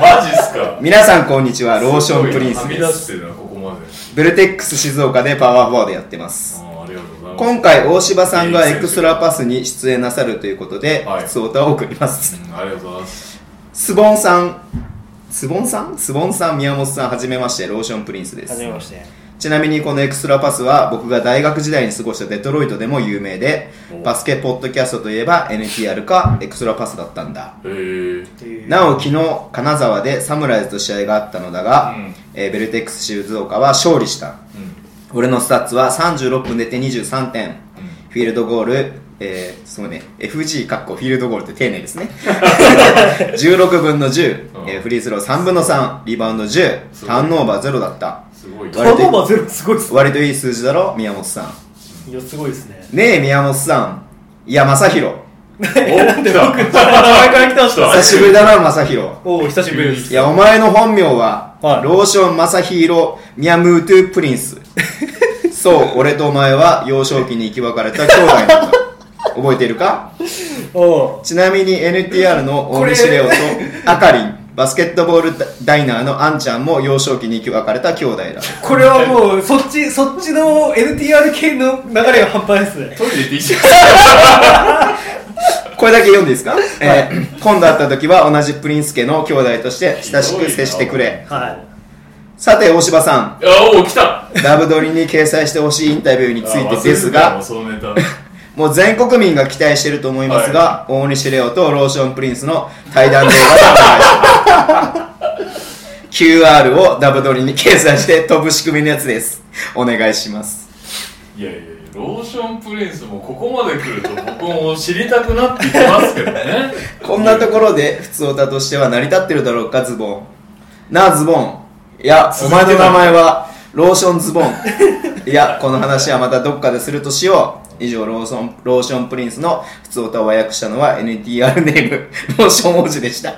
S3: マジっすか
S1: 皆さんこんにちは ローションプリンス
S3: すごい
S1: で
S3: なはみ出
S1: す
S3: してるな、ここまで。
S1: ベルテックス静岡でパワーフォワードやってます
S3: あーありがとうございます。
S1: 今回大柴さんがエクストラパスに出演なさるということで
S3: はい
S1: 普通歌を送ります
S3: うん、ありがとうございます。
S1: スボンさんスボンさんスボンさん宮本さんはじめましてローションプリンスです
S2: 初めまして
S1: ちなみにこのエクストラパスは僕が大学時代に過ごしたデトロイトでも有名で
S3: お
S1: バスケポッドキャストといえば NTR かエクストラパスだったんだ
S3: えー、
S1: なお昨日金沢でサムライズと試合があったのだが、
S3: うん
S1: えーベルテックス静岡は勝利した俺のスタッツは36分出て23点、フィールドゴール、えー、そうね FG かっこフィールドゴールって丁寧 ですね16分の10、えーフリースロー3分の3リバウンド10ターンオーバー0だった
S3: うん、すごい。
S1: わ
S3: う
S1: 割と
S2: 頭がゼロすごいっす
S1: 割といい数字だろ宮本さん
S2: いやすごいですね
S1: ねえ宮本さんいや正宏
S3: な んで僕、名前から来た人
S1: 久しぶりだな正宏
S2: おお久しぶりです
S1: いやお前の本名は、
S2: はい
S1: ローション正宏ミヤムートゥ プリンスそう俺とお前は幼少期に生き別れた兄弟なんだ覚えているか
S2: おう
S1: ちなみに NTR の大西レオとあかりん、バスケットボールダイナーのあんちゃんも幼少期に生き別れた兄弟 だ。
S2: これはもうそっちそっちの NTR 系の流れが半端ないですね
S3: トイレ行っていいですか
S1: これだけ読んでいいですか、えー今度会った時は同じプリンス家の兄弟として親しく接してくれ。
S2: はい
S1: さて、大柴さん、
S3: あおお来た
S1: ダブドリに掲載してほしいインタビューについてです
S3: あ忘れてたよ
S1: が、
S3: そのネタ
S1: もう全国民が期待してると思いますが、大西レオとローションプリンスの対談動画が お願いします。QR をダブドリに掲載して飛ぶ仕組みのやつです。お願いします。
S3: いやいやいやローションプリンスもここまで来ると僕も知りたくなってきますけ どね
S1: こんなところで、普通オタとしては成り立ってるだろうか、ズボン。なあ、ズボン。いや、お前の名前は、ローションズボン。 いや、この話はまたどっかでするとしよう。以上、ローション、ローションプリンスの普通オタを和訳したのは NTR ネーム、 ローション王子でした。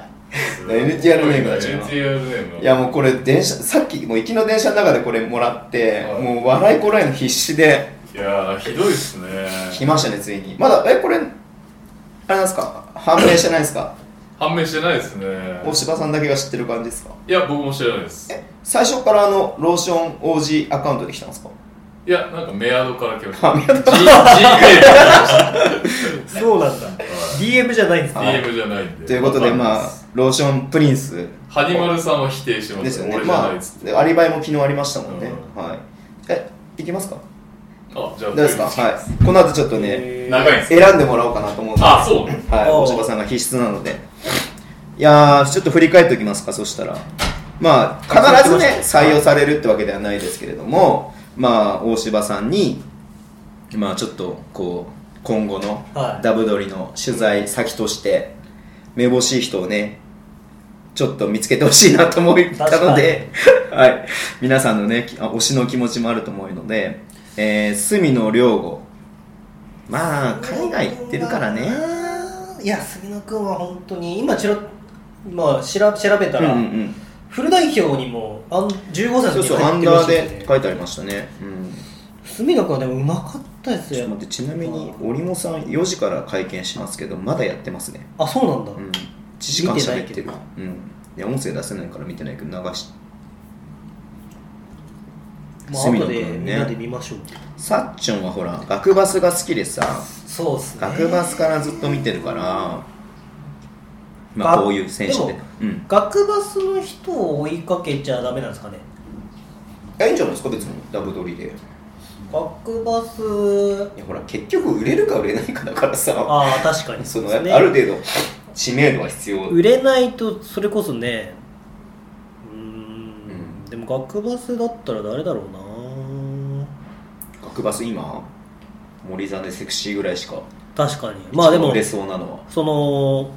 S1: NTR ネームだちょっと
S3: NTR ネーム
S1: いや、もうこれ、電車、さっき、もう行きの電車の中でこれもらって、
S3: はい
S1: もう笑いこらえの必死で、
S3: いやーひどいっすね
S1: 来ましたね、ついに。まだ、え、これ、あれなんですか判明してないですか
S3: 判明してないですね
S1: 大柴さんだけが知ってる感じですか
S3: いや僕も知らないです
S1: え最初からあのローション OG アカウントで来たんですか
S3: いやなんかメアドから来ました
S1: あメアド
S3: G- Gmail から
S2: そうなんだ DM じゃないんです
S1: はい
S2: ね
S3: 来ました DM じゃないん で
S1: ということでまあローションプリンス
S3: ハニマルさんは否定してま
S1: ですすよね
S3: 俺じゃ
S1: ま
S3: ないっつっ
S1: あ
S3: て
S1: でアリバイも昨日ありましたもんね
S3: う
S1: はいえ行きますか
S3: あじゃあ
S1: どうですかはいこの後ちょっとね
S2: えー
S3: 長いんです
S1: 選んでもらおうかなと思うんで
S3: あそうね
S1: はい
S2: おう
S1: 大柴さんが必須なのでいやーちょっと振り返っておきますかそしたらまあ必ずね採用されるってわけではないですけれどもまあ大柴さんにまあちょっとこう今後の
S2: はい
S1: ダブドリの取材先として目ぼしい人をねちょっと見つけてほしいなと思ったので、 はい、皆さんのねきあ推しの気持ちもあると思うので、えー、隅野良吾まあ海外行ってるからね
S2: いや杉野君は本当に今ちらまあしら調べた
S1: うんう
S2: ら、
S1: んうん
S2: フル代表にもあん15歳の
S1: そう
S2: 時
S1: そ
S2: に
S1: うア
S2: 入っ
S1: ンダ
S2: てるら
S1: ー
S2: しいですね
S1: で書いてありましたね、うん、
S2: 隅田君はでもうまかったです
S1: ちょっと
S2: よ
S1: 待ってちなみに織茂さん4時から会見しますけどまだやってますね
S2: あそうなんだ、
S1: うん1時間喋って
S2: 見て
S1: る
S2: ない
S1: うんいや音声出せないから見てないけど流し
S2: まあ
S1: 隅
S2: 後
S1: 田
S2: で
S1: 君
S2: み
S1: ね
S2: んなで見ましょう、
S1: さっちゃんはほら学バスが好きでさ
S2: そうっすね
S1: 学バスからずっと見てるからまあ
S2: が
S1: こういう選手で
S2: でも
S1: うん
S2: 学バスの人を追いかけちゃダメなんですかね
S1: いやいいんじゃないですか別にダブ取りでい
S2: 学バス
S1: やほら結局売れるか売れないかだからさ
S2: ああ確かに
S1: その
S2: ですね
S1: ある程度知名度は必要
S2: 売れないとそれこそねうーん
S1: うん
S2: んでも学バスだったら誰だろうな
S1: 学バス今森さんでセクシーぐらいしか
S2: 確かにまあで
S1: 一番
S2: も
S1: 売れそうなのは
S2: その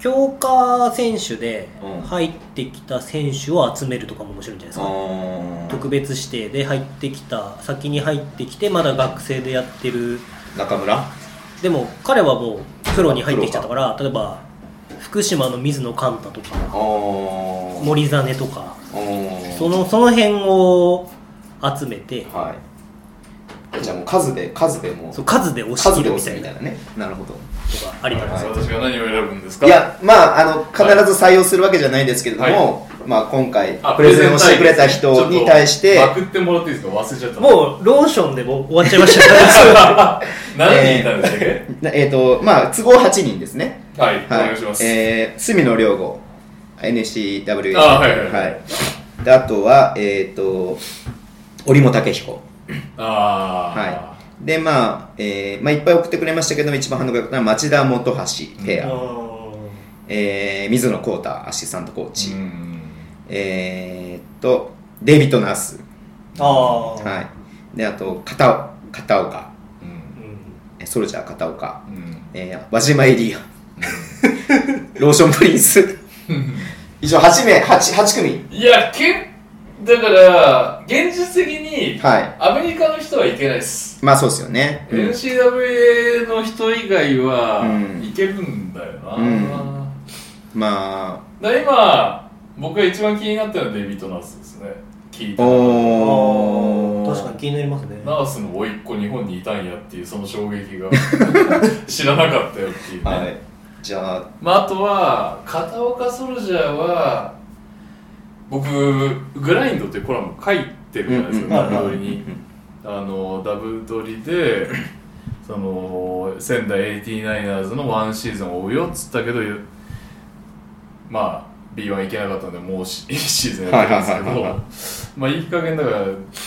S2: 強化選手で
S1: うん
S2: 入ってきた選手を集めるとかも面白いんじゃないですか、
S1: あ
S2: 特別指定で入ってきた先に入ってきてまだ学生でやってる
S1: ー中村
S2: でも彼はもうプロに入ってきちゃったから例えば福島の水野寛太と
S1: あ
S2: か
S1: ー
S2: 森実とか
S1: あー
S2: そのその辺を集めて
S1: はいじゃあもう数で数でもう
S2: そう数で押し
S1: 数
S2: 切
S1: で
S2: る
S1: 押
S2: み
S1: す
S2: た
S1: み
S2: い
S1: たな
S2: ないと
S1: ねなるほど
S2: かありなんですよ、
S3: 私が何を選ぶんですか
S1: いやまああの必ず採用するわけじゃないですけれども、まあ、今回
S3: あ
S1: プレゼンをしてくれた人に対し
S3: ち
S1: て
S3: ょっとまくってもらっていいですか忘れちゃった
S2: もうローションでもう終わっちゃいました、ね、
S3: 何人いたんでしたっけ、
S1: なえっ、とまあ都合8人ですね
S3: はい、お
S1: は
S3: 願いします、
S1: えー、隅野良吾 NCW
S3: あはいはいはい
S1: であとはえっ、と織茂武彦
S3: ああ
S1: はいでまあ、えーまあ、いっぱい送ってくれましたけども一番反応が良かったのは町田本橋ペア、えー水野浩太アシスタントコーチ、
S3: うん
S1: えーっとデイビッド・ナース、
S2: ああー、
S1: はい、であと片尾片岡
S3: うん
S2: うん
S1: えソルジャー片岡、
S3: うん
S1: えー、輪島エリア ローションプリンス以上8名 8, 八組
S3: いやけだから現実的に
S1: はい
S3: アメリカの人はいけないです、
S1: まあそうですよね、うん
S3: NCWA の人以外は
S1: うん
S3: いけるんだよな、
S1: うんまあ
S3: だから今僕が一番気になったのはデイビッド・ナースですね聞いた
S1: おー
S2: 確かに気になりますね
S3: ナースの甥っ子日本にいたんやっていうその衝撃が 知らなかったよっていうね、
S1: はいじゃあ
S3: まあ、あとは片岡ソルジャーは僕グラインドっていうコラム書いてるじゃないですか、
S2: うんうん
S3: ダブドリに、あのダブドリでその仙台 89ers のワンシーズンを追うよっつったけどまあ B1 行けなかったんでもうし1シーズンやってるんですけ
S1: はいはいはいはい
S3: どまあいい加減だから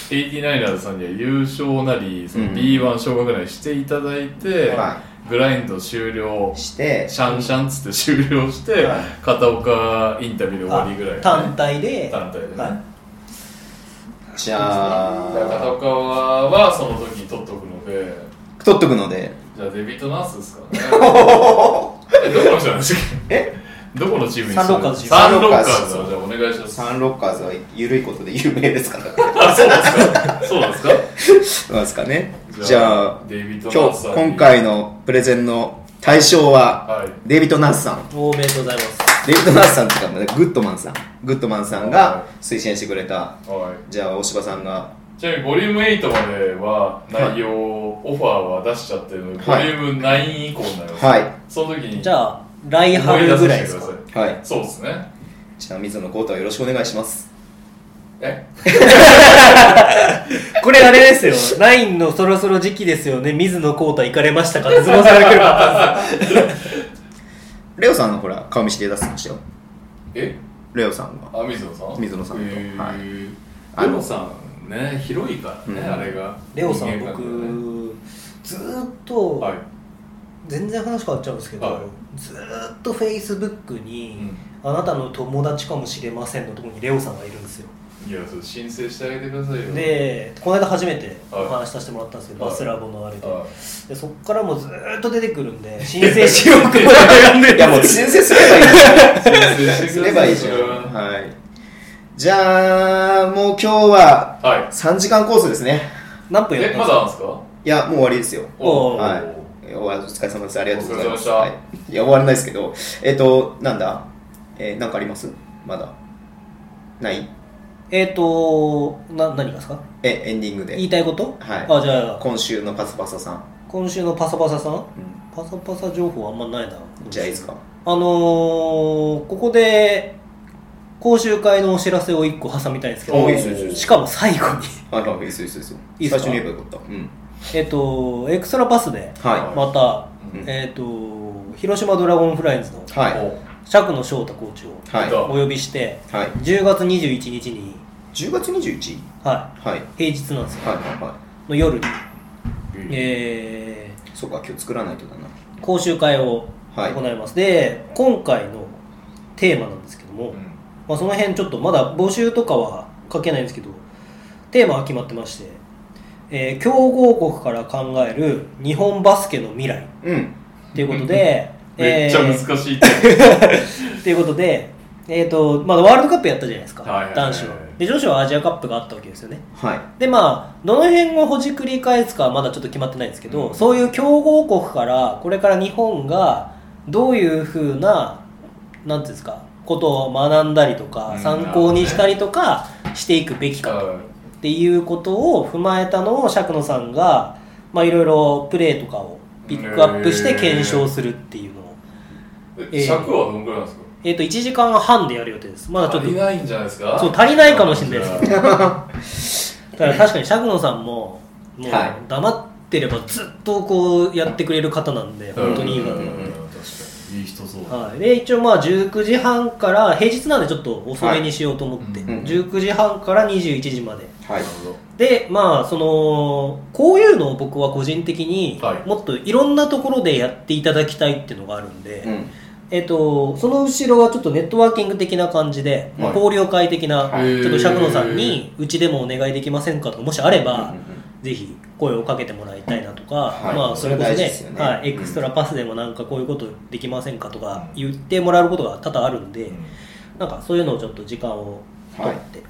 S3: 89ers さんには優勝なりその
S1: うん
S3: B1 昇格なりしていただいて、
S1: は
S3: グラインド終了
S1: いして
S3: シャンシャンっつって終了して、
S2: はい
S3: 片岡インタビューで終わりぐらい、
S2: あ単体で
S3: 単体でね、
S2: はい
S1: じゃ
S3: だから片
S1: あ
S3: 岡はその時に取っとくので
S1: 取っとくので
S3: じゃあデビットナースです かねえどこの
S1: え
S3: 人なんですかどこのチームに
S2: サンロッカーズ
S3: サンロッカーズ
S1: サンロッカーズ
S3: じゃあお願いします
S1: サンロッカーズは緩いことで有名 ですから
S3: あそうなんですかそうなんですか
S1: そうですかねじゃあ
S3: デビット
S1: 今
S3: ナース
S1: 日
S3: さんに
S1: 今回のプレゼンの対象は
S3: はい
S1: デイビッド・ナースさん
S2: おめでとうございます
S1: デイビッド・ナースさんっていうかまあグッドマンさんグッドマンさん
S3: は
S1: が推薦してくれた
S3: はい
S1: じゃあ大柴さんが
S3: ちなみにボリューム8までは内容、オファーは出しちゃってるので、
S1: はい
S3: ボリューム9以降になります、
S1: はい
S3: その時に
S2: じゃあ来
S3: 思い
S2: 春
S3: 出さ
S2: ぐ
S3: せ
S2: らいで
S3: てく
S2: す
S3: だ
S2: か
S3: さい
S1: はい
S3: そうですね
S1: じゃあ水野浩太はよろしくお願いします
S3: え
S2: これあれですよラインのそろそろ時期ですよね水野浩太行かれましたかって質問されてるから
S1: レオさんのほら顔見知り出すましたよ
S3: え
S1: レオさんが
S3: あ水野さん
S1: 水野さんと
S3: えー
S1: はい
S3: レオさんね広いからね、
S1: うん
S3: あれが
S2: レオさん
S3: 人間関係ね
S2: 僕ずーっと、
S3: はい、
S2: 全然話変わっちゃうんですけど、
S3: はい
S2: ずーっとフェイスブック
S3: う
S2: に、
S3: ん、
S2: あなたの友達かもしれませんのところにレオさんがいるんですよ
S3: いやそれ申請してあげてくださいよ
S2: でこの間初めて
S3: はい
S2: お話しさせてもらったんですけど、
S3: はい
S2: バスラボのあれで,、
S3: あ
S2: でそっからもうずーっと出てくる んで申請しようかな悩んでる
S1: い
S2: んで
S1: やもう
S2: す
S1: 申請すればいいじゃん
S3: 申請して
S1: す
S3: く
S1: れば
S3: ださい
S1: いいじゃんはいじゃあもう今日は
S3: ゃんはい
S1: 3時間コースですね
S2: 何分やっ
S3: え
S2: たん
S3: ま
S2: です
S3: だあ
S2: か
S3: るんですか
S1: いやもう終わりですよ
S2: おー
S1: はいお疲れ様ですありがとうございました
S3: お疲れ様
S1: は
S3: で
S1: い、いや終わらないですけどえっ、となんだえー、なんかありますまだない
S2: えっ、ー、とな何がですか
S1: えエンディング
S2: 言
S1: で
S2: いたいこと、
S1: はい
S2: あじゃあ
S1: 今週のパサパサさん、
S2: 今週のパサパサさん
S1: うん、
S2: パサパサ情報あんまないな
S1: じゃあいいですか
S2: あのー、ここで講習会のお知らせを1個挟みたいんですけ
S1: お
S2: ど
S1: いいですよいいですよ
S2: しかも最後に
S1: あらいいですよいいですよ
S2: いいっすか
S1: 最初に言えばよかったうん
S2: えっとエクストラパスで
S1: は
S2: また、
S3: うん
S2: えっ、と広島ドラゴンフラインズの
S1: いはい
S3: お
S2: 釈野翔太コーチを
S1: はい
S3: ど
S2: お呼びして
S1: はい
S2: 10月21日に、
S1: 10月21
S2: は
S1: はいはい
S2: い、平日なんですよ
S1: はいはい
S2: の夜に、
S3: うん
S2: え
S1: そうか今日作らないとだな
S2: ー講習会を
S1: はい
S2: 行います、で今回のテーマなんですけども、
S3: うん
S2: まあ、その辺ちょっとまだ募集とかは書けないんですけどテーマは決まってまして、えー強豪国から考える日本バスケの未来
S1: うん
S2: ということで
S3: めっちゃ
S2: えー
S3: 難しいって、
S2: ということで、えーとまあ、ワールドカップやったじゃないですか、
S3: はいはいはい
S2: 男子はで女子はアジアカップがあったわけですよね
S1: はい
S2: でまあどの辺をほじくり返すかはまだちょっと決まってないんですけど、
S3: うん
S2: そういう強豪国からこれから日本がどういうふうななんていうんですかことを学んだりとか、
S3: うん
S2: 参考にしたりとかしていくべきか
S3: は
S2: っていうことを踏まえたのを釈野さんがまあいろいろプレーとかをピックアップして検証するっていうのを、
S3: い
S2: えー
S3: 尺はどんくらいなんですか
S2: えー、と1時間半でやる予定ですまだちょっ
S3: 足
S2: と
S3: りないんじゃないですか
S2: そう足りないかもしれないです
S3: じゃ
S2: だから確かに釈野さんももう
S1: はい
S2: 黙ってればずっとこうやってくれる方なんで
S3: あ
S2: 本当にいい方
S3: うん
S2: で
S3: うんうん確かにいい人そうだ
S2: はい、で一応まあ19時半から平日なんでちょっと遅めにしようと思って、
S3: はい
S1: うん
S2: 19時半から21時まで
S1: はい
S3: なるほど
S2: でまあそのこういうのを僕は個人的に
S3: はい
S2: もっといろんなところでやっていただきたいっていうのがあるんで、
S1: うん
S2: えっと、その後ろはちょっとネットワーキング的な感じで、
S1: はい
S2: 交流会的な、
S1: はい
S2: ちょっと釈野さんに、うちでもお願いできませんかとか、もしあれば、ぜひ声をかけてもらいたいなとか、
S1: はい
S2: まあ、それこそ
S1: それ大事
S2: ね
S1: ですよね
S2: はい、エ
S1: うん
S2: クストラパスでもなんかこういうことできませんかとか言ってもらうことが多々あるんで、なんかそういうのをちょっと時間を取って、っ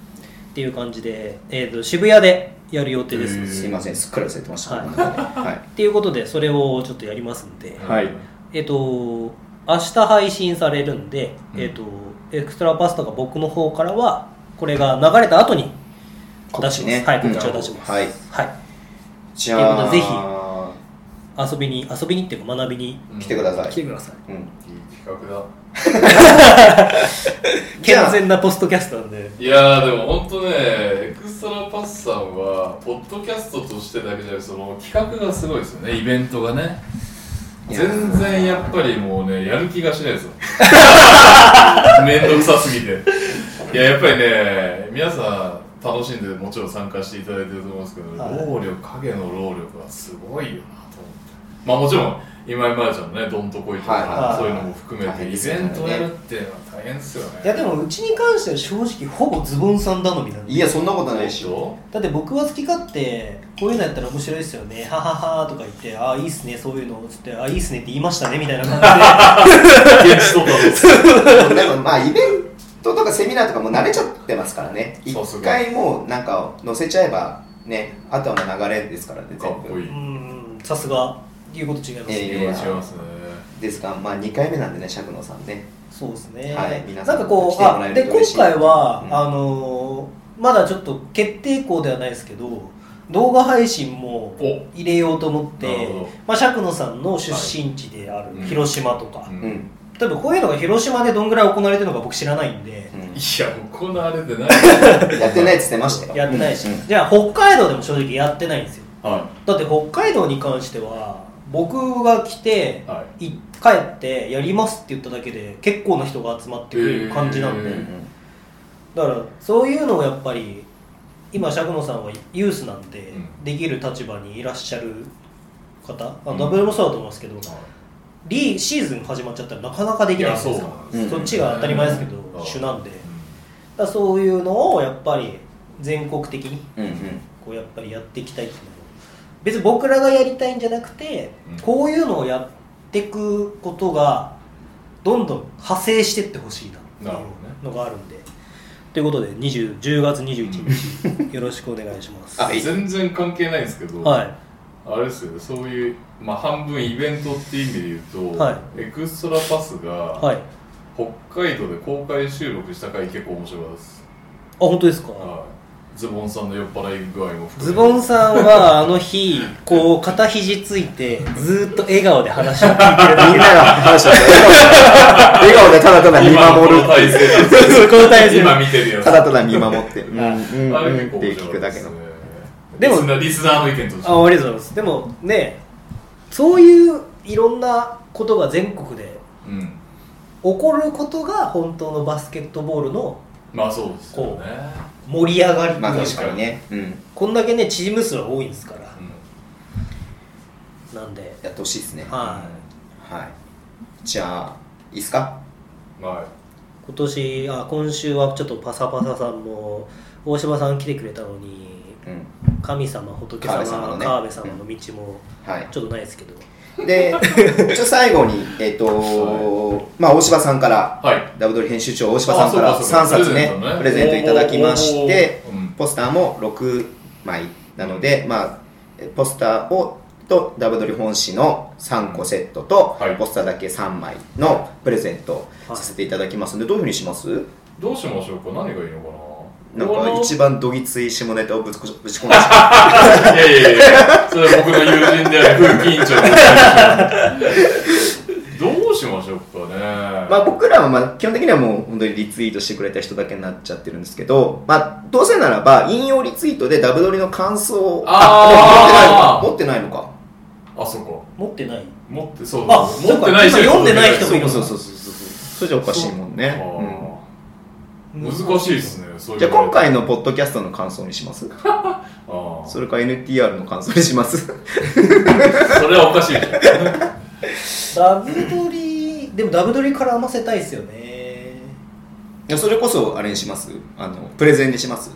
S2: ていう感じで、えっと渋谷でやる予定です。
S3: へー
S1: すいませんすっかり忘れてました
S2: はい
S1: は
S2: っていうことで、それをちょっとやりますんで。
S1: はい
S2: えっと、明日配信されるんで、
S3: うん
S2: えっと、エクストラパスとか僕の方からは、これが流れた後に、
S1: 告知ね
S2: 出しますはい
S1: うん
S2: 告知を出します
S1: はい
S2: はい
S1: じゃあ
S2: という遊びに遊びにっていうか学びに
S3: うん
S1: 来てくださ
S2: 来て
S1: い、
S2: ください
S1: うん、
S3: いい企画だ
S1: じゃ
S2: 健
S1: あ
S2: 全なポストキャスターで
S3: いやーでも本当ねエクストラパスさんはポッドキャストとしてだけじゃなくてその企画がすごいですよねイベントがね
S1: いやー
S3: 全然やっぱりもうねやる気がしないですよめんどくさすぎていややっぱりね皆さん楽しんでもちろん参加していただいてると思うんですけど、
S2: はい
S3: 労力影の労力はすごいよなと思ってまあもちろん今井真ちゃんのねどんとこいとか、
S1: はいはい
S2: はい
S3: そういうのも含め
S1: 大変
S3: て
S1: で
S3: イ
S1: すよ
S3: ベ
S1: ね
S3: ントやるっていうのは大変ですよね
S2: いやでもうちに関しては正直ほぼズボンさん頼みなんで
S1: いやそんなことない
S3: で
S1: で
S3: し
S1: しょ
S3: ょ
S2: だって僕は好き勝手こういうのやったら面白いですよねははははとか言ってああいいっすねそういうのつってああいいっすねって言いましたねみたいな感
S3: 現地とか
S1: でもまあイベントとかセミナーとかもう慣れちゃってますからね一
S3: そうすごい
S1: 回もうなんか載せちゃえばねあとはもう流れですからね
S3: かっこい
S2: じ
S3: い
S2: でう。んさすが言うこと違いますね、
S1: え
S3: い
S1: え
S3: や違いますね。
S1: ですがまあ2回目なんでね釈野さんね
S2: そうですね、
S1: はい皆さ
S2: なんんかこ
S1: 来
S2: う
S1: てもら
S2: あ
S1: える
S2: で
S1: と
S2: 今
S1: 嬉しい
S2: 回は、
S1: うん
S2: あのーまだちょっと決定校ではないですけど動画配信も
S3: お
S2: 入れようと思っ
S3: なるほ
S2: て
S3: ど、
S2: まあ、釈野さんの出身地であ
S3: は
S2: る
S3: い
S2: 広島とか、
S3: うん
S1: うん、
S2: 多分こういうのが広島でどんぐらい行われてるのか僕知らないんで、
S1: う
S3: いや、行われてない。
S1: ん、やってないっつってましたよ
S2: やってないし、
S1: うん
S2: じゃあ北海道でも正直やってないんですよ
S3: は
S2: だって北海道に関しては僕が来て
S3: はい
S2: 帰ってやりますって言っただけで結構な人が集まってくれる感じなんで、
S3: へー
S2: だからそういうのをやっぱり今釈野さんはユースなんで、
S3: うん
S2: できる立場にいらっしゃる方あ
S3: うん
S2: ダブルもそうだと思いますけど、
S3: い。
S2: リシーズン始まっちゃったらなかなかできないじゃないで
S1: いや
S2: すか
S1: そうなんですよ
S2: そっちが当たり前ですけど、
S3: うん
S2: 主なんでだからそういうのをやっぱり全国的に
S1: うんうん
S2: こうやっぱりやっていきたいっていうのも別に僕らがやりたいんじゃなくて、
S3: うん
S2: こういうのをやっていくことがどんどん派生していってほしいなってい
S3: なるほ
S2: うのがあるんで。ということで20 10月21日よろしくお願いします。
S1: あ
S2: はい
S1: い
S3: 全然関係ないんですけど、
S2: い
S3: あれですよね、そういう、まあ、半分イベントっていう意味で言うと、
S2: は
S3: エクストラパスが
S2: はいあ
S3: 北海道で公開収録した回、結構面白かったです。
S2: 本当ですか。
S3: はいズボンさんの酔っ払い具合も含めて。
S2: ズボンさんはあの日こう肩肘ついてずーっと笑顔で話を聞いてるだ
S1: みんなが話をして笑顔でただただ見
S3: 今こ
S1: 守
S3: の体
S1: る
S3: 勢なんで
S2: け そうこの体
S3: す
S2: 勢
S3: 今見てるやつ
S1: た。だただ見守ってうんうんうん
S3: あれ
S1: うん
S3: 結構
S1: って
S3: 面白
S1: 聞
S3: か
S1: く
S3: った
S1: だ
S3: で
S1: け
S3: す
S1: の
S3: ね。
S2: でも
S3: リスナーリスナーの意見として。
S2: あありがとうございますでもねそういういろんなことが全国で
S3: うん。
S2: 起こることが本当のバスケットボールの
S3: まあそうですよね。
S2: 盛り上がり、
S1: まあ確かにね、うん、
S2: こんだけねチーム数は多いんですから
S3: うん
S2: なんで
S1: やってほしいですねは
S2: はい
S1: じゃあいいっすか
S3: はい
S2: 今年あ今週はちょっとパサパサさんも大島さん来てくれたのに
S1: うん
S2: 神様仏
S1: 川
S2: 様
S1: 辺様のね
S2: 川辺様の道も
S1: はい
S2: ちょっとないですけど、
S1: で、ちょ最後に、えっ、とまあ、大柴さんから、
S3: い。はい。
S1: ダブドリ編集長、大柴さんか
S3: あ
S1: ら
S3: そう
S1: 3
S3: かそうか
S1: 冊ね、プレゼントいただきまして
S3: おーおーおーうん、
S1: ポスターも6枚なので、まあ、えポスターを、とダブドリ本誌の3個セットと、
S3: はい
S1: ポスターだけ3枚のプレゼントさせていただきますので、どういうふうにします
S3: どうしましょうか何がいいのか
S1: な
S3: なん
S1: か一
S3: 番
S1: 番どぎつい下ネタをぶちこぶち 込んでしまう
S3: いやいやいやそれは僕の友人である風紀委員長のどうしましょうかね
S1: まあ僕らはまあ基本的にはもう本当にリツイートしてくれた人だけになっちゃってるんですけど、まあどうせならば引用リツイートでダブドリの感想を、
S3: あー
S1: でも持ってないのか、持ってないのか。
S3: あそうか
S2: 持ってない
S3: 持ってそう
S2: あ
S3: だ持ってない人
S2: そうか今読んでない人もいる
S1: そうそうそうそうそう。それじゃおかしいもん
S3: あ
S1: ね。うん
S3: ー難しいですねそういう
S1: じゃあ今回のポッドキャストの感想にします
S3: あー
S1: それか NTR の感想にします
S3: それはおかしいでしょ
S2: ダブドリでもダブドリ絡ませたいですよね
S1: いやそれこそあれにしますあの、プレゼンにします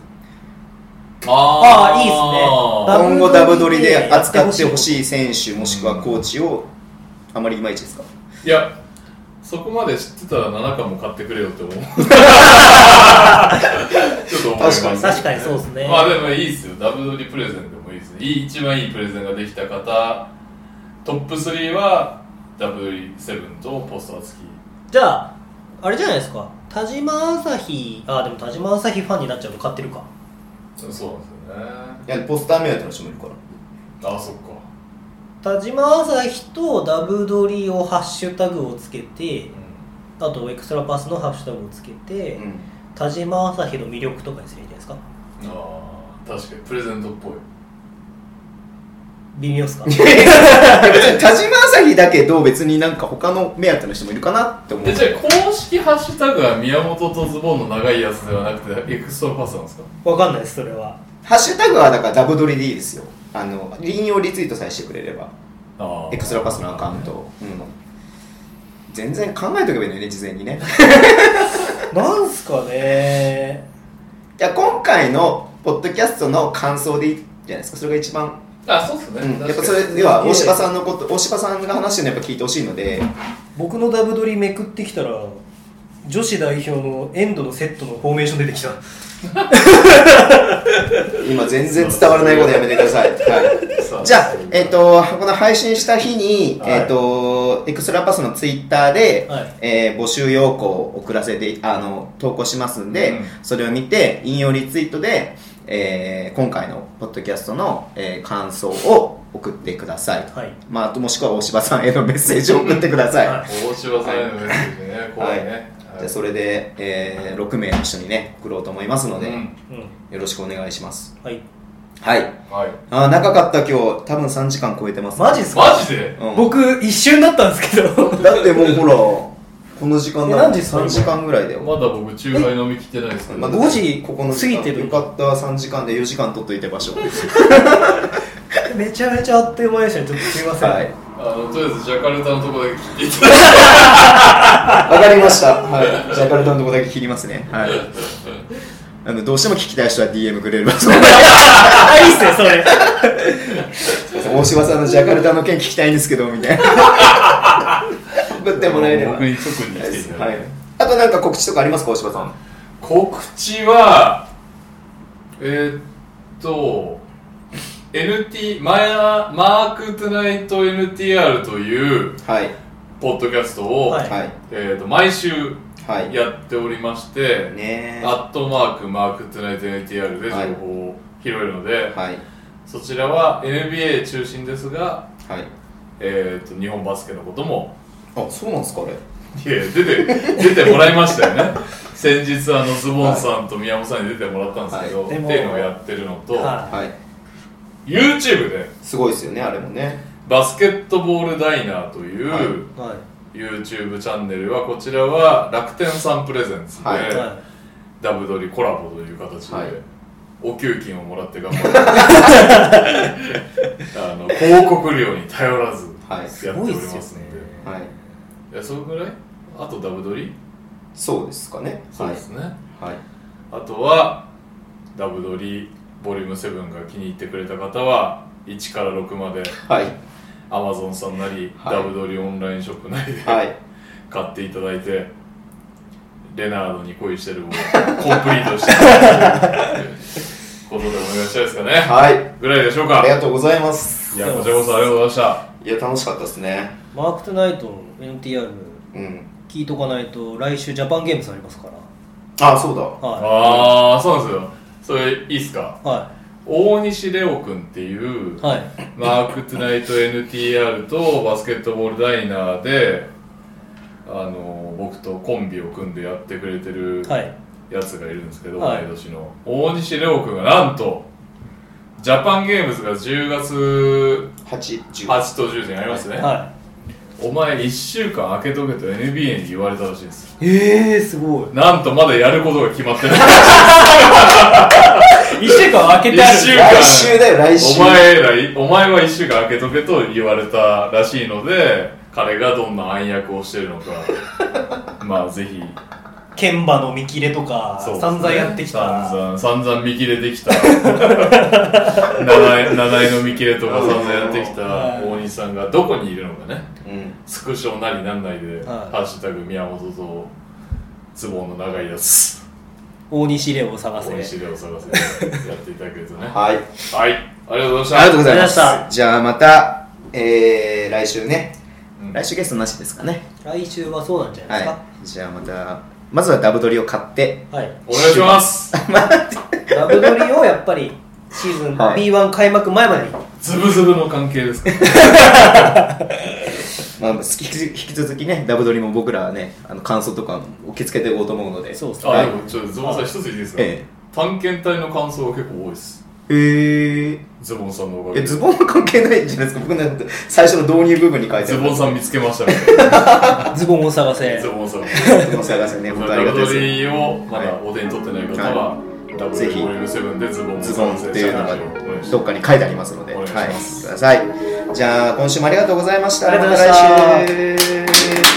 S2: あーいいっす
S1: 今
S2: ねダブドリ
S1: 後ダブドリで扱ってほしい選手もしくはコーチをあまりいまいちですか
S3: いやそこまで知ってたら7巻も買ってくれよ って思うちょっと思います
S1: 確かに
S2: 確かにそうですね
S3: まあでもいいですよダブドリプレゼンでもいいですねいい一番いいプレゼンができた方トップ3はダブドリ7とポスター付き
S2: じゃああれじゃないですか田島朝日あでも田島朝日ファンになっちゃうと買ってるか
S3: そうなんで
S1: いやポスター目当ての人もいるから
S3: すよねあそっか
S2: 田島朝日とダブドリをハッシュタグをつけてあとエクストラパスのハッシュタグをつけて、
S1: うん
S2: 田島朝日の魅力とかにすればいいんじゃないですか
S3: うんああ確かにプレゼントっぽい
S2: 微妙っす か
S1: 別に田島朝日だけど別になんか他の目当ての人もいるかなって思う
S3: えじゃあ公式ハッシュタグは宮本とズボンの長いやつではなくてエクストラパスなんですか
S2: わかんないですそれは
S1: ハッシュタグはだからダブドリでいいですよあの引用リツイートさえしてくれれば
S3: あ
S1: エクストラパスのアカウントを、うん全然考えとけばいいのよね事前にね
S2: なんすかね
S1: じゃあ今回のポッドキャストの感想でいいじゃないですかそれが一番、
S3: あそうっすね、
S1: うん、やっ
S3: 確
S1: ぱ
S3: かに
S1: それでは大柴さんのこと大柴さんが話してるのやっぱ聞いてほしいので
S2: 僕のダブドリめくってきたら女子代表のエンドのセットのフォーメーション出てきた
S1: 今全然伝わらないことやめてくだ さい、はい
S3: さ
S1: じゃあ、えっ、と、この配信した日に、
S3: はい
S1: えっ、と、エクストラパスのツイッターで、
S2: はい
S1: えー募集要項を送らせて、あの、投稿しますんで、
S3: うん
S1: それを見て、引用リツイートで、えー今回のポッドキャストの、えー感想を送ってください。
S2: はい
S1: まあ、あともしくは大柴さんへのメッセージを送ってください。
S2: は
S3: 大柴さんへのメッセージね、怖いね。
S1: じゃあそれで、えー6名の人にね、送ろうと思いますので、
S3: うん
S2: うん
S1: よろしくお願いします。
S2: はい
S1: はい。
S3: はい。
S1: あー長かった今日、多分3時間超えてます、
S2: マジっすか
S3: マジで
S1: うん
S2: 僕一瞬だったんですけど
S1: だってもうほら、この時間だ
S2: え何時ですか
S1: 3時間ぐらいだよ。
S3: まだ僕、中華飲み切ってないですけど、
S1: まだ
S2: 5時
S1: ここの時間
S2: 過ぎて
S1: よ
S2: る
S1: かった、3時間で4時間取っといて場 所。は
S2: めちゃめちゃあっという間でしたねちょっとすいません、
S1: い。
S3: あのとりあえずジャカルタのとこだけ切っていただい
S1: わかりました。はい。ジャカルタのとこだけ切りますね。 はい。あの、どうしても聞きたい人は DM くれれば。
S2: あいいっすねそれ
S1: 大柴さんのジャカルタの件聞きたいんですけど、みたいな。 送ってもらえれば。
S3: 僕に特に来ていただ
S1: はいい
S3: て。。
S1: あとなんか告知とかありますか、大柴さん。
S3: 告知は、えー、っと、NT、マヤ、マークトゥナイト NTR という、
S1: はい。
S3: ポッドキャストを、
S2: はい
S1: はい。
S3: えー、と毎週
S1: はい。
S3: やっておりまして、
S1: ねえ。
S3: アットマークマークトゥナイト NTR で情報を拾えるので、
S1: はい。
S3: そちらは NBA 中心ですが、
S1: はい。
S3: えー、と日本バスケのことも
S1: あ、そうなんですか、あれ。
S3: いや出て出てもらいましたよね先日あのズボンさんと宮本さんに出てもらったんですけど、
S2: はいでも
S3: っていうのをやってるのと、
S2: は
S1: はい。
S3: YouTube です
S1: ごいですよね、あれもね。
S3: バスケットボールダイナーという、
S1: はい
S2: いは
S3: YouTube チャンネルはこちらは楽天さんプレゼンツで、
S1: はい
S2: いは
S3: ダブドリコラボという形で、
S1: はい
S3: お給金をもらって頑張 るあの広告料に頼らず
S1: はい
S3: やって
S2: い
S3: おります
S2: ね
S3: んで、
S1: はい。
S3: いやそれぐらいあとダブドリ
S1: そうですかね。
S3: そうですね、
S1: はい。
S3: あとはダブドリボリューム7が気に入ってくれた方は1から6まで
S1: はい。
S3: Amazon さんなり、
S1: はい
S3: ダブドリオンラインショップなりで、
S1: はい。
S3: 買っていただいてレナードに恋してるをコン プリートしていただくということでお願いしたいですかね、
S1: はい。
S3: ぐらいでしょう
S1: あ
S3: か
S1: りがとうございます。
S3: いやこちらこそありがとうございました
S1: いや、楽しかったですね。
S2: マークトゥナイト NTR
S1: うん。
S2: 聞いとかないと来週ジャパンゲームズありますから
S1: あ、そうだ。
S2: は
S3: ああそうなんですよそれいいっすか
S2: いは
S3: 大西レオ君っていう、
S2: いはい
S3: マーク・トゥナイト NTR とバスケットボールダイナーであの僕とコンビを組んでやってくれてる
S2: はい
S3: やつがいるんですけど、
S2: はい
S3: 毎年の大西レオ君がなんとジャパンゲームズが10月
S1: 八十。
S3: 8と10にありますね、
S2: は
S3: お前1週間空けとけと NBA に言われたらしいです
S2: いええすごい
S3: なんとまだやることが決まってない
S2: 1週間開けてある
S3: 一週
S1: 来週だよ、来週。
S3: お前らいお前は1週間空けとけと言われたらしいので彼がどんな暗躍をしてるのかまあぜひ
S2: 剣馬の見切れとか、
S3: そうですね
S2: 散々やってき
S3: 散
S2: た
S3: 々散々見切れてきた 七重七重の見切れとか散々やってきた
S2: うん
S3: 大西さんがどこにいるのかね
S1: うん。
S3: スクショなりなんないで「
S2: はい
S3: ハッシュタグ宮本とズボンの長いやつ
S2: 大西レオを」探
S3: 大
S2: せ
S3: 西でを探せやっていただけるとね
S1: はい。あり
S3: はいありがとうございま
S1: が
S3: した
S1: とうございます
S2: ありがとうございまし。
S1: じゃあ、また、えー、来週ね。
S3: うん
S1: 来週ゲストなしですかね。
S2: 来週はそうなんじゃないです
S1: はい。じゃあ、また、まずはダブドリを買って、
S2: かはい、
S3: お願いします
S2: ラブドリをやっぱりシーズン
S1: はい
S2: B1 開幕前までに
S3: ズブズブの関係 ですか
S1: まあ、引き引き続きね、ダブドリも僕らはね、あの感想とか受け付けていこうと思うので。
S2: そうですね
S1: は
S3: あ
S1: い
S3: でもちょっとズボンさん一ついいですか、
S1: え
S3: 探検隊の感想が結構多いです
S1: え。へえ。
S3: ズボンさんのおかげ
S1: え、
S3: で
S1: ズボンは関係ないんじゃないですか僕なんて最初の導入部分に書いてあ
S3: ズ
S1: る。
S3: ボンさん見つけ ましたね
S2: ズボンを探せ
S3: ズボンさん
S1: ズボン探せね、本当あ
S3: ラ
S1: りが
S3: ブ
S1: たいです。
S3: ドリーをまだお手に取ってない方は、ダブル
S1: ぜひ
S3: 007でズボンを
S1: ズボンっていうのがどっかに書いてありますので、
S3: お
S1: は
S3: 願
S1: い、
S3: いし
S1: く
S3: ま
S1: ださい。じゃあ、今週もありがとうございました。
S2: ありがとうございました
S1: た来週